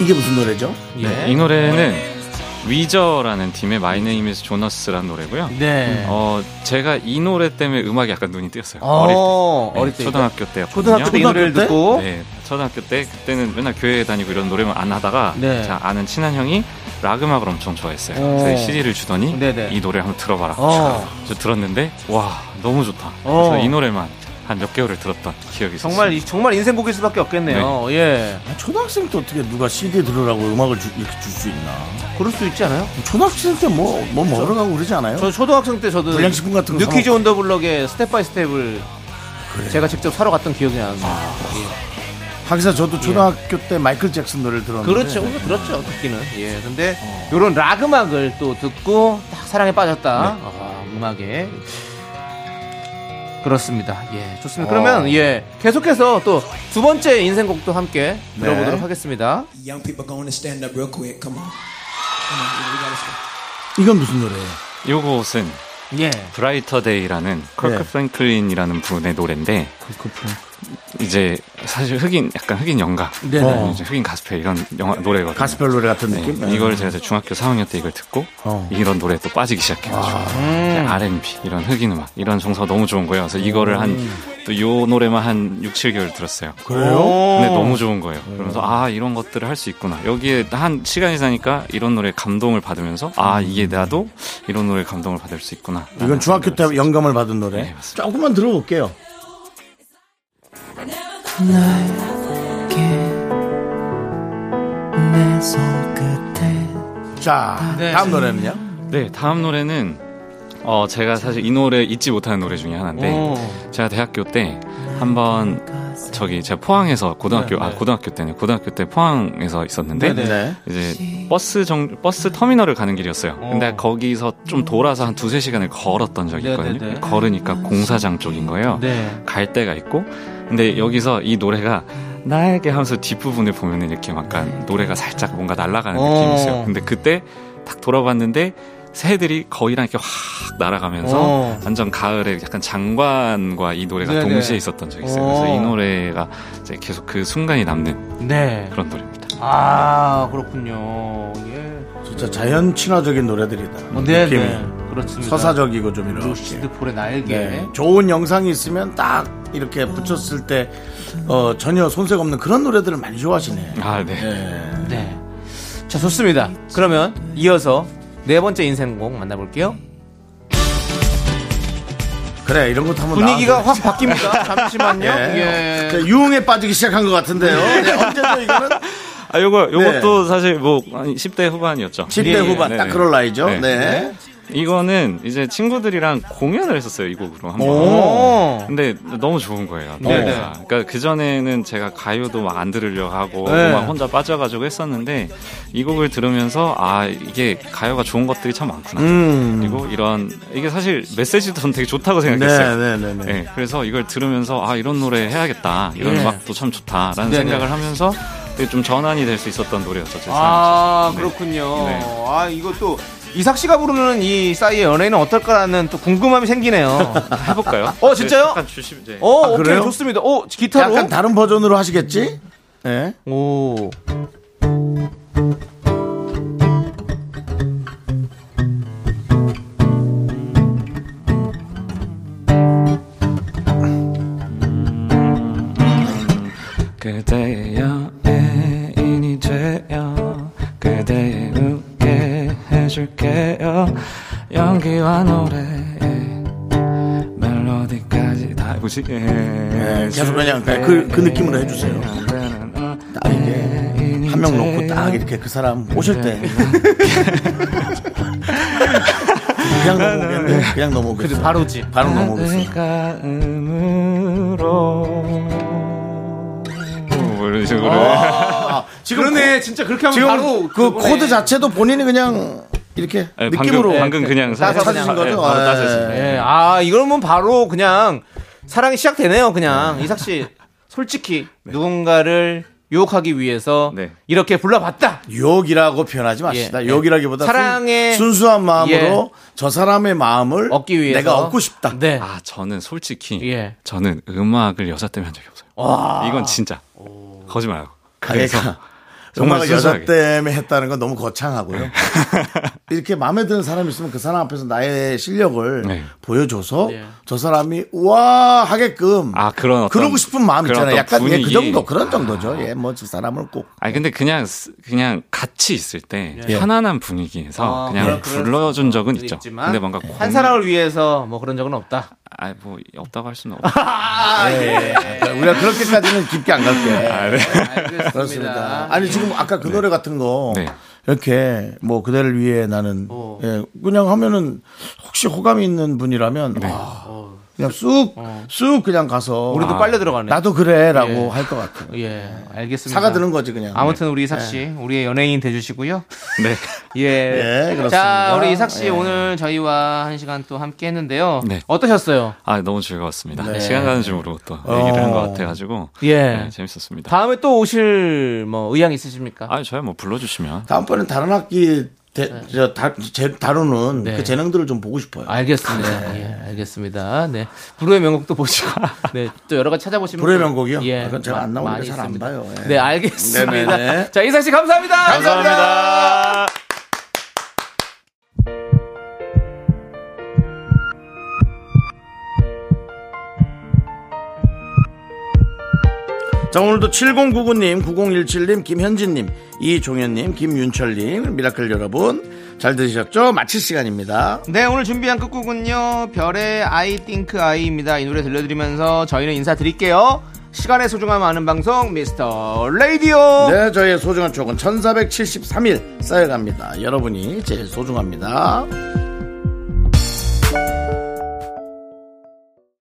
Speaker 1: 이게 무슨 노래죠?
Speaker 2: 예.
Speaker 9: 네, 이 노래는 위저라는 팀의 My Name is Jonas라는 노래고요
Speaker 2: 네.
Speaker 9: 어 제가 이 노래 때문에 음악에 약간 눈이 띄었어요 어릴 때
Speaker 2: 어,
Speaker 9: 네,
Speaker 2: 어릴 때.
Speaker 9: 초등학교 때였거든요
Speaker 2: 초등학교 때 이 노래를
Speaker 1: 초등학교 때?
Speaker 2: 듣고
Speaker 9: 네, 초등학교 때 그때는 맨날 교회 다니고 이런 노래만 안 하다가
Speaker 2: 네.
Speaker 9: 제가 아는 친한 형이 락 음악을 엄청 좋아했어요.
Speaker 2: 어.
Speaker 9: 그래서 CD를 주더니
Speaker 2: 네네.
Speaker 9: 이 노래 한번 들어봐라.
Speaker 2: 어.
Speaker 9: 저 들었는데 와 너무 좋다.
Speaker 2: 어.
Speaker 9: 그래서 이 노래만 한 몇 개월을 들었던 기억이 있어요.
Speaker 2: 정말 이- 정말 인생곡일 수밖에 없겠네요. 예,
Speaker 1: 아, 초등학생 때 어떻게 누가 CD 들으라고 음악을 주- 이렇게 줄 수 있나?
Speaker 2: 그럴 수 있지 않아요?
Speaker 1: 초등학생 때 뭐 뭐 먹으러 가고 그러지 않아요?
Speaker 2: 저 초등학생 때 저도
Speaker 1: 불량식품 같은 거
Speaker 2: 뉴키즈
Speaker 1: 사먹고.
Speaker 2: 온더블럭의 스텝 바이 스텝을 제가 직접 사러 갔던 기억이 나는데
Speaker 1: 아, 하기사 저도 초등학교 때 마이클 잭슨 노래를 들었는데
Speaker 2: 그렇죠, 그거 들었죠 듣기는. 예, 근데 이런 락
Speaker 1: 네.
Speaker 2: 음악을 또 듣고 딱 사랑에 빠졌다 아, 음악에 그렇습니다. 예,
Speaker 1: 어.
Speaker 2: 좋습니다. 그러면 예 계속해서 또 두 번째 인생곡도 함께
Speaker 1: 네.
Speaker 2: 들어보도록 하겠습니다.
Speaker 12: Young people going to stand up real quick. Come on. Come on, we gotta stand.
Speaker 1: 이건 무슨 노래예요?
Speaker 9: 요것은
Speaker 2: 예.
Speaker 9: 브라이터 데이라는 커크
Speaker 1: 네.
Speaker 9: 프랭클린이라는 분의 노래인데 이제 사실 흑인 약간 흑인 연가
Speaker 1: 네. 어.
Speaker 9: 이제 흑인 가스펠 이런 영화 노래거든요.
Speaker 1: 가스펠 노래 같은
Speaker 9: 네,
Speaker 1: 느낌?
Speaker 9: 이걸 제가 이제 중학교 3학년 때 이걸 듣고
Speaker 1: 어. 아.
Speaker 9: 이런 노래에 또 빠지기 시작해가지고 이제 R&B 이런 흑인 음악 이런 정서가 너무 좋은 거예요. 그래서 이거를
Speaker 1: 음.
Speaker 9: 한 또 요 노래만 한 6, 7개월 들었어요.
Speaker 1: 그래요?
Speaker 9: 근데
Speaker 2: 어.
Speaker 9: 너무 좋은 거예요.
Speaker 1: 음.
Speaker 9: 그러면서 아 이런 것들을 할 수 있구나. 여기에 한 시간이 지나니까 이런 노래 감동을 받으면서 아 이게 나도 이런 노래 감동을 받을 수 있구나.
Speaker 1: 음. 이건 중학교 때 영감을 받은 노래.
Speaker 2: 네,
Speaker 1: 조금만 들어볼게요.
Speaker 13: 내 손끝에
Speaker 1: 자,
Speaker 13: 네.
Speaker 1: 다음 노래는요?
Speaker 9: 네, 다음 노래는 어 제가 사실 이 노래 잊지 못하는 노래 중에 하나인데
Speaker 1: 어.
Speaker 9: 제가 대학교 때 한번 저기 제가 포항에서 고등학교 아 고등학교 때는 고등학교 때 포항에서 있었는데
Speaker 1: 네, 네.
Speaker 9: 이제 버스 정 버스 터미널을 가는 길이었어요. 근데 거기서 좀 돌아서 한 두세 시간을 걸었던 적이
Speaker 2: 네,
Speaker 9: 있거든요.
Speaker 2: 네, 네.
Speaker 9: 걸으니까 공사장 쪽인 거예요.
Speaker 2: 네.
Speaker 9: 갈 때가 있고 근데 여기서 이 노래가 나에게 하면서 뒷부분을 보면은 이렇게 약간 노래가 살짝 뭔가 날아가는
Speaker 2: 어.
Speaker 9: 느낌이 있어요. 근데 그때 딱 돌아봤는데 새들이 거의랑 이렇게 확 날아가면서
Speaker 2: 어.
Speaker 9: 완전 가을에 약간 장관과 이 노래가
Speaker 2: 네네.
Speaker 9: 동시에 있었던 적이 있어요. 그래서
Speaker 2: 어.
Speaker 9: 이 노래가 이제 계속 그 순간이 남는
Speaker 2: 네.
Speaker 9: 그런 노래입니다.
Speaker 2: 아 그렇군요. 예.
Speaker 1: 진짜 자연 친화적인 노래들이다.
Speaker 2: 어, 네,
Speaker 1: 뭐 느낌이.
Speaker 2: 네. 그렇습니다.
Speaker 1: 서사적이고 좀 이런.
Speaker 2: 루시드 폴의 날개.
Speaker 1: 네. 좋은 영상이 있으면 딱 이렇게 붙였을 때 어, 전혀 손색 없는 그런 노래들을 많이 좋아하시네.
Speaker 9: 아, 네.
Speaker 1: 네.
Speaker 2: 네. 자, 좋습니다. 그러면 이어서 네 번째 인생곡 만나볼게요.
Speaker 1: 그래 이런 것도 한번
Speaker 2: 분위기가
Speaker 1: 나와줘야지.
Speaker 2: 확 바뀝니다. 잠시만요.
Speaker 1: 예.
Speaker 2: 예.
Speaker 1: 자, 유흥에 빠지기 시작한 것 같은데요. 네, 언제죠 이거는
Speaker 9: 아, 요거 요것도
Speaker 2: 네.
Speaker 9: 사실 뭐 아니, 10대 후반이었죠.
Speaker 1: 10대
Speaker 9: 예,
Speaker 1: 후반
Speaker 9: 네,
Speaker 1: 딱
Speaker 9: 네.
Speaker 1: 그럴 나이죠. 네.
Speaker 9: 이거는 이제 친구들이랑 공연을 했었어요 이 곡으로 한번.
Speaker 2: 오.
Speaker 9: 근데 너무 좋은 거예요.
Speaker 2: 네네.
Speaker 9: 노래가. 그러니까 그 전에는 제가 가요도 막 안 들으려 고 하고
Speaker 2: 네.
Speaker 9: 막 혼자 빠져가지고 했었는데 이 곡을 들으면서 아 이게 가요가 좋은 것들이 참 많구나. 그리고 이런 이게 사실 메시지도 저는 되게 좋다고 생각했어요.
Speaker 1: 음. 네, 네, 네, 네.
Speaker 9: 예, 그래서 이걸 들으면서 아 이런 노래 해야겠다. 이런
Speaker 2: 네.
Speaker 9: 음악도 참 좋다라는
Speaker 2: 네네.
Speaker 9: 생각을 하면서 되게 좀 전환이 될 수 있었던 노래였죠. 제
Speaker 2: 아,
Speaker 9: 삶에서. 네.
Speaker 2: 그렇군요.
Speaker 9: 네.
Speaker 2: 아, 이것도 이삭 씨가 부르는 이 싸이의 연예인은 어떨까라는 또 궁금함이 생기네요.
Speaker 9: 해볼까요?
Speaker 2: 어, 진짜요?
Speaker 9: 네, 약간 주시, 네.
Speaker 2: 어, 오케이.
Speaker 1: 그래요?
Speaker 2: 좋습니다. 오, 기타로.
Speaker 1: 약간 다른 버전으로 하시겠지? 네.
Speaker 2: 오.
Speaker 9: 그대의 여인이 되어 그대의 웃게 해줄게요 연기와 노래 멜로디까지 다 뭐지? 예.
Speaker 1: 네, 계속 그냥 그, 그 느낌으로 해주세요. 딱 이게 한 명 놓고 딱 이렇게 그 사람 오실 때 그냥 넘어오겠네. 그냥 넘어오겠어.
Speaker 2: 바로지.
Speaker 1: 바로 넘어오겠어.
Speaker 9: 가음으로 뭐 이런 식으로
Speaker 1: 아, 지금
Speaker 2: 그러네. 진짜 그렇게 하면
Speaker 1: 지금
Speaker 2: 바로
Speaker 1: 그
Speaker 2: 그거네.
Speaker 1: 코드 자체도 본인이 그냥 이렇게
Speaker 9: 네,
Speaker 1: 느낌으로
Speaker 9: 방금, 방금 그냥
Speaker 1: 따서 찾으신
Speaker 9: 바-
Speaker 1: 거죠?
Speaker 9: 네, 바로
Speaker 1: 아,
Speaker 9: 따서 했습니다.
Speaker 1: 예.
Speaker 2: 예. 아, 이러면 바로 그냥 사랑이 시작되네요, 그냥. 이삭 씨. 솔직히 누군가를 유혹하기 위해서
Speaker 9: 네.
Speaker 2: 이렇게 불러봤다.
Speaker 1: 욕이라고 표현하지 마시다.
Speaker 2: 예, 예.
Speaker 1: 욕이라기보다
Speaker 2: 사랑의-
Speaker 1: 순, 수한 마음으로
Speaker 2: 예.
Speaker 1: 저 사람의 마음을
Speaker 2: 얻기 위해서.
Speaker 1: 내가 얻고 싶다.
Speaker 2: 네.
Speaker 9: 아 저는 솔직히
Speaker 2: 예.
Speaker 9: 저는 음악을 여자 때문에 한 적이 없어요.
Speaker 2: 와.
Speaker 9: 이건 진짜 거짓말하고.
Speaker 1: 그래서 정말
Speaker 9: 정말
Speaker 1: 여자
Speaker 9: 순수하게.
Speaker 1: 때문에 했다는 건 너무 거창하고요. 이렇게 마음에 드는 사람이 있으면 그 사람 앞에서 나의 실력을
Speaker 9: 네.
Speaker 1: 보여줘서
Speaker 2: 예.
Speaker 1: 저 사람이 우와 하게끔
Speaker 9: 아 그런 어떤
Speaker 1: 그러고 싶은 마음
Speaker 9: 그런
Speaker 1: 있잖아요.
Speaker 9: 어떤
Speaker 1: 약간 예, 그
Speaker 9: 분위기.
Speaker 1: 정도 그런 정도죠. 예, 뭐 저 사람을 꼭
Speaker 9: 아니 근데 그냥 쓰- 그냥 같이 있을 때
Speaker 1: 예.
Speaker 9: 편안한
Speaker 2: 아,
Speaker 9: 분위기에서 그냥
Speaker 2: 그럴- 그럴
Speaker 9: 불러준 적은
Speaker 2: 있
Speaker 9: 있죠.
Speaker 2: 지만
Speaker 9: 근데 뭔가
Speaker 2: 한 사람을 위해서 뭐 그런 적은 없다.
Speaker 9: 아뭐 없다고 할 수는 없어.
Speaker 2: 아,
Speaker 1: 예. 우리가 그렇게까지는 깊게 안 갈게.
Speaker 9: 아,
Speaker 2: 네. 알겠습니다.
Speaker 1: 그렇습니다. 아니 지금 아까 그 노래 같은 거
Speaker 9: 네.
Speaker 1: 이렇게 뭐 그대를 위해 나는
Speaker 2: 어.
Speaker 1: 예, 그냥 하면은 혹시 호감이 있는 분이라면 아, 그냥 쑥, 쑥 그냥 가서.
Speaker 2: 네. 어.
Speaker 1: 아,
Speaker 2: 우리도 빨려 들어가네.
Speaker 1: 나도 그래. 라고
Speaker 2: 예.
Speaker 1: 할 것 같아요.
Speaker 2: 예, 알겠습니다.
Speaker 1: 사가 드는 거지, 그냥.
Speaker 2: 아무튼 우리 이삭 씨, 우리의 연예인 되주시고요.
Speaker 9: 네.
Speaker 2: 예.
Speaker 1: 그렇습니다.
Speaker 2: 자, 우리 이삭 씨
Speaker 1: 예.
Speaker 2: 오늘 저희와 한 시간 또 함께 했는데요.
Speaker 9: 네.
Speaker 2: 어떠셨어요?
Speaker 9: 아 너무 즐거웠습니다.
Speaker 2: 네.
Speaker 9: 시간 가는 줄 모르고 또
Speaker 2: 어.
Speaker 9: 얘기를 한 것 같아가지고
Speaker 2: 예.
Speaker 9: 네, 재밌었습니다.
Speaker 2: 다음에 또 오실 뭐 의향 있으십니까?
Speaker 9: 아 저야 뭐 불러주시면
Speaker 1: 네. 다음번엔 다른 학기 대,
Speaker 2: 네.
Speaker 1: 저, 다, 제, 다루는 그 재능들을 좀 보고 싶어요.
Speaker 2: 아, 알겠습니다. 예, 알겠습니다. 네. 불후의 명곡도 보시고, 네. 또 여러 가지 찾아보시면.
Speaker 1: 불후의
Speaker 2: 또-
Speaker 1: 명곡이요?
Speaker 2: 예.
Speaker 1: 아, 그건 제가 안 나오니까
Speaker 2: 많이
Speaker 1: 잘안
Speaker 2: 있습니다.
Speaker 1: 봐요. 예.
Speaker 2: 네, 알겠습니다.
Speaker 1: 네네네.
Speaker 2: 자, 이삭 씨 감사합니다.
Speaker 1: 감사합니다. 자 오늘도 7099님, 9017님, 김현진님, 이종현님, 김윤철님, 미라클 여러분 잘 들으셨죠? 마칠 시간입니다.
Speaker 2: 네, 오늘 준비한 끝곡은요. 별의 I think I입니다. 이 노래 들려드리면서 저희는 인사드릴게요. 시간의 소중함 아는 방송, 미스터 라디오.
Speaker 1: 네, 저희의 소중한 추억은 1473일 쌓여갑니다. 여러분이 제일 소중합니다.